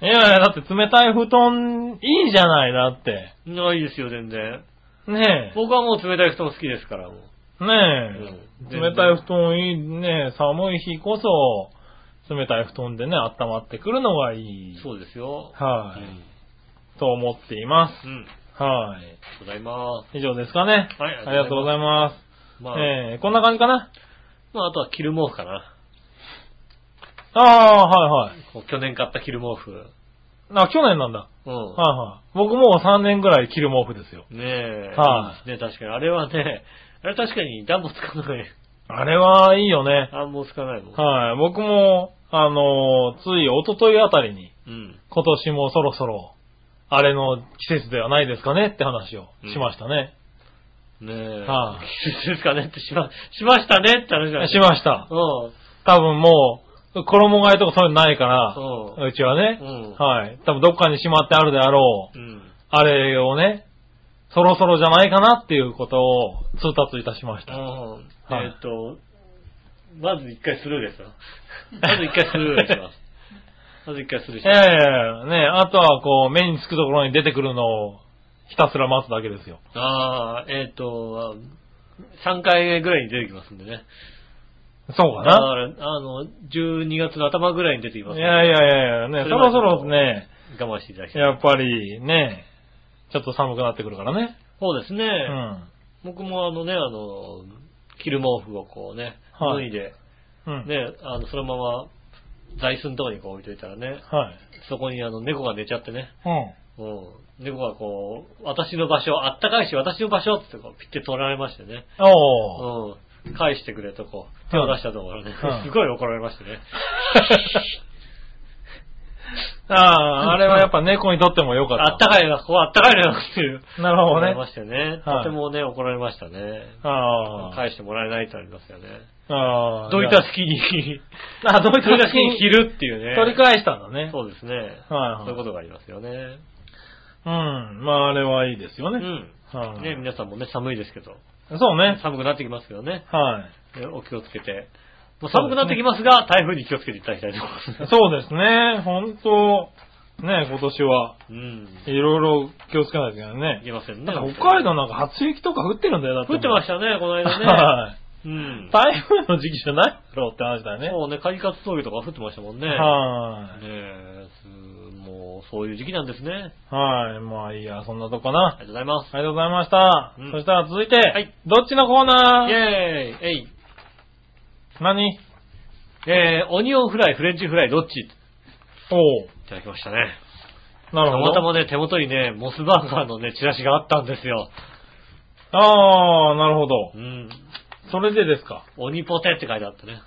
Speaker 3: いやいや、だって冷たい布団いいじゃない、だって。
Speaker 4: いや、いいですよ、全然。
Speaker 3: ね
Speaker 4: 僕はもう冷たい布団好きですから、もう。
Speaker 3: え。ねえ。
Speaker 4: うん
Speaker 3: 冷たい布団いいね。寒い日こそ、冷たい布団でね、温まってくるのがいい。
Speaker 4: そうですよ。
Speaker 3: は
Speaker 4: う
Speaker 3: い。
Speaker 4: ん
Speaker 3: と思っていま
Speaker 4: うん。
Speaker 3: す。はい。
Speaker 4: ございます。
Speaker 3: 以上ですかね。
Speaker 4: はい
Speaker 3: ありがとうございます。
Speaker 4: まあ、
Speaker 3: えー、こんな感じかな。
Speaker 4: まあ、あとは着る毛布かな。
Speaker 3: ああ、はいはい。
Speaker 4: こう去年買った着る毛布。
Speaker 3: あ、去年なんだ。
Speaker 4: うん。
Speaker 3: はいはい。僕もう3年ぐらい着る毛布ですよ。
Speaker 4: ねえ。
Speaker 3: はい
Speaker 4: いいですね、確かに。あれはね、あれ確かに暖房つかない。
Speaker 3: あれはいいよね。
Speaker 4: 暖房つかないもん。
Speaker 3: はい。僕も、あのーつい一昨日あたりに、
Speaker 4: うん。
Speaker 3: 今年もそろそろ、あれの季節ではないですかねって話をしましたね。
Speaker 4: ねえ。
Speaker 3: はい
Speaker 4: 季節 ですかねってしま、しましたねって話だね。
Speaker 3: しました。
Speaker 4: うん。
Speaker 3: 多分もう、衣替えとかそういうのないから、
Speaker 4: う
Speaker 3: うちはね、
Speaker 4: うん
Speaker 3: はい。多分どっかにしまってあるであろう、
Speaker 4: うん。
Speaker 3: あれをね、そろそろじゃないかなっていうことを通達いたしました。
Speaker 4: うん。
Speaker 3: はい
Speaker 4: えっと、まず一回スルーですよ。 まず一回スルーします。まず一回スルーし
Speaker 3: ええ
Speaker 4: ます。
Speaker 3: ねあとはこう、目につくところに出てくるのを、ひたすら待つだけですよ。
Speaker 4: ああ、えっと、3回目ぐらいに出てきますんでね。
Speaker 3: そうか
Speaker 4: だか
Speaker 3: な。
Speaker 4: ら、あの、12月の頭ぐらいに出てきます
Speaker 3: い
Speaker 4: んで
Speaker 3: やいやいやいや、ね、
Speaker 4: そ
Speaker 3: そ
Speaker 4: れま
Speaker 3: ろ
Speaker 4: で
Speaker 3: そろね、
Speaker 4: 我慢していただきたい。
Speaker 3: やっぱりね、ちょっと寒くなってくるからね。
Speaker 4: そうですね。
Speaker 3: うん。
Speaker 4: 僕もあのね、あの、着る毛布をこうね、
Speaker 3: はい
Speaker 4: 脱いで、
Speaker 3: うん。
Speaker 4: ね、あの、そのまま、座椅子のとこにこう置いといたらね、
Speaker 3: はい。
Speaker 4: そこにあの、猫が寝ちゃってね、
Speaker 3: うん。
Speaker 4: うん。猫がこう、私の場所、あったかいし私の場所ってこう、ピッて取られましてね、
Speaker 3: おー。
Speaker 4: うん。返してくれとこう、手を出したところね
Speaker 3: うんう、ん
Speaker 4: すごい怒られましてね。
Speaker 3: ああ、あれはやっぱ猫にとっても良かった。
Speaker 4: あったかいな、ここあったかいなっていう。
Speaker 3: なるほ
Speaker 4: 怒
Speaker 3: ど
Speaker 4: られ
Speaker 3: ね。
Speaker 4: ましてね。
Speaker 3: は
Speaker 4: と
Speaker 3: い
Speaker 4: てもね、怒られましたね。
Speaker 3: ああ。
Speaker 4: 返してもらえないとありますよね。
Speaker 3: ああ。
Speaker 4: どういった隙に、
Speaker 3: あ、どうい
Speaker 4: それ
Speaker 3: った
Speaker 4: だけに着
Speaker 3: に
Speaker 4: るっていうね。
Speaker 3: 取り返したんだね。
Speaker 4: そうですね。
Speaker 3: はいはい
Speaker 4: そういうことがありますよね。
Speaker 3: うん。まあ、あれはいいですよね。
Speaker 4: うん。
Speaker 3: はい
Speaker 4: ね、皆さんもね、寒いですけど。
Speaker 3: そうね。
Speaker 4: 寒くなってきますけどね。
Speaker 3: はい。
Speaker 4: ねお気をつけて。もう寒くなってきますが、台風に気をつけていただきたいと思いま す。
Speaker 3: そうですね。本当ね、今年は、
Speaker 4: うん。
Speaker 3: いろいろ気をつけないといけない
Speaker 4: いけ
Speaker 3: ね。
Speaker 4: ませんね
Speaker 3: な。んか北海道なんか初雪とか降ってるんだよ、だって。
Speaker 4: 降ってましたね、この間ね。
Speaker 3: はい。
Speaker 4: うん。
Speaker 3: 台風の時期じゃないだろうって話だよね。
Speaker 4: そうね、カギカツ峠とか降ってましたもんね。
Speaker 3: は
Speaker 4: ねえ、すもう、そういう時期なんですね。
Speaker 3: い。はい。まあいいや、そんなとこかな。
Speaker 4: ありがとうございます。
Speaker 3: ありがとうございました。
Speaker 4: うん
Speaker 3: そしたら続いて、
Speaker 4: はい
Speaker 3: どっちのコーナー
Speaker 4: イェーイえい
Speaker 3: 何
Speaker 4: えー、オニオンフライ、フレンチフライ、どっちい
Speaker 3: おう
Speaker 4: ただきましたね。
Speaker 3: なる
Speaker 4: た
Speaker 3: ほ
Speaker 4: ま
Speaker 3: ど。
Speaker 4: たまね、手元にね、モスバーガーのね、チラシがあったんですよ。
Speaker 3: ああ、なるほど
Speaker 4: う。ん。
Speaker 3: それでですか。
Speaker 4: 鬼ポテって書いてあってね。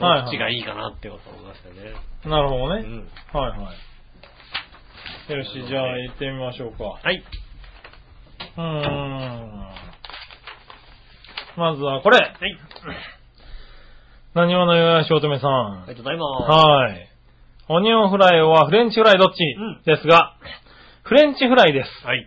Speaker 3: はいはい
Speaker 4: どっちがいいかなってことを思いましたね。
Speaker 3: なるほど
Speaker 4: う
Speaker 3: ね。
Speaker 4: ん。
Speaker 3: はいはい。よし、じゃあ行ってみましょうか。
Speaker 4: はい。
Speaker 3: うーん。まずはこれ。
Speaker 4: はい。
Speaker 3: 何話のよやしおとめさん。
Speaker 4: ありがとうございます。
Speaker 3: はい。オニオンフライはフレンチフライどっち、
Speaker 4: うん
Speaker 3: ですが、フレンチフライです。
Speaker 4: はい。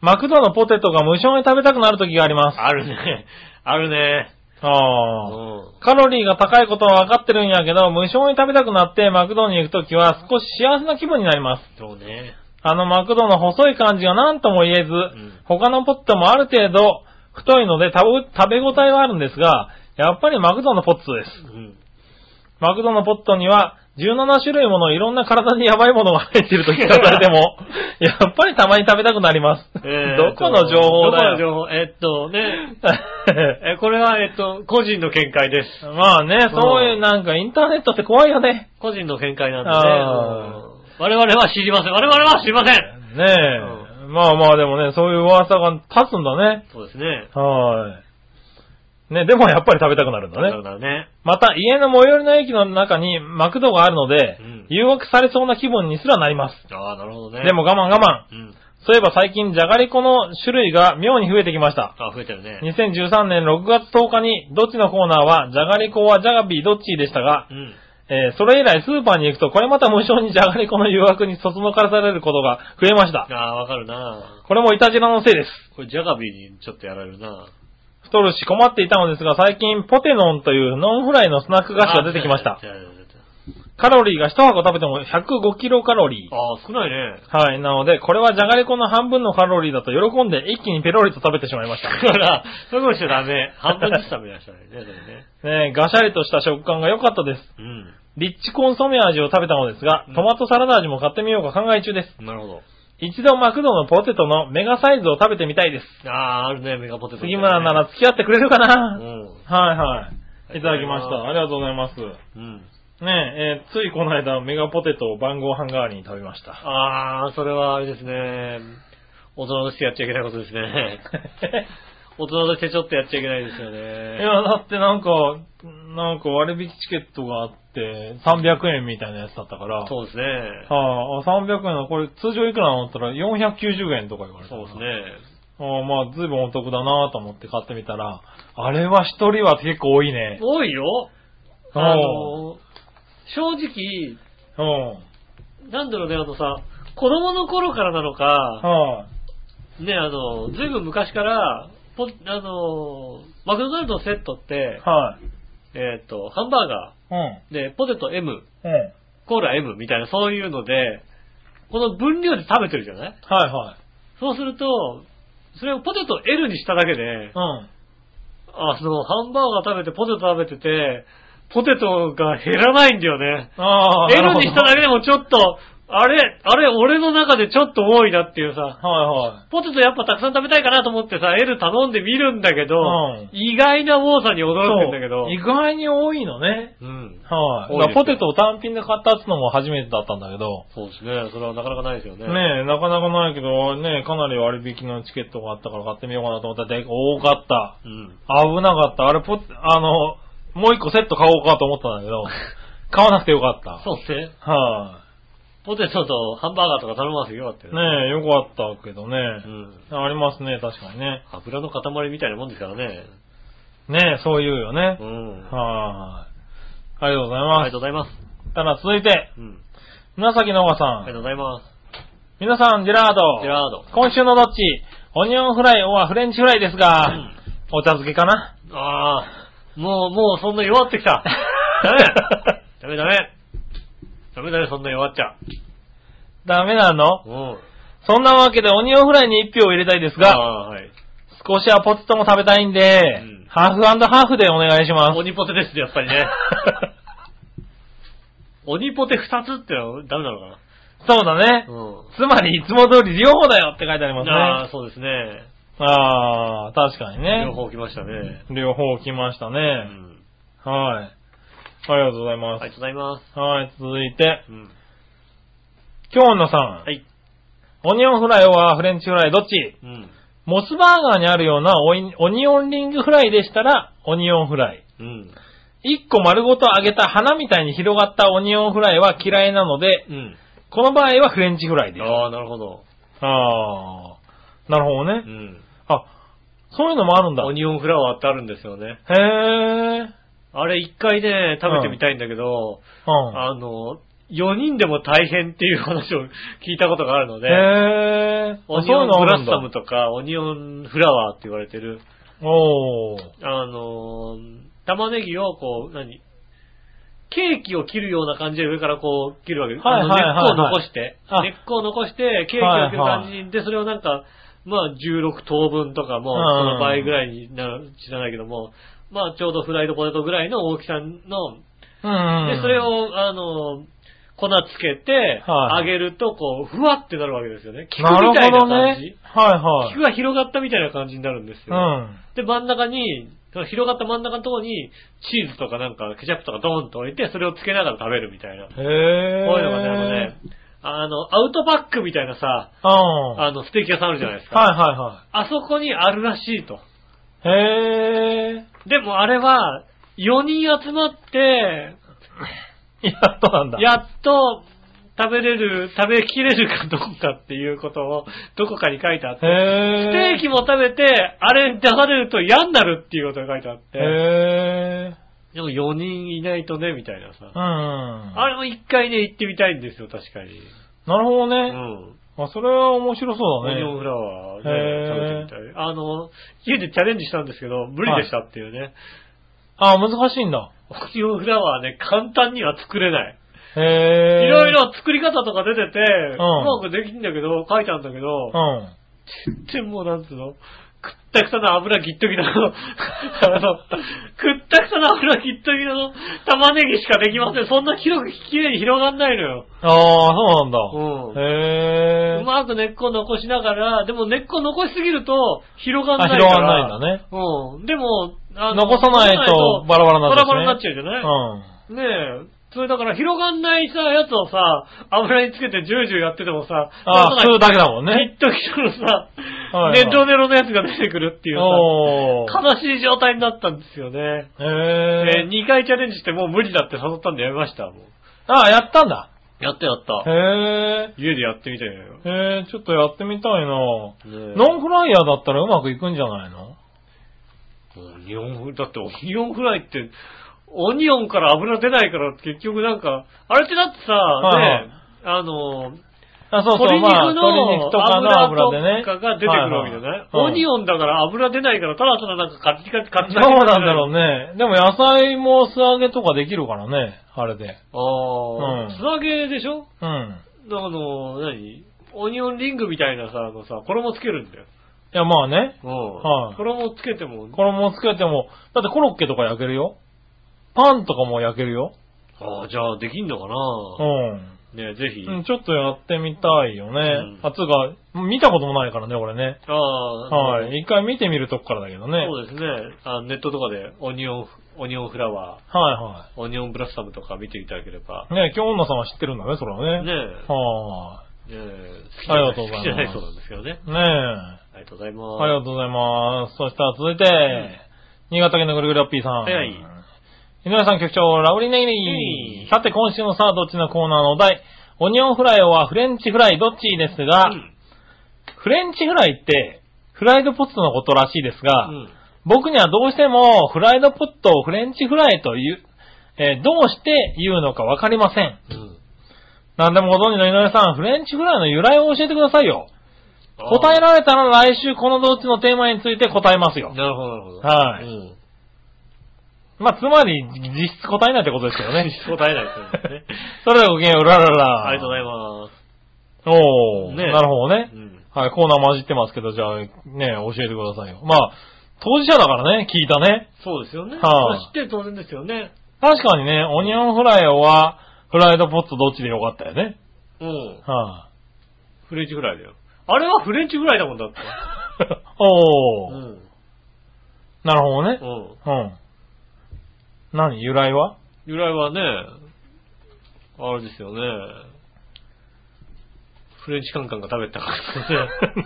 Speaker 3: マクドのポテトが無償に食べたくなる時があります。
Speaker 4: あるね。あるね。う
Speaker 3: ああ。
Speaker 4: ん。
Speaker 3: カロリーが高いことは分かってるんやけど、無償に食べたくなってマクドに行く時は少し幸せな気分になります。
Speaker 4: そうね。
Speaker 3: あのマクドの細い感じが何とも言えず、
Speaker 4: ん
Speaker 3: 他のポテトもある程度太いので食べ食べ応えはあるんですが、やっぱりマクドのポテトです。
Speaker 4: うん。
Speaker 3: マクドのポットには17種類ものいろんな体にやばいものが入っていると聞かされて も、やっぱりたまに食べたくなります。
Speaker 4: えー
Speaker 3: どこの情報だよ。
Speaker 4: どこの情報えっとね、え、これは、えっと、個人の見解です。
Speaker 3: まあね、そういうなんかインターネットって怖いよね。
Speaker 4: 個人の見解なんでね。
Speaker 3: あー
Speaker 4: うん我々は知りません。我々は知りません。
Speaker 3: ねえ。まあまあでもね、そういう噂が立つんだね。
Speaker 4: そうですね。
Speaker 3: はい。ね、でもやっぱり食べたくなるんだ
Speaker 4: だか
Speaker 3: ね。
Speaker 4: らね。
Speaker 3: また家の最寄りの駅の中にマクドがあるので、
Speaker 4: うん
Speaker 3: 誘惑されそうな気分にすらなります。
Speaker 4: ああ、なるほどね。
Speaker 3: でも、我慢我慢。
Speaker 4: うん。
Speaker 3: そういえば最近じゃがりこの種類が妙に増えてきました。
Speaker 4: あ増えてるね。
Speaker 3: 2013年6月10日に、どっちのコーナーは、じゃがりこはじゃがビーどっちでしたが
Speaker 4: う、ん。
Speaker 3: えーそれ以来スーパーに行くと、これまた無償にじゃがりこの誘惑にそそのかされることが増えました。
Speaker 4: ああ、わかるな。
Speaker 3: これもいたじらのせいです。
Speaker 4: これ、ジャガビーにちょっとやられるな。
Speaker 3: 太るし困っていたのですが、最近ポテノンというノンフライのスナック菓子が出てきました
Speaker 4: あ。出て出て出て
Speaker 3: カロリーが1箱食べても105キロカロリー。
Speaker 4: あー少ないね。
Speaker 3: はい。なので、これはじゃがりこの半分のカロリーだと喜んで一気にペロリと食べてしまいました。
Speaker 4: だから、そういうことしちゃダメ。半分ずつ食べなきゃダメね、でもね。
Speaker 3: ねえガシャリとした食感が良かったです。
Speaker 4: う
Speaker 3: リッチコンソメ味を食べたのですが
Speaker 4: う、ん
Speaker 3: トマトサラダ味も買ってみようか考え中です。
Speaker 4: ん。なるほど。
Speaker 3: 一度マクドのポテトのメガサイズを食べてみたいです。
Speaker 4: ああ、あるね、メガポテト、
Speaker 3: 杉村なら。付き合ってくれるか
Speaker 4: う
Speaker 3: な、
Speaker 4: ん。
Speaker 3: はいはい。いただきまし
Speaker 4: あ
Speaker 3: た。ありがとうございます。
Speaker 4: うん。
Speaker 3: ねえ、えーついこの間メガポテトを晩ご飯代わりに食べました。
Speaker 4: ああ、それはあれですね。大人としてやっちゃいけないことですね。大人としてちょっとやっちゃいけないですよ
Speaker 3: い
Speaker 4: ね。
Speaker 3: や、だってなんか、なんか割引チケットがあって300円みたいなやつだったから、
Speaker 4: そうですね。
Speaker 3: はあ、あ300円のこれ通常いくらなのって言ったら490円とか言われたか
Speaker 4: そう
Speaker 3: ら
Speaker 4: ですね。
Speaker 3: ああまあ、ずいぶんお得だなと思って買ってみたら、あれは一人は結構多いね。
Speaker 4: 多いよ。
Speaker 3: うん
Speaker 4: あの、正直、
Speaker 3: うん。
Speaker 4: なんだろうね、あのさ、子供の頃からなのか、
Speaker 3: はい、
Speaker 4: ね、あの、ずいぶん昔から、ポあの、マクドナルドのセットって、
Speaker 3: はい、
Speaker 4: えっ、と、ハンバーガー、で、ポテト M、
Speaker 3: うん。うん。
Speaker 4: コーラ M みたいな、そういうので、この分量で食べてるじゃない
Speaker 3: はいはい。
Speaker 4: そうすると、それをポテト L にしただけで、
Speaker 3: うん。
Speaker 4: あ、その、ハンバーガー食べて、ポテト食べてて、ポテトが減らないんだよね。
Speaker 3: ああ、なる
Speaker 4: L
Speaker 3: ほど
Speaker 4: にしただけでもちょっと、あれ、あれ、俺の中でちょっと多いなっていうさ、
Speaker 3: は
Speaker 4: ポテトやっぱたくさん食べたいかなと思ってさ、L 頼んでみるんだけど、
Speaker 3: うん
Speaker 4: 意外な多さに
Speaker 3: い
Speaker 4: 驚
Speaker 3: はい。
Speaker 4: くんだけど
Speaker 3: そう、意外に多いのね。
Speaker 4: うん。
Speaker 3: はい、
Speaker 4: 多い
Speaker 3: だから
Speaker 4: ですよ
Speaker 3: ポテトを単品で買ったっつのも初めてだったんだけど、
Speaker 4: そうですね、それはなかなかないですよね。
Speaker 3: ねえ、なかなかないけど、ねえ、かなり割引のチケットがあったから買ってみようかなと思ったら、で多かった。
Speaker 4: うん。
Speaker 3: 危なかった。あれ、ポテ、あの、もう一個セット買おうかと思ったんだけ ど、買わなくてよかった。
Speaker 4: そうですね。
Speaker 3: はい、
Speaker 4: ポテトとハンバーガーとか頼ませてよかったよ
Speaker 3: ねえ、よかったけどね。
Speaker 4: うん。
Speaker 3: ありますね、確かにね。
Speaker 4: 油の塊みたいなもんですからね。
Speaker 3: ねえ、そう言うよね
Speaker 4: う。ん。
Speaker 3: はーい。ありがとうござい
Speaker 4: あり
Speaker 3: ま
Speaker 4: がとうございます。
Speaker 3: す。ただ続いて、
Speaker 4: うん。
Speaker 3: 紫のおさ
Speaker 4: ありがと
Speaker 3: ん。
Speaker 4: うございます。
Speaker 3: 皆さん、ジェラード。
Speaker 4: ジェラード。
Speaker 3: 今週のどっちオニオンフライはフレンチフライですが、
Speaker 4: うん
Speaker 3: お茶漬けかな
Speaker 4: ああ、もう、もうそんな弱って きた。ダメダメダメダメダメ、そんな弱っちゃ。
Speaker 3: ダメなの
Speaker 4: うん。
Speaker 3: そんなわけでオニオンフライに一票を入れたいですが、
Speaker 4: ああー、はい。
Speaker 3: 少しはポテトも食べたいんで、
Speaker 4: ん
Speaker 3: ハーフハーフでお願いします。
Speaker 4: 鬼ポテですね、やっぱり ね。鬼ポテ二つってのはダメなのかな
Speaker 3: そうだね。
Speaker 4: う
Speaker 3: つまり、いつも通り両方だよって書いてあります
Speaker 4: ん。
Speaker 3: ね。
Speaker 4: ああ、そうですね。
Speaker 3: ああ、確かにね
Speaker 4: 両。方来ましたね。
Speaker 3: 両方来ましたね。
Speaker 4: うん。
Speaker 3: はい。ありがとうござい
Speaker 4: あ
Speaker 3: ま。
Speaker 4: りがとうございます
Speaker 3: はい、続いて、
Speaker 4: す。うん。
Speaker 3: 今日のさん。
Speaker 4: はい。
Speaker 3: オニオンフライはフレンチフライどっち
Speaker 4: うん。
Speaker 3: モスバーガーにあるようなオイオニオンリングフライでしたら、オニオンフライ。
Speaker 4: うん。
Speaker 3: 一個丸ごと揚げた花みたいに広がったオニオンフライは嫌いなので、
Speaker 4: うん。
Speaker 3: この場合はフレンチフライで。あ
Speaker 4: ああ、なるほど。
Speaker 3: あー。なるほど
Speaker 4: う
Speaker 3: ね。
Speaker 4: ん。
Speaker 3: あ、そういうのもあるんだ。
Speaker 4: オニオンフラワーってあるんですよね。
Speaker 3: へー。
Speaker 4: あれ一回ね、食べてみたいんだけど、
Speaker 3: うん。
Speaker 4: あの、4人でも大変っていう話を聞いたことがあるので、
Speaker 3: へー。
Speaker 4: オ
Speaker 3: あ
Speaker 4: ニオンブラッサム
Speaker 3: と。
Speaker 4: とか、オニオンフラワーって言われてる、
Speaker 3: おー。
Speaker 4: あのー、玉ねぎをこう、何ケーキを切るような感じで上からこう切るわけです。
Speaker 3: はいはいはいはい
Speaker 4: あの根っこを残して、
Speaker 3: あ
Speaker 4: 根っこを残して、ケーキを切る感じで、それをなんか、まあ16等分とか
Speaker 3: う
Speaker 4: も、そ
Speaker 3: ん
Speaker 4: の倍ぐらいになる、知らないけども、まあちょうどフライドポテトぐらいの大きさの
Speaker 3: うん。
Speaker 4: で、それ、を、あの、粉つけて、
Speaker 3: はい
Speaker 4: 揚げると、こう、ふわってなるわけですよね。菊み
Speaker 3: なる
Speaker 4: たいな
Speaker 3: ほど
Speaker 4: 感じ
Speaker 3: ね。。はいはい
Speaker 4: 菊。が広がったみたいな感じになるんです
Speaker 3: う
Speaker 4: よ。
Speaker 3: ん。
Speaker 4: で、真ん中に、その広がった真ん中のところに、チーズとかなんか、ケチャップとかドーンと置いて、それをつけながら食べるみたいな。こ
Speaker 3: へえ。
Speaker 4: ういうのがね、あのね、あの、アウトバックみたいなさ、
Speaker 3: うん。は
Speaker 4: あの、ステーキ屋さんあるじゃないです
Speaker 3: い
Speaker 4: か。
Speaker 3: は
Speaker 4: あそこにあるらしいと。
Speaker 3: いはい。へえ。
Speaker 4: でもあれは、4人集まって、
Speaker 3: やっとなんだ。
Speaker 4: やっと食べれる、食べきれるかどうかっていうことをどこかに書いてあって、ス
Speaker 3: へ
Speaker 4: テ
Speaker 3: え。
Speaker 4: ーキも食べて、あれ出されると嫌になるっていうことが書いてあって、
Speaker 3: へえ。
Speaker 4: でも4人いないとね、みたいなさ。
Speaker 3: うん。
Speaker 4: あれも一回ね、行ってみたいんですよ、確かに。
Speaker 3: なるほど
Speaker 4: う
Speaker 3: ね。
Speaker 4: ん。
Speaker 3: あ、それは面白そう
Speaker 4: オ
Speaker 3: だ
Speaker 4: ニオン
Speaker 3: ね。
Speaker 4: フラワー
Speaker 3: へ
Speaker 4: ね、
Speaker 3: ー
Speaker 4: 食べてみたい。あの、家でチャレンジしたんですけど、無理でしたっていうね。
Speaker 3: あ、難しいんだ。
Speaker 4: オニオンフラワーね、簡単には作れない。
Speaker 3: へ
Speaker 4: い
Speaker 3: え。
Speaker 4: ろい。ろ作り方とか出てて、うまくできんだけど、書いてあるんだけど、
Speaker 3: うん。
Speaker 4: でもうなんつうのくったくさの油ぎっときなの。 あの、くったくさの油ぎっときなの玉ねぎしかできません。そんな広く、綺麗に広がんないのよ。
Speaker 3: ああ、そうなん
Speaker 4: う
Speaker 3: だ。
Speaker 4: ん。
Speaker 3: へえ。
Speaker 4: うまく根っこ残しながら、でも根っこ残しすぎると広がんないから。
Speaker 3: あ広がんないんだね。
Speaker 4: うん。でも、あの
Speaker 3: 残さないとバラバラになっちゃうしね
Speaker 4: バラバラになっちゃうじゃない、ねえ、それだから広がんないさ、やつをさ、油につけてジュージューやっててもさ、
Speaker 3: うん。ああ、
Speaker 4: なん
Speaker 3: 吸う
Speaker 4: か
Speaker 3: だけだもん
Speaker 4: 一
Speaker 3: ね。
Speaker 4: 時のさ
Speaker 3: はいは、い
Speaker 4: ネロネロのやつが出てくるっていうさ、
Speaker 3: おー。
Speaker 4: 悲しい状態になったんですよね。
Speaker 3: へ
Speaker 4: え
Speaker 3: え。
Speaker 4: 2回チャレンジしてもう無理だって誘ったんでやめました、もう。
Speaker 3: あ、やったんだ。
Speaker 4: やったやった。
Speaker 3: へえ。
Speaker 4: 家でやってみたいのよ。
Speaker 3: へえ、ちょっとやってみたいな
Speaker 4: ね
Speaker 3: ノンフライヤーだったらうまくいくんじゃないの
Speaker 4: オニオンフライ、だってオニオンフライって、オニオンから油出ないから結局なんか、あれってだってさ、
Speaker 3: はい
Speaker 4: ね、あの、
Speaker 3: あ、そうそう、
Speaker 4: 鶏肉
Speaker 3: まあ、鶏
Speaker 4: の
Speaker 3: 肉とかの油で
Speaker 4: 油
Speaker 3: ね。
Speaker 4: とかが出てくるわけじゃないオニ
Speaker 3: ン。
Speaker 4: オンだから油出ないから、ただただなんかカチカチカ
Speaker 3: そ
Speaker 4: チカチ。
Speaker 3: うなんだろうね。でも野菜も素揚げとかできるからね、あれで。
Speaker 4: ああ、
Speaker 3: うん
Speaker 4: 素揚げでしょ
Speaker 3: うん。
Speaker 4: だからあの、何オニオンリングみたいなさ、あのさ、衣つけるんだよ。
Speaker 3: いや、まあね。
Speaker 4: うん。
Speaker 3: はい
Speaker 4: 衣つけても、
Speaker 3: 衣をつけても、だってコロッケとか焼けるよ。パンとかも焼けるよ。
Speaker 4: ああ、じゃあできんのか
Speaker 3: う
Speaker 4: な、ねえぜひ。
Speaker 3: ん。うん、ちょっとやってみたいよね。
Speaker 4: うん
Speaker 3: あ、つうか、見たこともないからね、俺ね。
Speaker 4: ああ、
Speaker 3: はい。一回見てみるとこからだけどね。はい
Speaker 4: そうですねあ。ネットとかでオニオン、オニオンフラワ
Speaker 3: は
Speaker 4: ー、オニオンブラッサムとか見ていただければ。
Speaker 3: い。ね今日女さんは知ってるんだね、それは
Speaker 4: ね
Speaker 3: ね。は
Speaker 4: え、ねえ
Speaker 3: ありがとうございます
Speaker 4: 好きじゃないそうなんですけど
Speaker 3: い。
Speaker 4: ね。
Speaker 3: ねえ。
Speaker 4: ありがとうございます。
Speaker 3: ありがとうございます。そしたら続いて、新潟県のぐるぐるラッピーさん。
Speaker 4: はい
Speaker 3: 井上さん局長、ラブリーネギネ
Speaker 4: うん
Speaker 3: ギ。さて今週のさあどっちのコーナーのお題、オニオンフライはフレンチフライどっちですが、
Speaker 4: うん
Speaker 3: フレンチフライって、フライドポテトのことらしいですが、
Speaker 4: うん
Speaker 3: 僕にはどうしてもフライドポテトをフレンチフライという、えーどうして言うのかわかりません。
Speaker 4: うん
Speaker 3: なんでもご存知の井上さん、フレンチフライの由来を教えてくださいよ。
Speaker 4: ああ
Speaker 3: 答えられたら来週このどっちのテーマについて答えますよ。
Speaker 4: なるほど、なるほど。
Speaker 3: はい
Speaker 4: うん
Speaker 3: まあ、つまり、実質答えないってことですけどね。
Speaker 4: 答えない ですよね。
Speaker 3: それではごきげんよう、うららら。
Speaker 4: ありがとうございま
Speaker 3: おー、
Speaker 4: ね
Speaker 3: なるほどね
Speaker 4: す。う。ん
Speaker 3: はい、コーナー混じってますけど、じゃあ、ね、教えてくださいよ。まあ、当事者だからね、聞いたね。
Speaker 4: そうですよね。
Speaker 3: はい
Speaker 4: まあ知ってる当然ですよね。
Speaker 3: 確かにね、オニオンフライは、フライドポットどっちでよかったよね。
Speaker 4: うん。
Speaker 3: は
Speaker 4: フレンチフライだよ。あれはフレンチフライだもんだって。
Speaker 3: い。 お
Speaker 4: う
Speaker 3: ー、
Speaker 4: ん。
Speaker 3: なるほどね
Speaker 4: う。ん。
Speaker 3: うん。何由来 は
Speaker 4: 由来はね、あれですよね。フレンチカンカンが食べ たからですね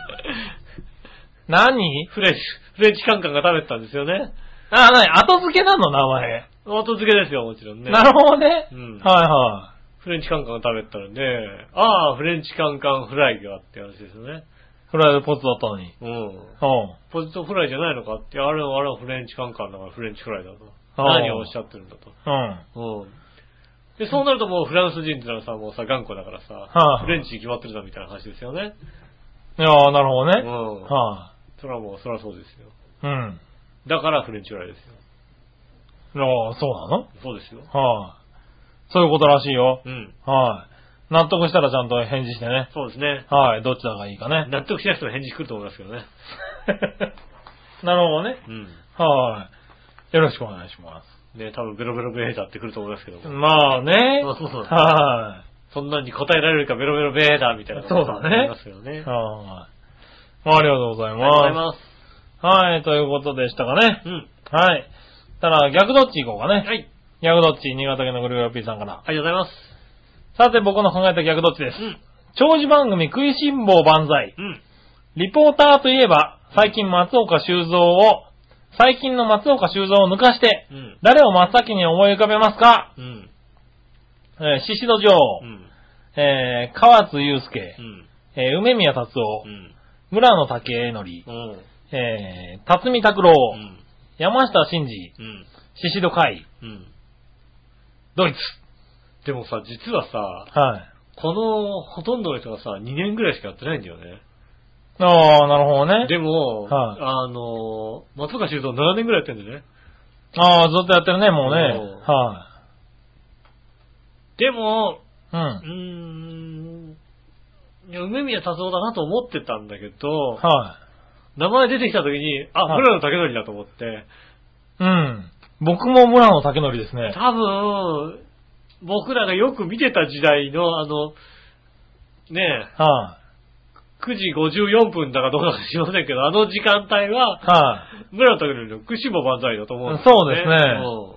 Speaker 3: 何
Speaker 4: フレンチ、フレンチカンカンが食べたんですよね。
Speaker 3: あ、何後付けなの、名前。
Speaker 4: 後付けですよ、もちろんね。
Speaker 3: なるほどね。
Speaker 4: う
Speaker 3: は
Speaker 4: ん
Speaker 3: いは
Speaker 4: フレンチカンカンを食べたらね、ああ、フレンチカンカンフライがって話ですよね。
Speaker 3: フライドポテトだったのに。
Speaker 4: うん。
Speaker 3: うん。
Speaker 4: ポテトフライじゃないのかって、あれはあれはフレンチカンカンだからフレンチフライだと。
Speaker 3: ああ
Speaker 4: 何をおっしゃってるんだと。
Speaker 3: うん。は
Speaker 4: うん。で、そうなるともうフランス人ってのはさ、もうさ、頑固だからさ、
Speaker 3: はあ
Speaker 4: フレンチに決まってるだみたいな話ですよね。
Speaker 3: いやー、なるほど
Speaker 4: う
Speaker 3: ね。
Speaker 4: ん。
Speaker 3: は
Speaker 4: それはもう、それはそうですよ。
Speaker 3: い。うん。
Speaker 4: だからフレンチフライです
Speaker 3: いや
Speaker 4: よ。
Speaker 3: ーそうなの
Speaker 4: そうですよ。
Speaker 3: はい。そういうことらしいよ。
Speaker 4: うん。
Speaker 3: はい。納得したらちゃんと返事してね。
Speaker 4: そうですね。
Speaker 3: はい。どっちらがいいかね。
Speaker 4: 納得しなくても返事来ると思いますけどね。
Speaker 3: なるほどね。
Speaker 4: うん。
Speaker 3: はい。よろしくお願いしま
Speaker 4: ね、多分ベロベロベータって来ると思いますけど
Speaker 3: す。
Speaker 4: も。
Speaker 3: まあね。
Speaker 4: そうそうそう
Speaker 3: は
Speaker 4: そんなんに答えられるかベロベロベータみたいなこと
Speaker 3: そうだね
Speaker 4: ありますけどね。
Speaker 3: い。はい。ありがとうござい
Speaker 4: ありがとうござい
Speaker 3: ま
Speaker 4: ます。
Speaker 3: す。はい。ということでしたかね。
Speaker 4: うん。
Speaker 3: はい。ただ、逆どっち行こうかね。
Speaker 4: はい。
Speaker 3: 逆どっち、新潟県のグループ P さんから。
Speaker 4: ありがとうございます。
Speaker 3: さて、僕の考えた逆どっちです。
Speaker 4: うん。
Speaker 3: 長寿番組食いしん坊万歳。
Speaker 4: うん。
Speaker 3: リポーターといえば、最近松岡修造を、最近の松岡修造を抜かして、
Speaker 4: うん。
Speaker 3: 誰を真っ先に思い浮かべますか
Speaker 4: うん。
Speaker 3: えー、シシド城、
Speaker 4: うん。
Speaker 3: えー、河津祐介
Speaker 4: う、ん。
Speaker 3: えー、梅宮達夫、
Speaker 4: うん。
Speaker 3: 村野武則、
Speaker 4: うん。
Speaker 3: えー、辰巳拓郎、
Speaker 4: うん。
Speaker 3: 山下真司、
Speaker 4: うん。
Speaker 3: シシド海、
Speaker 4: うん。
Speaker 3: ドイツ。
Speaker 4: でもさ、実はさ、
Speaker 3: はい。
Speaker 4: このほとんどの人がさ、2年ぐらいしかやってないんだよね。
Speaker 3: ああ、なるほどね。
Speaker 4: でも、
Speaker 3: はい
Speaker 4: あの、松岡修造7年ぐらいやってんだよね。
Speaker 3: ああ、ずっとやってるね、もうね。
Speaker 4: うん
Speaker 3: は
Speaker 4: でも、
Speaker 3: い。うん
Speaker 4: う。ーん、いや梅宮達夫だなと思ってたんだけど、
Speaker 3: は
Speaker 4: 名前出てきた時に、あ、
Speaker 3: はい
Speaker 4: 村野武則だと思って、
Speaker 3: い。うん。僕も村野武則ですね。
Speaker 4: 多分、僕らがよく見てた時代の、あの、ねえ、
Speaker 3: は。、
Speaker 4: 9時54分だかどうだか知りませんけど、あの時間帯はい
Speaker 3: はい。
Speaker 4: 村野拓郎の串も万歳だと思うんだよ
Speaker 3: そうですね
Speaker 4: う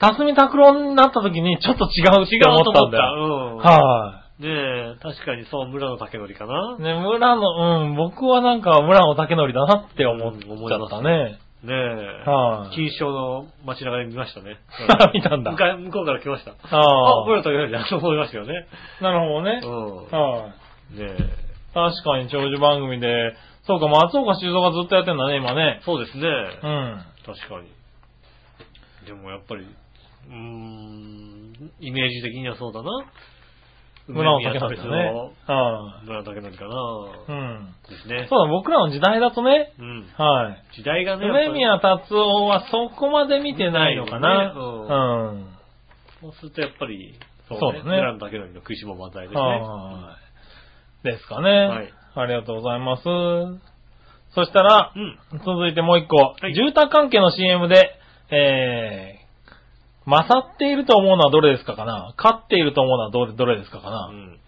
Speaker 3: 辰巳拓郎になった時にちょっと違うっ
Speaker 4: ん違
Speaker 3: て
Speaker 4: う
Speaker 3: 思
Speaker 4: と思
Speaker 3: った
Speaker 4: っ
Speaker 3: ん
Speaker 4: た。
Speaker 3: だよ。
Speaker 4: うん。
Speaker 3: は。。
Speaker 4: ねえ、確かにそう、村野武則かない
Speaker 3: ね、村の、うん、僕はなんか村野武則だなって思っちゃったね。
Speaker 4: ねえ。
Speaker 3: はい、。
Speaker 4: 金賞の街中で見ましたね
Speaker 3: 見たんだ
Speaker 4: 向かい向こうから来ました。
Speaker 3: あ
Speaker 4: あ、
Speaker 3: あ
Speaker 4: 村野武則だと思いましたよね。
Speaker 3: なるほどね。
Speaker 4: う
Speaker 3: はい、
Speaker 4: ん。ね
Speaker 3: 確かに長寿番組で、そうか、松岡修造がずっとやってんだね、今
Speaker 4: え
Speaker 3: ね。。
Speaker 4: そうですね。
Speaker 3: うん。
Speaker 4: 確かに。でもやっぱり、うーん、イメージ的にはそうだな。
Speaker 3: 村野武則だね。はい、
Speaker 4: 村野武則か
Speaker 3: う
Speaker 4: な。
Speaker 3: ん。
Speaker 4: ですね。
Speaker 3: そうだ、僕らの時代だとね。
Speaker 4: うん。
Speaker 3: はい、
Speaker 4: 時代がね、やっぱり
Speaker 3: 梅宮達夫はそこまで見てないのかな。
Speaker 4: 見てないよね
Speaker 3: うん。
Speaker 4: そうするとやっぱり、
Speaker 3: そうですね
Speaker 4: 村野武則の食いしん坊万歳ですね。
Speaker 3: はい。ですかね。
Speaker 4: はい
Speaker 3: ありがとうございます。そしたら
Speaker 4: う、ん。
Speaker 3: 続いてもう一個、住宅関係の CM で、えー、勝っていると思うのはどれですかかな勝っていると思うのはどれ、どれですかかな、
Speaker 4: うん。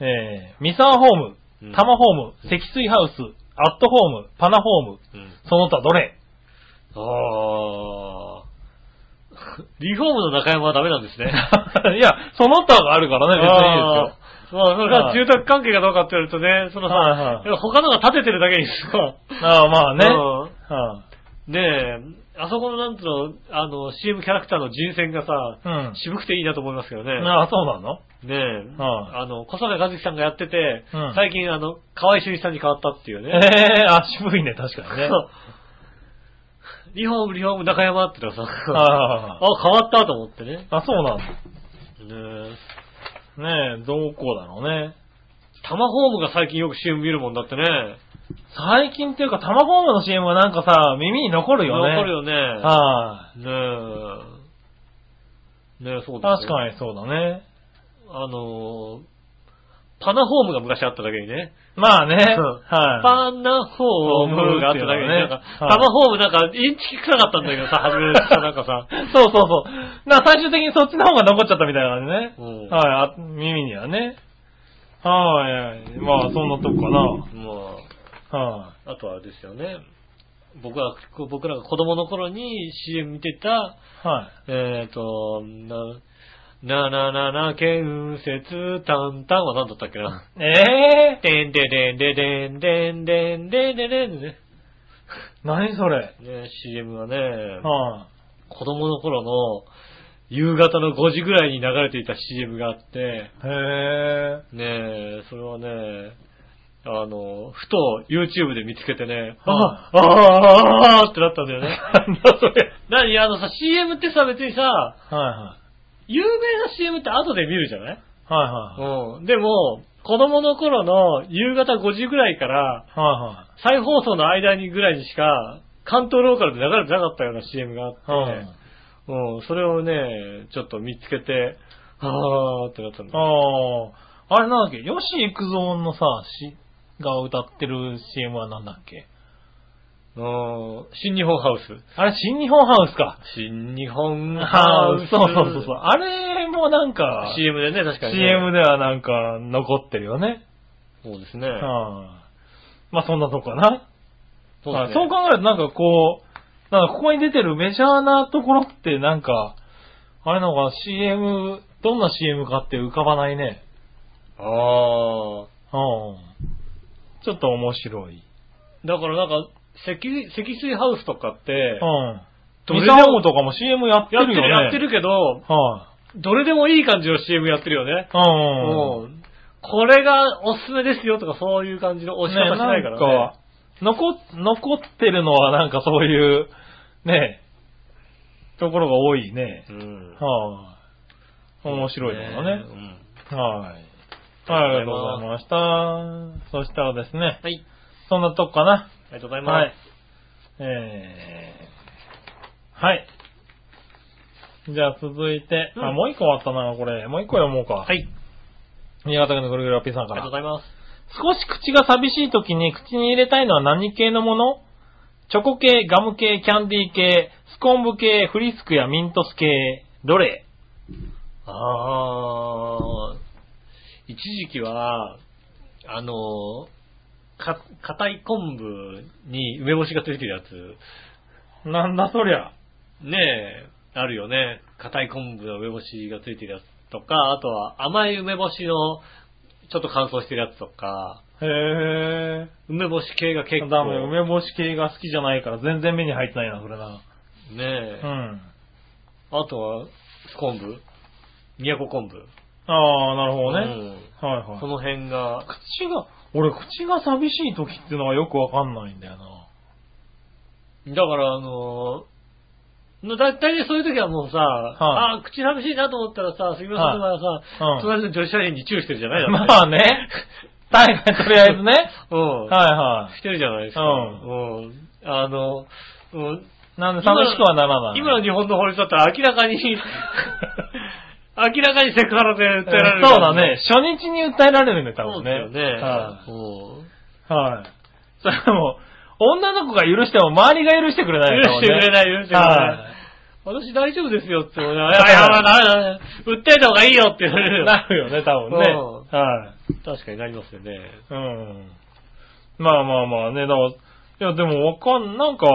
Speaker 3: えー、ミサーホー
Speaker 4: うん
Speaker 3: ム、タマホーム、積水ハウス、アットホーム、パナホーム、
Speaker 4: うん。
Speaker 3: その他どれ
Speaker 4: あー。リフォームの中山はダメなんですね。
Speaker 3: いや、その他があるからね、別にいいですよ。
Speaker 4: すよ。まあ、それから住宅関係がどうかって言われるとね、その
Speaker 3: はい
Speaker 4: さ
Speaker 3: は、い
Speaker 4: でも他のが建ててるだけにさ、
Speaker 3: ああ、まあね。
Speaker 4: うん
Speaker 3: は
Speaker 4: ねえ、あそこのなんつうの、あの、CM キャラクターの人選がさ、
Speaker 3: いうん。
Speaker 4: 渋くていいなと思いますけどね。
Speaker 3: ああ、そうなの
Speaker 4: ねえ、
Speaker 3: は
Speaker 4: あの、小坂和樹さんがやってて、
Speaker 3: うん
Speaker 4: 最近あの、河合俊一さんに変わったっていう
Speaker 3: え
Speaker 4: ね。
Speaker 3: えー、あ、渋いね、確かにね。
Speaker 4: そう リフォーム、リフォーム、中山ってのはさ、 あ、
Speaker 3: あ
Speaker 4: 変わったと思ってね。
Speaker 3: あ、そうなんだ。
Speaker 4: ねえ、
Speaker 3: ねえ、どこだろうね。
Speaker 4: タマホームが最近よく CM 見るもんだってね。
Speaker 3: 最近っていうか、タマホームの CM はなんかさ、耳に残るよね。
Speaker 4: 残るよね。
Speaker 3: は
Speaker 4: ねえ。ねえ、そ
Speaker 3: い。
Speaker 4: う
Speaker 3: 確か
Speaker 4: に。
Speaker 3: にそうだね。
Speaker 4: あのー、パナホームが昔あっただけにね。
Speaker 3: まあね。
Speaker 4: そう
Speaker 3: は
Speaker 4: パナホームがあっただけに、
Speaker 3: ホームっていう
Speaker 4: な
Speaker 3: んのは
Speaker 4: か
Speaker 3: ね、
Speaker 4: タ
Speaker 3: はい
Speaker 4: マホームなんか、インチキ臭かったんだけどさ、初めさ、なん かさ、
Speaker 3: い。そうそうそう。な、最終的にそっちの方が残っちゃったみたいなね。
Speaker 4: うん
Speaker 3: はいあ、耳にはね。はい。まあ、そんなとこか
Speaker 4: も
Speaker 3: な。は
Speaker 4: う、あとはあれですよね。僕は、こ僕らが子供の頃に CM 見てた、
Speaker 3: い。は
Speaker 4: えっ、ー、と、な、なななな、建設、たんたんは何だったっけ
Speaker 3: い。
Speaker 4: な。
Speaker 3: ええ
Speaker 4: でんででんででんでんでんでんでんでんでね。
Speaker 3: ー、何それ。
Speaker 4: ね、CM がね、
Speaker 3: は
Speaker 4: 子供の頃の夕方の5時ぐらいに流れていた CM があって、
Speaker 3: へ
Speaker 4: ねえ、それはね、あの、ふと YouTube で見つけてね、あ
Speaker 3: は
Speaker 4: あ、ああ、あ あってなったんだよね。
Speaker 3: なんだそれ。
Speaker 4: 何あのさ、CM ってさ、別にさ、
Speaker 3: ぇは
Speaker 4: 有名な CM って後で見るじゃない
Speaker 3: いはい。はいはい。
Speaker 4: うん。でも、子供の頃の夕方5時ぐらいから、
Speaker 3: は
Speaker 4: 再放送の間にぐらいにしか、関東ローカルで流れてなかったような CM があって
Speaker 3: いはい。うん。
Speaker 4: うん、それをね、ちょっと見つけて、あーってなったんだ。
Speaker 3: ああ、あれなんだっけ、吉幾三のさ、し、が歌ってる CM はなんだっけ
Speaker 4: うん、新日本ハウス。
Speaker 3: あれ、新日本ハウスか。
Speaker 4: 新日本ハ
Speaker 3: ああ
Speaker 4: ウス。、
Speaker 3: そうそうそうそう。あれもなんか、
Speaker 4: CM でね、確かに、ね。
Speaker 3: CM ではなんか残ってるよね。
Speaker 4: そうですね。
Speaker 3: うん。まあそんなとこかな。
Speaker 4: そう
Speaker 3: ま
Speaker 4: だ
Speaker 3: あ
Speaker 4: ね
Speaker 3: そう考えるとなんかこう、なんかここに出てるメジャーなところってなんか、あれなのかな CM、どんな CM かって浮かばないね。
Speaker 4: あ
Speaker 3: うん。ちょっと面白い。
Speaker 4: ー。だからなんか、積積水ハウスとかって、
Speaker 3: うん。
Speaker 4: どれ
Speaker 3: ミ
Speaker 4: でも
Speaker 3: サオとかも CM やって
Speaker 4: やっ
Speaker 3: る
Speaker 4: て
Speaker 3: よね。
Speaker 4: る、やってるけど、
Speaker 3: は
Speaker 4: どれでもいい感じの CM やってるよね。
Speaker 3: い。うん。
Speaker 4: うんこれがおすすめですよとかそういう感じの押し方しないか
Speaker 3: ん
Speaker 4: らね。
Speaker 3: か、残、残ってるのはなんかそういう、ねところが多いね。
Speaker 4: うん。
Speaker 3: はい、面白いところね。
Speaker 4: うん
Speaker 3: はい。
Speaker 4: あ
Speaker 3: あ
Speaker 4: り
Speaker 3: りがと
Speaker 4: がとう
Speaker 3: う
Speaker 4: ご
Speaker 3: ご
Speaker 4: ざ
Speaker 3: ざ
Speaker 4: い
Speaker 3: いました。そしたらですね、
Speaker 4: はい。
Speaker 3: そんなとこかな。
Speaker 4: ありがとうございます。
Speaker 3: はい。えー、はい。じゃあ続いて、
Speaker 4: うん
Speaker 3: あ、もう一個あったな、これ。もう一個読もうか。
Speaker 4: はい。あり
Speaker 3: 新潟県のぐるぐるおっぴーさんか
Speaker 4: がとうご
Speaker 3: ら。
Speaker 4: ざいます。
Speaker 3: 少し口が寂しい時に口に入れたいのは何系のものチョコ系、ガム系、キャンディー系、スコンブ系、フリスクやミントス系、どれ
Speaker 4: あー、一時期は、あの、か、硬い昆布に梅干しがついてるやつ、
Speaker 3: なんだそりゃ。
Speaker 4: ねえ、あるよね。硬い昆布の梅干しがついてるやつとか、あとは甘い梅干しのちょっと乾燥してるやつとか、
Speaker 3: へ
Speaker 4: 梅干し系が結
Speaker 3: え。
Speaker 4: 構。
Speaker 3: ダメ、梅干し系が好きじゃないから全然目に入ってないな、それな。
Speaker 4: ねえ
Speaker 3: う。ん。
Speaker 4: あとは、スコンブ宮古昆布。
Speaker 3: ああ、なるほどね。
Speaker 4: うん
Speaker 3: はい
Speaker 4: こ
Speaker 3: はい。
Speaker 4: の辺が、
Speaker 3: 口が、俺口が寂しい時っていうのはよくわかんないんだよな。
Speaker 4: だからあのー、だいたいそういう時はもうさ、ああ、口寂しいなと思ったらさ、杉村さんの場合はさ、
Speaker 3: はいうん
Speaker 4: 隣の女子社員にチューしてるじゃないだ
Speaker 3: まあね。大概とりあえずね。
Speaker 4: ってうん。
Speaker 3: はいは
Speaker 4: してるじゃないですか。
Speaker 3: う
Speaker 4: うんあの、うん
Speaker 3: い。なんで寂しくはならない。
Speaker 4: 今の日本の法律だったら明 らかに、明らかにセクハラで訴えられる、
Speaker 3: そうだね。。初日に訴えられるね、多
Speaker 4: そう
Speaker 3: 分
Speaker 4: です
Speaker 3: ね。
Speaker 4: よ
Speaker 3: はい、
Speaker 4: ね。うん
Speaker 3: はい、それも、女の子が許しても周りが許してくれない、
Speaker 4: 許してくれない、許してくれない
Speaker 3: は。
Speaker 4: 私大丈夫ですよって思いながら、いやいや、ダメだね。訴えた方がいいよって言われ
Speaker 3: い
Speaker 4: る。
Speaker 3: なるよね、多分ね。
Speaker 4: う
Speaker 3: はい、
Speaker 4: 確かになりますよね。
Speaker 3: うん。まあまあまあね、だから、いやでもわかん、なんか、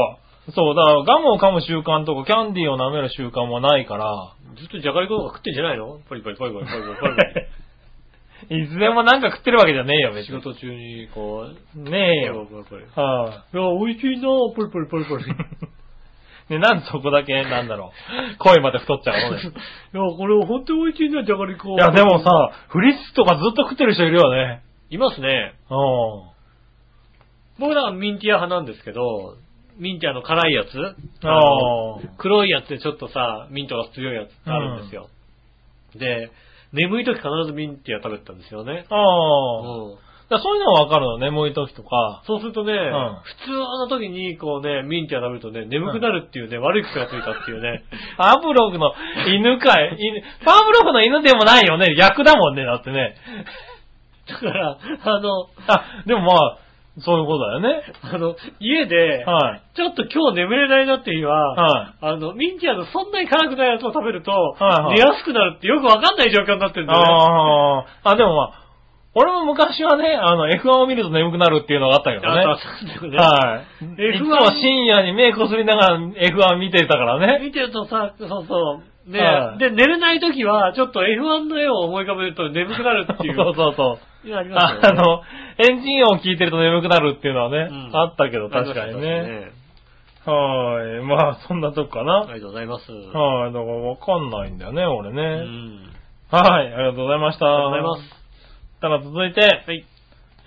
Speaker 3: そう、だからガムを噛む習慣とかキャンディーを舐める習慣もないから、
Speaker 4: ずっとじゃがりこが食ってんじゃないのパリパリパリパリパリパ リパリ。
Speaker 3: いずれもなんか食ってるわけじゃねえよ、別
Speaker 4: 仕
Speaker 3: に。
Speaker 4: 事中にこう、
Speaker 3: ねえ
Speaker 4: パ
Speaker 3: よ。
Speaker 4: リパリパリパ
Speaker 3: はい、
Speaker 4: リいや、美味しいなパリパリパリパリ。
Speaker 3: ね、なんでそこだけ、なんだろう。声まで太っちゃうのね。
Speaker 4: いや、これ本当に美味しいな、じゃがりこ。
Speaker 3: いや、でも、さ、フリスクとかずっと食ってる人いるよね。
Speaker 4: いますね。
Speaker 3: うん。
Speaker 4: 僕なんかミンティア派なんですけど、ミンティアの辛いやつ
Speaker 3: ああ。
Speaker 4: 黒いやつでちょっとさ、ミントが強いやつってあるんですよ。で、眠い時必ずミンティア食べてたんですよね。う
Speaker 3: ああ。
Speaker 4: ん、
Speaker 3: だからそういうのはわかるの、眠い時とか。
Speaker 4: そうするとね、
Speaker 3: ん
Speaker 4: 普通の時にこうね、ミンティア食べるとね、眠くなるっていうね、悪い癖がついたっていうね。
Speaker 3: パブロフの 犬かい。犬、パブロフの犬でもないよね。逆だもんね、だってね。
Speaker 4: だから、あの、
Speaker 3: あ、でもまあ、そういうことだよね。
Speaker 4: あの、家で、
Speaker 3: はい。
Speaker 4: ちょっと今日眠れないなっていう日は、
Speaker 3: はい。
Speaker 4: あの、ミンティアのそんなに辛くないやつを食べると、
Speaker 3: いはい
Speaker 4: 寝やすくなるってよくわかんない状況になってるんだよね。
Speaker 3: ああ。あ、でもまあ、俺も昔はね、あの、F1 を見ると眠くなるっていうのがあったけどね。
Speaker 4: あそうだよね
Speaker 3: はい。
Speaker 4: F1
Speaker 3: いつも深夜に目こすりながら F1 見てたからね。
Speaker 4: 見てるとさ、そうそう。ね、
Speaker 3: はい
Speaker 4: で、寝れない時は、ちょっと F1 の絵を思い浮かべると眠くなるってい う。
Speaker 3: そうそうそう。
Speaker 4: いやあります
Speaker 3: あ
Speaker 4: よね、
Speaker 3: の、エンジン音聞いてると眠くなるっていうのはね、
Speaker 4: うん
Speaker 3: あったけど
Speaker 4: ありま
Speaker 3: 確
Speaker 4: した
Speaker 3: かにね。。はーい。まあ、そんなとこかな。
Speaker 4: ありがとうございます。
Speaker 3: はい。だからわかんないんだよね、俺
Speaker 4: う
Speaker 3: ね。
Speaker 4: ん。
Speaker 3: はい。ありがとうございました。
Speaker 4: ありがとうございます。
Speaker 3: ただ続いて、
Speaker 4: はい。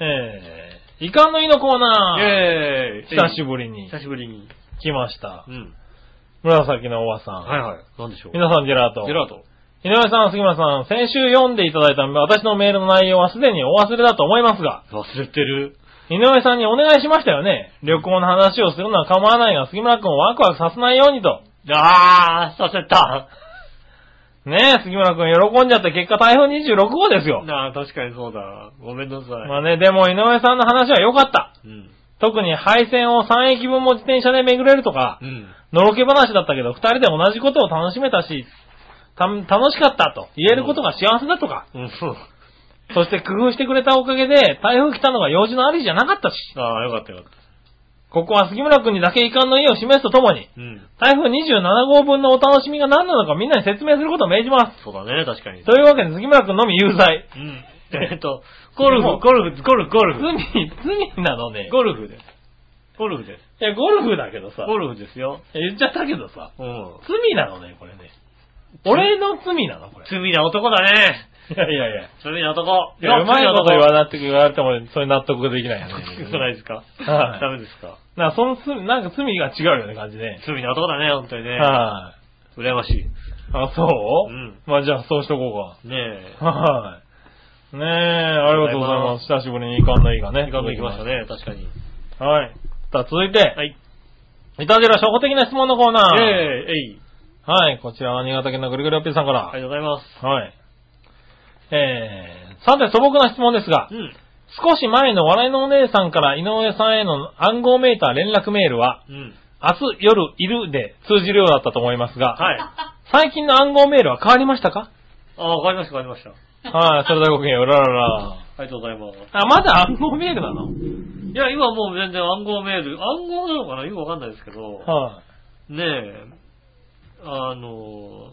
Speaker 3: えー、イカのいのコーナー。
Speaker 4: イェーイ
Speaker 3: 久し
Speaker 4: ぶ
Speaker 3: ぶりに
Speaker 4: 久しぶりに。
Speaker 3: 来ました
Speaker 4: う。ん。
Speaker 3: 紫のおばさん。
Speaker 4: はいはい。なんでしょう。
Speaker 3: 皆さん、ジェラート。
Speaker 4: ジェラート。
Speaker 3: 井上さん、杉村さん、先週読んでいただいた私のメールの内容はすでにお忘れだと思いますが、
Speaker 4: 忘れてる。
Speaker 3: 井上さんにお願いしましたよね。旅行の話をするのは構わないが、杉村くんをワクワクさせないようにと。
Speaker 4: あー、させた。
Speaker 3: ねえ、杉村くん喜んじゃって結果台風26号ですよ。
Speaker 4: なあ、確かにそうだ。ごめんなさい。
Speaker 3: まあね、でも井上さんの話は良かった。
Speaker 4: うん。
Speaker 3: 特に配線を3駅分も自転車で巡れるとか
Speaker 4: う、ん。
Speaker 3: のろけ話だったけど、二人で同じことを楽しめたし、た楽しかったと言えることが幸せだとか、
Speaker 4: うん、そう。
Speaker 3: そして工夫してくれたおかげで、台風来たのが用事のありじゃなかったし、
Speaker 4: あー、よかったよかっ
Speaker 3: ここは杉村くんにだけ遺憾の意を示すとともに、
Speaker 4: た。うん。
Speaker 3: 台風27号分のお楽しみが何なのかみんなに説明することを命じま
Speaker 4: そうだね、確かに
Speaker 3: す。。というわけで杉村くんのみ有罪。
Speaker 4: うん。 えっと、ゴルフ、ゴルフ、ゴルフ、ゴルフ。
Speaker 3: 罪、罪なのね。
Speaker 4: ゴルフです。ゴルフで
Speaker 3: い
Speaker 4: す。
Speaker 3: や、ゴルフだけどさ。
Speaker 4: ゴルフですよ。
Speaker 3: 言っちゃったけどさ。
Speaker 4: うん。
Speaker 3: 罪なのね、これね。俺の罪なの、これ。
Speaker 4: 罪な男だね。
Speaker 3: いやいやいや。
Speaker 4: 罪な男。
Speaker 3: いや、うまいこと言わ
Speaker 4: ない。
Speaker 3: なって言われても、それ納得でき ないよ
Speaker 4: 罪な
Speaker 3: ね。
Speaker 4: 男ないですか
Speaker 3: はい
Speaker 4: ダメですか
Speaker 3: なんか、その罪、なんか罪が違うよね、感じね。
Speaker 4: 罪な男だね、本当にね。
Speaker 3: はい。
Speaker 4: 羨ましい。
Speaker 3: あ、そう
Speaker 4: うん
Speaker 3: まあじゃあ、そうしとこ
Speaker 4: ねえ
Speaker 3: う。か。はい。ねえ、ありがとうございます。久しぶりにイカンのイがね。
Speaker 4: 時間も行きました。ね、確かに。
Speaker 3: はい。さあ、続いて、
Speaker 4: はい。
Speaker 3: いたじら初歩的な質問のコー
Speaker 4: イェー
Speaker 3: ナー。
Speaker 4: イえい。
Speaker 3: はい、こちらは新潟県のぐるぐるおっぴーさんから。
Speaker 4: ありがとうございます。
Speaker 3: はい。えー、さて素朴な質問ですが
Speaker 4: う、ん。
Speaker 3: 少し前の笑いのお姉さんから井上さんへの暗号メーター連絡メールは、
Speaker 4: うん。
Speaker 3: 明日夜いるで通じるようだったと思いますが、
Speaker 4: はい。
Speaker 3: 最近の暗号メールは変わりました か
Speaker 4: あ、わかりました、わかりました。
Speaker 3: はい、それではごきげんよう、うららら。
Speaker 4: ありがとうございます。
Speaker 3: あ、まだ暗号メールなの
Speaker 4: いや、今もう全然暗号メール、暗号なのかなよくわかんないですけど、
Speaker 3: はい、
Speaker 4: ねえ、あの、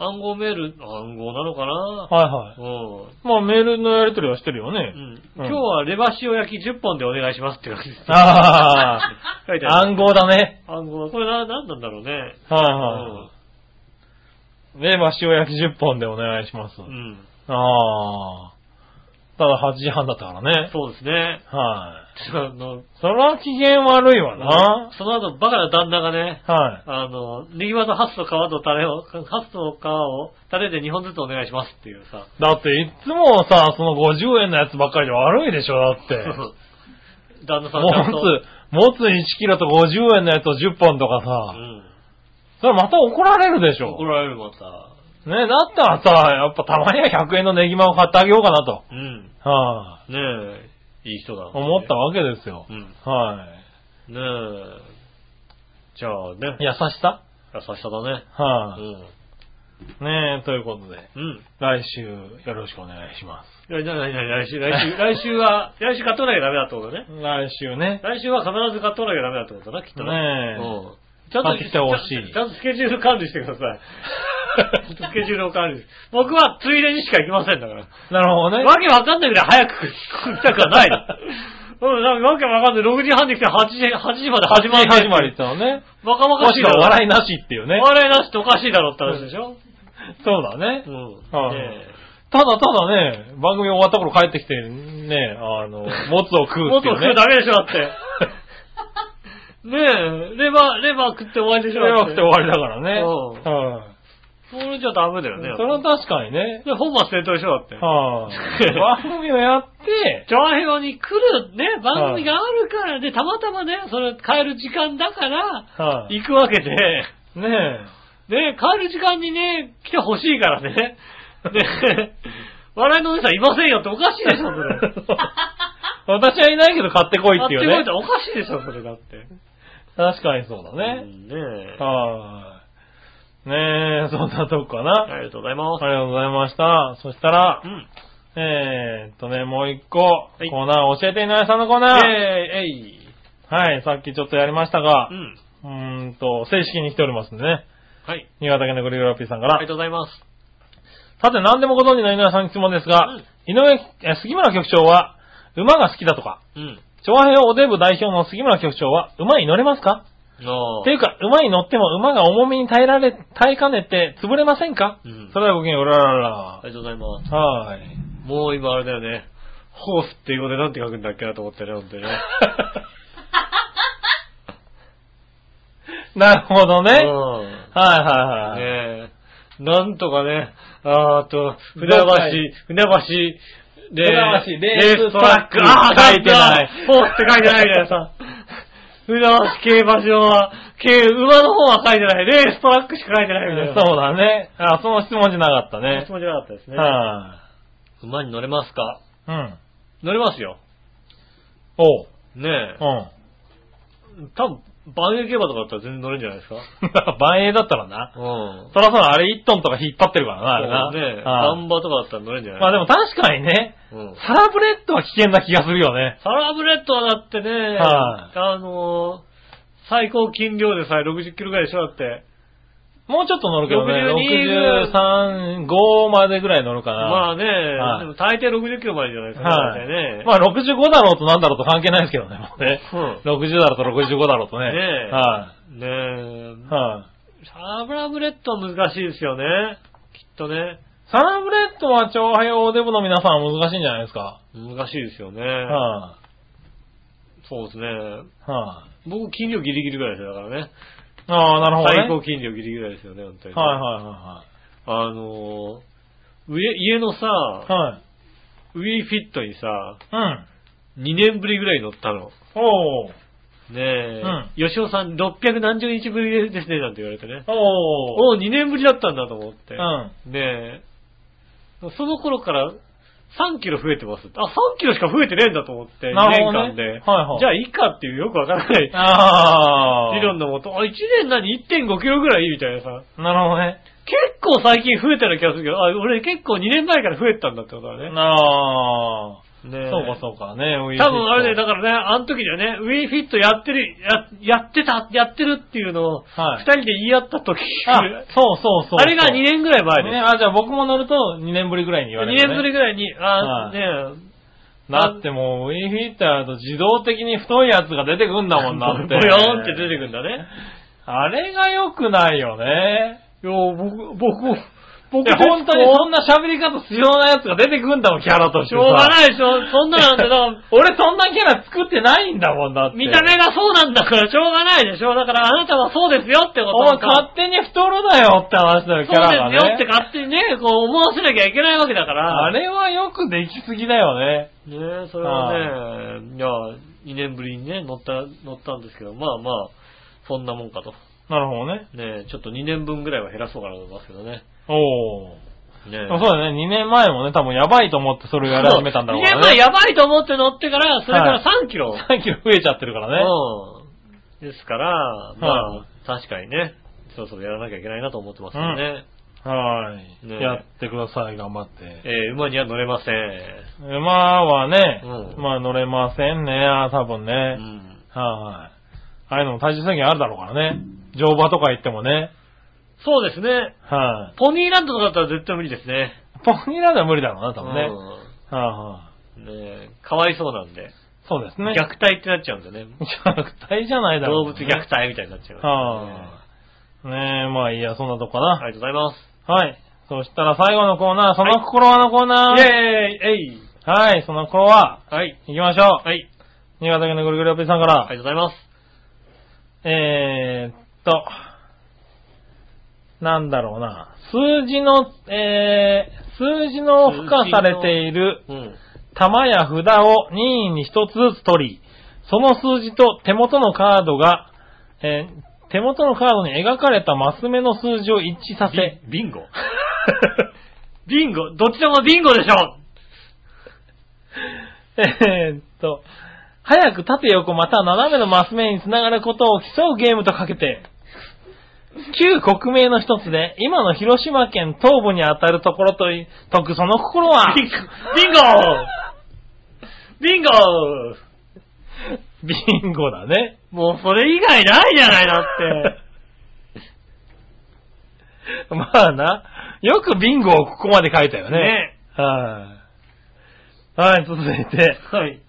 Speaker 4: 暗号メール、暗号なのかな
Speaker 3: はいは
Speaker 4: うん。
Speaker 3: い。まあメールのやり取りはしてるよね。
Speaker 4: うん今日はレバ塩焼き10本でお願いしますって感じです。
Speaker 3: あ
Speaker 4: 書いて
Speaker 3: あ、
Speaker 4: ある。
Speaker 3: 暗号だね。
Speaker 4: 暗号。これな、なんなんだろうね。
Speaker 3: はいはい。ね、まあ塩焼き10本でお願いします。
Speaker 4: うん。うん。
Speaker 3: ああ。ただ8時半だったからね。
Speaker 4: そうですね。
Speaker 3: は
Speaker 4: あ
Speaker 3: い。
Speaker 4: の、
Speaker 3: それは機嫌悪いわな。
Speaker 4: その後、バカな旦那がね、
Speaker 3: はい。
Speaker 4: あの、ネギマのハスと皮とタレを、ハスと皮をタレで2本ずつお願いしますっていうさ。
Speaker 3: だっていつもさ、その50円のやつばっかりで悪いでしょ、だって。
Speaker 4: 旦那さんちゃんと。
Speaker 3: 持つ、持つ1キロと50円のやつを10本とか
Speaker 4: う
Speaker 3: さ、
Speaker 4: ん。
Speaker 3: それまた怒られるでし
Speaker 4: 怒
Speaker 3: ょ。
Speaker 4: られるまた。
Speaker 3: ね、だったらさ、やっぱたまには100円のネギマを買ってあげようかなと。
Speaker 4: うん。ね
Speaker 3: はい、
Speaker 4: え、いい人だ。
Speaker 3: 思ったわけですよ
Speaker 4: う。ん。
Speaker 3: は
Speaker 4: ねえ。じゃあね
Speaker 3: い、。優しさ
Speaker 4: 優しさだね。う
Speaker 3: はい、
Speaker 4: ん。
Speaker 3: ねえ、ということで、
Speaker 4: うん。
Speaker 3: 来週よろしくお願いします。
Speaker 4: いや、じゃあ、来週、来週、来週は、来週買っとかなきゃダメだってことね。
Speaker 3: 来週ね。
Speaker 4: 来週は必ず買っとかなきゃダメだってことな、きっとね。
Speaker 3: ねえ
Speaker 4: うん。ちゃん
Speaker 3: 買
Speaker 4: と
Speaker 3: ってきてほしい
Speaker 4: ちゃんとちゃんとスケジュール管理してください。ちゃんとスケジュールを管理して僕はついでにしか行きませんだか
Speaker 3: な
Speaker 4: ら。
Speaker 3: るほどね。
Speaker 4: わけわかんないぐらい早く来たくはないの。うん、なんかわけわかんない。6時半に来て8時、8時まで始まる。
Speaker 3: 始まりって言ったのね。
Speaker 4: バカ
Speaker 3: も
Speaker 4: バカし
Speaker 3: し
Speaker 4: い
Speaker 3: く
Speaker 4: だ
Speaker 3: は
Speaker 4: ろ。
Speaker 3: 笑いなしっていうね。
Speaker 4: 笑いなしっておかしいだろって話でしょ
Speaker 3: そうだね
Speaker 4: う。ん。
Speaker 3: はい
Speaker 4: ねえ
Speaker 3: ただただね、番組終わった頃帰ってきて、ね、あ の、もつを食う
Speaker 4: も
Speaker 3: っ
Speaker 4: ってと
Speaker 3: いう
Speaker 4: 食
Speaker 3: ね
Speaker 4: う。だけでしょ、だ って。ねえ、レバー、レバー食って終わりで
Speaker 3: そ
Speaker 4: しょ。
Speaker 3: れは食って終わりだからね。
Speaker 4: う
Speaker 3: は
Speaker 4: り。それじゃダメだよ
Speaker 3: い。
Speaker 4: ね。
Speaker 3: それは確かにね。
Speaker 4: で、本末転倒でしょ、だって。
Speaker 3: はい。 番組をやって、
Speaker 4: 長編に来るね、番組があるからね、たまたまね、それ帰る時間だから、
Speaker 3: はい。
Speaker 4: 行くわけで、
Speaker 3: ねえ。
Speaker 4: ね、帰る時間にね、来てほしいからね。ね、笑いのお姉さんいませんよっておかしいでしょ、それ。
Speaker 3: 私はいないけど買ってこいっていう
Speaker 4: やってこい
Speaker 3: ね
Speaker 4: っ。ておかしいでしょ、それだって。
Speaker 3: 確かにそうだ
Speaker 4: う
Speaker 3: ね。
Speaker 4: んね
Speaker 3: はい。ねえ、そんなとこかな。
Speaker 4: ありがとうございます。
Speaker 3: ありがとうございました。そしたら
Speaker 4: う、ん。
Speaker 3: えー、っとね、もう一個、
Speaker 4: い
Speaker 3: コーナー教えて井上さんのコー
Speaker 4: え
Speaker 3: ナー。
Speaker 4: ー、えい。
Speaker 3: はい、さっきちょっとやりましたが
Speaker 4: う、ん。
Speaker 3: うーんと、正式に来ておりますんでね。
Speaker 4: はい。
Speaker 3: 新潟県のグリグラピーさんか
Speaker 4: ありが
Speaker 3: ら。
Speaker 4: とうございます。
Speaker 3: さて、何でもご存知の井上さんに質問ですが
Speaker 4: うん、
Speaker 3: 井上、え杉村局長は、馬が好きだとか、
Speaker 4: うん。
Speaker 3: 調和平おデブ代表の杉村局長は、馬に乗れますか
Speaker 2: ああ
Speaker 3: っていうか、馬に乗っても馬が重みに耐えられ、耐えかねて潰れませんか、
Speaker 2: うん
Speaker 3: それではごきげんよう、うらら
Speaker 2: あ
Speaker 3: ら
Speaker 2: りがとうございます。
Speaker 3: ら。はーい。
Speaker 2: もう今あれだよね。ホースって英語でなんて書くんだっけなと思ってね、本当にね。
Speaker 3: なるほどね。はい
Speaker 2: うん
Speaker 3: はいはい。
Speaker 2: ねえ。なんとかね、あーあと、船橋
Speaker 3: どっかへ、
Speaker 2: 船橋で、
Speaker 3: 船橋レース
Speaker 2: レーストラック、
Speaker 3: トラック
Speaker 2: あー
Speaker 3: 書いてない
Speaker 2: ホースって書いてないみたいな さ。船橋競馬場は、競、馬の方は書いてない。レーストラックしか書いてないみたいな。
Speaker 3: そうだね。あ、その質問じゃなかったね
Speaker 2: 気。持ちなかったですね。
Speaker 3: は
Speaker 2: 馬に乗れますか
Speaker 3: い。うん。
Speaker 2: 乗れますよ。
Speaker 3: おう。
Speaker 2: ね
Speaker 3: う
Speaker 2: え。
Speaker 3: ん。
Speaker 2: 多分、万有競馬とかだったら全然乗れるんじゃないですか
Speaker 3: 万栄だったらな。
Speaker 2: うん。
Speaker 3: そらそらあれ1トンとか引っ張ってるからな、あれな。
Speaker 2: ねえ。
Speaker 3: は
Speaker 2: ガ
Speaker 3: い
Speaker 2: ンバとかだったら乗れるんじゃない
Speaker 3: まあでも確かにね、
Speaker 2: うん
Speaker 3: サラブレッドは危険な気がするよね。
Speaker 2: サラブレッドはだってね、
Speaker 3: はい
Speaker 2: あのー最高斤量でさ、60キロぐらいでしょだって。
Speaker 3: もうちょっと乗るけどね、
Speaker 2: 62
Speaker 3: 63、5までぐらい乗るかな。
Speaker 2: まあね、
Speaker 3: はい
Speaker 2: でも大抵60キロまでじゃないですか、
Speaker 3: は
Speaker 2: 大
Speaker 3: い。
Speaker 2: 体ね。
Speaker 3: まあ65だろうとなんだろうと関係ないですけどね、もうね。
Speaker 2: うん
Speaker 3: 60だろうと65だろうとね。
Speaker 2: ねえ
Speaker 3: は
Speaker 2: ねえ、
Speaker 3: い。はい。
Speaker 2: サラブレッドは難しいですよね。きっとね。
Speaker 3: サラブレッドは長平オーデブの皆さんは難しいんじゃないですか。
Speaker 2: 難しいですよね。
Speaker 3: は
Speaker 2: そうですね。
Speaker 3: い。はい。
Speaker 2: 僕、斤量ギリギリぐらいですよ、だからね。
Speaker 3: ああ、なるほどね。
Speaker 2: 最高斤量ギリギリぐらいですよね、本当に。
Speaker 3: はいはいは
Speaker 2: あのー上、家のさ
Speaker 3: い、はい。はい。
Speaker 2: ウィーフィットにさ、
Speaker 3: うん。
Speaker 2: 2年ぶりぐらい乗ったの。
Speaker 3: おー。
Speaker 2: ねえ、
Speaker 3: うん
Speaker 2: 吉尾さん600何十日ぶりですね、なんて言われてね。
Speaker 3: おー。
Speaker 2: おお、2年ぶりだったんだと思って。
Speaker 3: う
Speaker 2: ね
Speaker 3: ん。
Speaker 2: え。その頃から3キロ増えてます。あ、3キロしか増えてねえんだと思って、2
Speaker 3: なる
Speaker 2: 年
Speaker 3: ほどね
Speaker 2: 間で。
Speaker 3: はいはい
Speaker 2: じゃあいいかっていうよくわからない
Speaker 3: ああ。
Speaker 2: 理論のもと、あ、1年何 ?1.5 キロぐらいみたいなさ。
Speaker 3: なるほどね。
Speaker 2: 結構最近増えたような気がするけど、あ、俺結構2年前から増えてたんだってことだね。
Speaker 3: ああ。
Speaker 2: ねえ
Speaker 3: そうかそうかね、ウィ
Speaker 2: 多分あれね、
Speaker 3: だ
Speaker 2: だからね、あの時だよね、ウィーフィットやってる、や、やってた、やってるっていうのを、
Speaker 3: はい
Speaker 2: 二人で言い合った時、
Speaker 3: あ
Speaker 2: あ、
Speaker 3: そうそうそうそう。
Speaker 2: れが2年ぐらい前です。
Speaker 3: ね、あ、じゃあ僕も乗ると2年ぶりぐらいに言わ
Speaker 2: 2
Speaker 3: れる、ね。
Speaker 2: 年ぶりぐらいに、あ、
Speaker 3: はい
Speaker 2: ね
Speaker 3: だってもう、ウィーフィッターだと自動的に太いやつが出てくんだもんなって。
Speaker 2: ボヨーンって出てくんだね。
Speaker 3: あれが良くないよね。
Speaker 2: いや、僕、僕も、僕
Speaker 3: いや、本当にそんな喋り方必要なやつが出てくんだもん、キャラとして
Speaker 2: し
Speaker 3: さ。
Speaker 2: ょうがないでしょ。そんななんて、だから、
Speaker 3: 俺そんなキャラ作ってないんだもんだって。
Speaker 2: 見た目がそうなんだからしょうがないでしょ。だからあなたはそうですよってこと
Speaker 3: お前
Speaker 2: なんか
Speaker 3: 勝手に太るなよって話だよ、キャラが
Speaker 2: そうですよ
Speaker 3: ね。
Speaker 2: って勝手にね、こう思わせなきゃいけないわけだから。
Speaker 3: あれはよくできすぎだよね。
Speaker 2: ねえ、それはね、いや、2年ぶりにね、乗った、乗ったんですけど、まあまあ、そんなもんかと。
Speaker 3: なるほどね。
Speaker 2: ねえ、ちょっと2年分ぐらいは減らそうかなと思いますけどね。
Speaker 3: おー。
Speaker 2: ねえ。
Speaker 3: そうだね、2年前もね、多分やばいと思ってそれをやり始めたんだろう
Speaker 2: 2
Speaker 3: ね。
Speaker 2: 年前やばいと思って乗ってから、それから
Speaker 3: はい
Speaker 2: 3キロ。
Speaker 3: 3キロ増えちゃってるからね。
Speaker 2: うん。ですから、まあ、
Speaker 3: は
Speaker 2: 確かにね、そろそろやらなきゃいけないなと思ってますよね。
Speaker 3: はい、
Speaker 2: ねえ
Speaker 3: やってください、頑張って。
Speaker 2: えー馬には乗れません。
Speaker 3: 馬はね、
Speaker 2: うん
Speaker 3: まあ乗れませんね、あー多分ね。
Speaker 2: うん。
Speaker 3: はい。ああいうのも体重制限あるだろうからね。乗馬とか行ってもね。
Speaker 2: そうですね。
Speaker 3: は
Speaker 2: ポニーランドとかだったら絶対無理ですね。
Speaker 3: い。ポニーランドは無理だろうな、多分ね。はい、はい、
Speaker 2: うん。ねえ、かわいそうなんで。
Speaker 3: そうですね。
Speaker 2: 虐待ってなっちゃうんでね。
Speaker 3: 虐待じゃないだろ
Speaker 2: 動
Speaker 3: う、
Speaker 2: 物虐待みたいになっちゃう。
Speaker 3: はあ。ねえ、まあいいや、そんなとこかな。
Speaker 2: ありがとうございます。
Speaker 3: はい。そしたら最後のコーナー、その心はのコーナー。
Speaker 2: イェーイえい
Speaker 3: はい、その心は、
Speaker 2: はい。
Speaker 3: 行きましょう。
Speaker 2: はい。
Speaker 3: 新潟県のぐるぐるおっぴーさんから、
Speaker 2: ありがとうございます。
Speaker 3: えーっと、なんだろうな、数字の、えー、数字の付加されている
Speaker 2: うん。
Speaker 3: 玉や札を任意に一つずつ取り、その数字と手元のカードが、えー手元のカードに描かれたマス目の数字を一致させ、
Speaker 2: ビンゴ ビンゴどっちでもビンゴでしょ
Speaker 3: えーっと、早く縦横または斜めのマス目につながることを競うゲームとかけて、旧国名の一つで、今の広島県東部にあたるところとい、解くその心は、
Speaker 2: ビンゴビンゴビンゴ
Speaker 3: ビンゴだね。
Speaker 2: もうそれ以外ないじゃないだって。
Speaker 3: まあな、よくビンゴをここまで書いたよね。
Speaker 2: ね
Speaker 3: はい、はい、続いて、
Speaker 2: はい。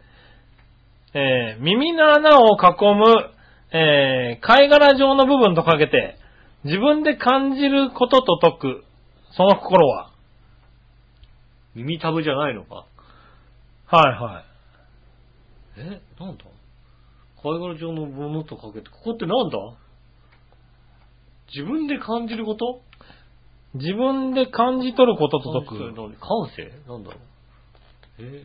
Speaker 3: えー耳の穴を囲む、えー貝殻状の部分とかけて、自分で感じることと解く、その心は。
Speaker 4: 耳たぶじゃないのか。
Speaker 3: はいはい。
Speaker 4: えなんだ貝殻状のものとかけて、ここってなんだ自分で感じること
Speaker 3: 自分で感じ取ることと解
Speaker 4: 感じ
Speaker 3: く。
Speaker 4: 取る感性なんだろう。え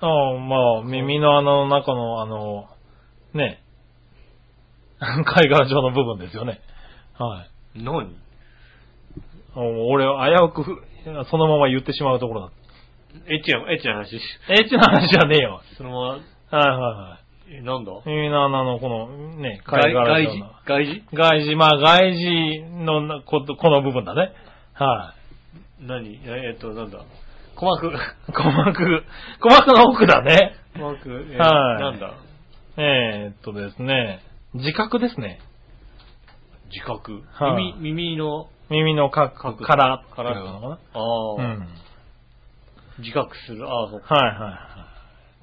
Speaker 3: ああ、まあ、耳の穴の中の、あの、ね、 貝殻状の部分ですよね。はい。
Speaker 4: 何
Speaker 3: お俺、危うくふ、そのまま言ってしまうところだっ
Speaker 4: エッチな、エッチな話。
Speaker 3: た。エッチな話じゃねえよ。
Speaker 4: そのまま、
Speaker 3: はいはいはい。
Speaker 4: え、なんだ
Speaker 3: 耳の穴のこの、ね、
Speaker 4: 外
Speaker 3: 貝殻
Speaker 4: 外
Speaker 3: 状
Speaker 4: 事
Speaker 3: の。
Speaker 4: 外事
Speaker 3: 外耳、まあ外耳のなこと、この部分だね。は
Speaker 4: 何ええっと、なんだ鼓膜。
Speaker 3: い。鼓膜、鼓膜の奥だね。
Speaker 4: 鼓膜、えー
Speaker 3: はい
Speaker 4: なんだ
Speaker 3: えー、っとですね、自覚ですね。
Speaker 4: 自覚。
Speaker 3: はい
Speaker 4: 耳、耳の、
Speaker 3: 耳のか、か
Speaker 4: 角
Speaker 3: ら、
Speaker 4: から
Speaker 3: っていうのかな。
Speaker 4: あ
Speaker 3: う
Speaker 4: あ、
Speaker 3: ん。
Speaker 4: 自覚する。ああ、そうか。
Speaker 3: はいはいはい。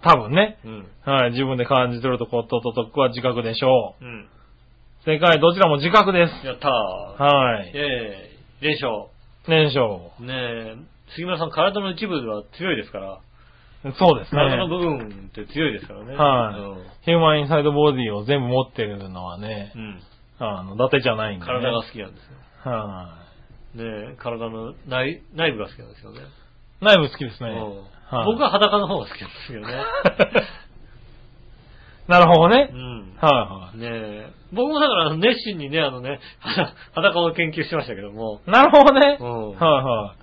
Speaker 3: 多分ね。
Speaker 4: うん。
Speaker 3: はい、自分で感じ取るとことととくは自覚でしょ
Speaker 4: うん。
Speaker 3: う。正解、どちらも自覚です。
Speaker 4: やったー。
Speaker 3: はい。
Speaker 4: ええでしょ
Speaker 3: 年少。
Speaker 4: う。ねえ、杉村さん、体の一部は強いですから、
Speaker 3: そうですね。
Speaker 4: 体の部分って強いですからね。
Speaker 3: はいヒューマンインサイドボディを全部持ってるのはね
Speaker 4: う、ん。うん。
Speaker 3: あの、伊達じゃないんで、ね。
Speaker 4: 体が好きなんですよ。
Speaker 3: は
Speaker 4: ねえ、体の内内部が好きなんですよね。
Speaker 3: い。内部好きですね。
Speaker 4: うん
Speaker 3: はい
Speaker 4: 僕は裸の方が好きなんですけどね。
Speaker 3: なるほどね
Speaker 4: う。ん。
Speaker 3: は
Speaker 4: ねえ、僕もだから熱心にね、あのね、 裸裸を研究してましたけども、
Speaker 3: いはい。なるほどね。
Speaker 4: うん
Speaker 3: はいはい。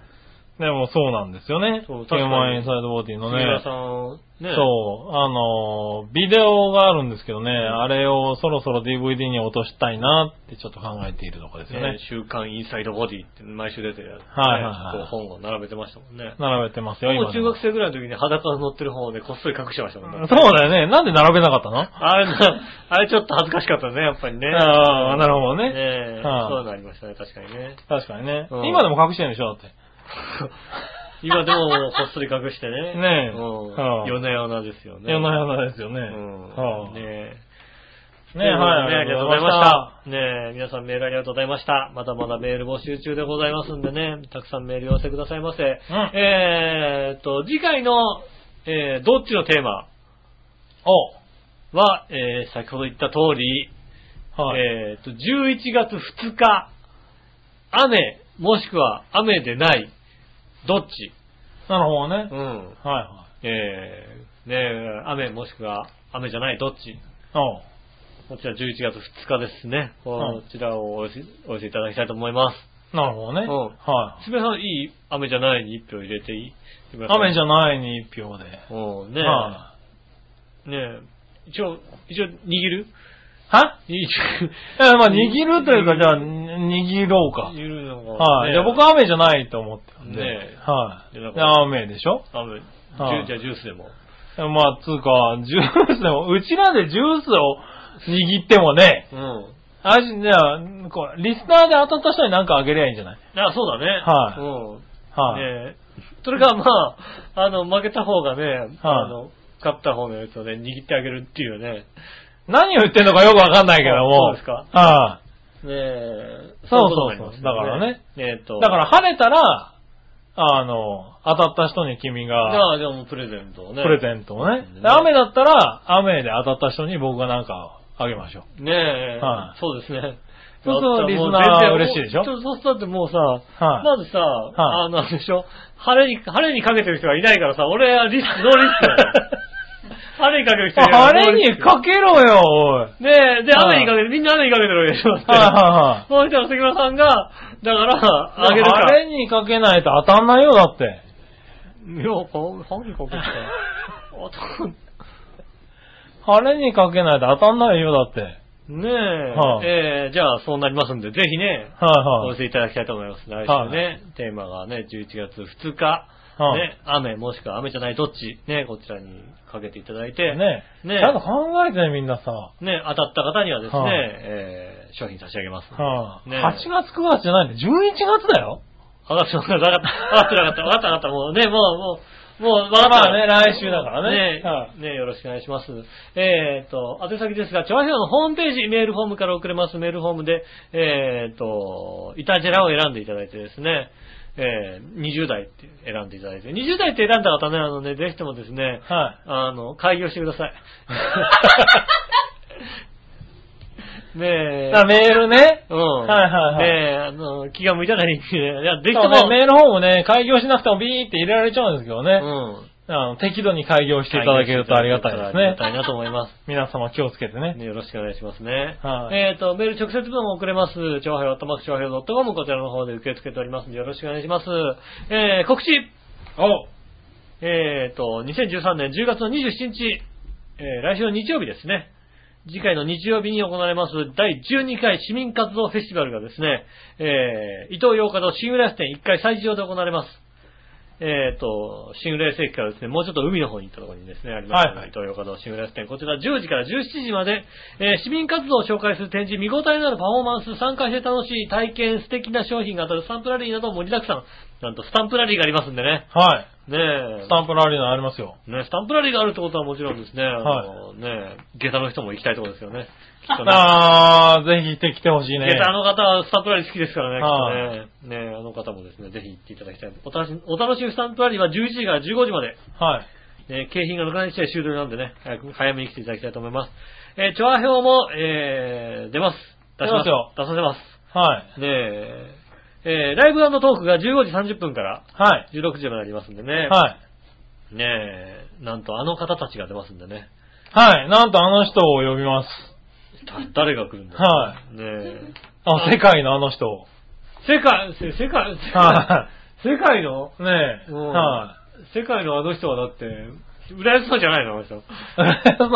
Speaker 3: でもそうなんですよね。ヒ
Speaker 4: そう
Speaker 3: ュ
Speaker 4: 確かに
Speaker 3: ーマンインサイドボディの
Speaker 4: 杉
Speaker 3: ね。
Speaker 4: 浦さん、ね、
Speaker 3: そう、あのー、ビデオがあるんですけどね、
Speaker 4: ん
Speaker 3: あれをそろそろ DVD に落としたいなってちょっと考えているところですよね
Speaker 4: ね。週刊インサイドボディって毎週出てるやつ、ね
Speaker 3: はいはいはい
Speaker 4: こう本を並べてましたもんね。
Speaker 3: 並べてますよ、
Speaker 4: も
Speaker 3: 今
Speaker 4: う
Speaker 3: で
Speaker 4: 中
Speaker 3: も。
Speaker 4: 学生ぐらいの時に裸の乗ってる方をね、こっそり隠してましたもんね。
Speaker 3: そうだよね。なんで並べなかったの
Speaker 4: あれな、あれちょっと恥ずかしかったね、やっぱりね。
Speaker 3: ああなるほどね
Speaker 4: え
Speaker 3: はい
Speaker 4: そういうのありましたね、確かにね。
Speaker 3: 確かにね
Speaker 4: うん。
Speaker 3: 今でも隠してるんでしょ、だって。
Speaker 4: 今でももうこっそり隠してね。
Speaker 3: ねえ
Speaker 4: うん
Speaker 3: はい
Speaker 4: 夜な夜なですよね。
Speaker 3: 世の中ですよね。
Speaker 4: う
Speaker 3: は
Speaker 4: ん。
Speaker 3: い
Speaker 4: ね
Speaker 3: ね
Speaker 4: え。
Speaker 3: はい、
Speaker 4: ありがとうございました。ねえ、皆さんメールありがとうございました。まだまだメール募集中でございますんでね、たくさんメール寄せてくださいませ。えーっと、次回の、えーどっちのテーマは、えー先ほど言った通り、
Speaker 3: おはい。
Speaker 4: えーっと、11月2日、雨、もしくは雨でない、どっち
Speaker 3: なるほどね。
Speaker 4: うん。
Speaker 3: はいはい。
Speaker 4: えー、ねえ、雨もしくは雨じゃない、どっち
Speaker 3: おう
Speaker 4: こちら11月2日ですね。
Speaker 3: は
Speaker 4: こ
Speaker 3: い
Speaker 4: ちらをお寄せお寄せいただきたいと思います。
Speaker 3: なるほどね。
Speaker 4: うん
Speaker 3: はい。
Speaker 4: すべさん、いい雨じゃないに1票入れていい
Speaker 3: 雨じ
Speaker 4: ゃ
Speaker 3: ゃないに一票で。
Speaker 4: うん、ね
Speaker 3: は
Speaker 4: え、ねえ、一応、一応、握る
Speaker 3: は
Speaker 4: 握 る
Speaker 3: いや、まあ、握るというか、じゃあ、に握ろうか
Speaker 4: 握。るのが。
Speaker 3: はい。
Speaker 4: ねえ
Speaker 3: じゃあ僕は雨じゃないと思ってるんで。
Speaker 4: ねえ
Speaker 3: はい。
Speaker 4: いやだ
Speaker 3: で
Speaker 4: から
Speaker 3: 雨でしょ
Speaker 4: 雨、ジ
Speaker 3: は
Speaker 4: ュ
Speaker 3: い
Speaker 4: じゃあジュースでも。
Speaker 3: まあ、つうか、ジュースでも、うちらでジュースを握ってもね、
Speaker 4: うん。
Speaker 3: あじじゃあ、こう、リスナーで当たった人に何かあげりゃいいんじゃない
Speaker 4: あ、そうだね。
Speaker 3: はい
Speaker 4: うん。
Speaker 3: はい。
Speaker 4: ねえ。それがまあ、あの、負けた方がね、あの、勝った方のやつをね、握ってあげるっていうね。
Speaker 3: 何を言ってんのかよくわかんないけど
Speaker 4: あそう
Speaker 3: も。
Speaker 4: ですか
Speaker 3: は
Speaker 4: ねえ。
Speaker 3: そう
Speaker 4: い
Speaker 3: そうそう
Speaker 4: ことになります
Speaker 3: だ
Speaker 4: よ
Speaker 3: からね。
Speaker 4: えっと。
Speaker 3: い。だから晴れたら、あの、当たった人に君
Speaker 4: じ
Speaker 3: が、
Speaker 4: ゃあ、じゃあもうプレゼントをね。
Speaker 3: プレゼントをね。
Speaker 4: ね
Speaker 3: で雨だったら、雨で当たった人に僕が何かあげましょう。
Speaker 4: ねえ、
Speaker 3: はい
Speaker 4: そうですね。
Speaker 3: そうするとリスナーは嬉しいでしょ
Speaker 4: ちょそうするとだってもうさ、
Speaker 3: はい
Speaker 4: まずさ、
Speaker 3: はい
Speaker 4: あの、あれでしょ、晴れに、晴れにかけてる人がいないからさ、俺はリス、ノーリスクだよ 晴れにかける人いないから
Speaker 3: 晴れにかけろよ、おい。はい
Speaker 4: ねえ、で、
Speaker 3: はい
Speaker 4: 雨にかけて、みんな雨にかけてるわけでしょ、だって
Speaker 3: はいはい。
Speaker 4: そうしたら杉村さんが、だから、あげるか
Speaker 3: あ
Speaker 4: ら。
Speaker 3: れにかけないと当たんないよ、だって。
Speaker 4: いや、こう晴れにかけてあと
Speaker 3: あれにかけないと当たんないよ、だって。はい
Speaker 4: ねえ、
Speaker 3: はい
Speaker 4: えーじゃあそうなりますんで、ぜひね、お
Speaker 3: は
Speaker 4: 寄
Speaker 3: い。
Speaker 4: せいただきたいと思います。来週ね、テーマがね、11月2日、
Speaker 3: はい
Speaker 4: ね、雨もしくは雨じゃないどっち、ね、こちらにかけていただいて、ね、
Speaker 3: ねえ。
Speaker 4: ねえ
Speaker 3: ちゃんと考えてね、みんなさ。は
Speaker 4: 当たった方にはですね、
Speaker 3: はい
Speaker 4: えー商品差し上げます。
Speaker 3: い
Speaker 4: ねえ
Speaker 3: 8月9月じゃないんだ。11月だよ。
Speaker 4: わかった、わかった、わかった、わかった、わかった、わかった、もうね、もう、もう、もう、
Speaker 3: まあまあね、来週だからね。
Speaker 4: ね
Speaker 3: はい
Speaker 4: ねよろしくお願いします。えっ、と、宛先ですが、チョアヘアのホームページ、メールフォームから送れます。メールフォームで、えっ、と、イタジェラを選んでいただいてですね、えー、20代って選んでいただいて、20代って選んだ方ね、あのね、ぜひともですね、
Speaker 3: はい。
Speaker 4: あの、開業してくだ さい。ねえ。
Speaker 3: あメールね。
Speaker 4: う
Speaker 3: は
Speaker 4: ん。
Speaker 3: いはいはい
Speaker 4: ねえ、あの、気が向いたらいいんでね。いや、ぜひと
Speaker 3: そうね
Speaker 4: も、
Speaker 3: メールフォームね、開業しなくてもビーって入れられちゃうんですけどね。
Speaker 4: うん。
Speaker 3: あの適度に開業していただけるとありがたいです
Speaker 4: ありが
Speaker 3: ね。
Speaker 4: たいなと思います。
Speaker 3: 皆様気をつけてね。
Speaker 4: ね、よろしくお願いしますね。
Speaker 3: はい
Speaker 4: えっ、と、メール直接でも送れます。長平、たまく長平 .com こちらの方で受け付けておりますので、よろしくお願いします。えー、告知
Speaker 3: お
Speaker 4: えー、と、2013年10月の27日、えー、来週の日曜日ですね。次回の日曜日に行われます第12回市民活動フェスティバルがですね、えー、伊東洋華堂新浦安店1階最上で行われます。えー、と、新浦安駅からですね、もうちょっと海の方に行ったところにですね、あります、
Speaker 3: はいはい
Speaker 4: 伊東洋華堂新浦安店。こちら10時から17時まで、えー市民活動を紹介する展示、見応えのあるパフォーマンス、参加して楽しい体験、素敵な商品が当たるスタンプラリーなど盛りだくさん。なんとスタンプラリーがありますんでね。
Speaker 3: はい。
Speaker 4: ねえ。
Speaker 3: スタンプラリーナありますよ。
Speaker 4: ね、スタンプラリーがあるってことはもちろんですね、あ
Speaker 3: はい
Speaker 4: のね、下駄の人も行きたいところですよね。きっとね。
Speaker 3: あー、ぜひ行ってきてほしいね。
Speaker 4: 下駄の方はスタンプラリー好きですからね、きっとね。ね、あの方もですね、ぜひ行っていただきたい。お楽しお楽しみスタンプラリーは11時から15時まで、
Speaker 3: はい。
Speaker 4: ね、景品がなくなり次第終了なんでね、早く、早めに来ていただきたいと思います。えー、調和表も、えー、出ます。出しま
Speaker 3: 出ますすよ
Speaker 4: 出させます。
Speaker 3: はい。
Speaker 4: ねえー、ライブトークが15時30分から
Speaker 3: はい。
Speaker 4: 16時までありますんでね。
Speaker 3: はい。
Speaker 4: ねえ、なんとあの方たちが出ますんでね。
Speaker 3: はい。なんとあの人を呼びます。
Speaker 4: だ誰が来るんだ。
Speaker 3: はい
Speaker 4: ねえ。
Speaker 3: あ、世界のあの人を。
Speaker 4: 世界、せ世界、世界、
Speaker 3: は
Speaker 4: 世界の
Speaker 3: い。ねえ。
Speaker 4: うん
Speaker 3: は
Speaker 4: 世界のあの人はだって、浦安のじゃないのあの人。
Speaker 3: い。浦安の、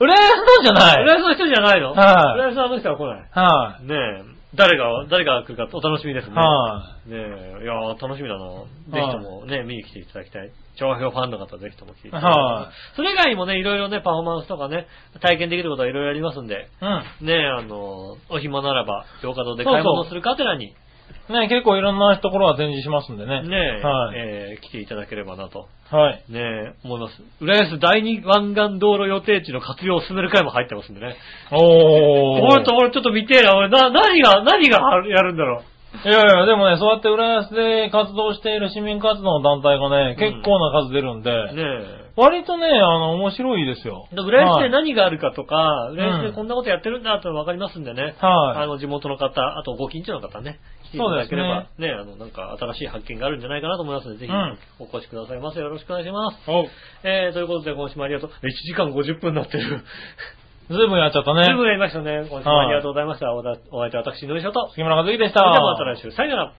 Speaker 3: 浦安のじゃない
Speaker 4: 浦安の人じゃないの
Speaker 3: はい
Speaker 4: 浦安のあの人は来ない。
Speaker 3: は
Speaker 4: ねえ。誰が、誰が来るかお楽しみです
Speaker 3: い。
Speaker 4: ね。
Speaker 3: は
Speaker 4: ねえ、いやー楽しみだな。ぜひともね、見に来ていただきたい。調和表ファンの方はぜひとも来ていただき
Speaker 3: は
Speaker 4: たい。それ以外にもね、いろいろね、パフォーマンスとかね、体験できることはいろいろありますんで、
Speaker 3: い。うん。
Speaker 4: ねえ、あの、お暇ならば、洋華堂で買い物をするかてらに、
Speaker 3: ね、結構いろんなところは展示しますんでね。
Speaker 4: ねえ、
Speaker 3: はい。
Speaker 4: えー来ていただければなと、
Speaker 3: はい。
Speaker 4: ねえ、思います。浦安第二湾岸道路予定地の活用を進める会も入ってますんでね。
Speaker 3: おー。
Speaker 4: 俺と俺ちょっと見てえな、俺な、何が、何がやるんだろ
Speaker 3: いやいや、でもね、そうやって浦安で活動している市民活動の団体がね、
Speaker 4: うん
Speaker 3: 結構な数出るんで、
Speaker 4: う。ねえ。
Speaker 3: 割とね、あの、面白いですよ。
Speaker 4: で浦安で
Speaker 3: はい
Speaker 4: 何があるかとか、浦安
Speaker 3: う
Speaker 4: で
Speaker 3: ん
Speaker 4: こんなことやってるんだってのわかりますんでね。
Speaker 3: はい
Speaker 4: あの、地元の方、あとご近所の方ね、来ていただければ、ねあの、なんか新しい発見があるんじゃないかなと思いますので、ぜひ
Speaker 3: うん
Speaker 4: お越しくださいませ。よろしくお願いします。
Speaker 3: お
Speaker 4: えー、ということで今週もありがとう。1時間50分になってる。
Speaker 3: ずいぶんやっちゃったね。
Speaker 4: 十分やりましたね。今週もありがとうございました。おだお相手は私、井上翔と。
Speaker 3: 杉村和之でし
Speaker 4: そ
Speaker 3: た。
Speaker 4: れではまた来週。さよなら。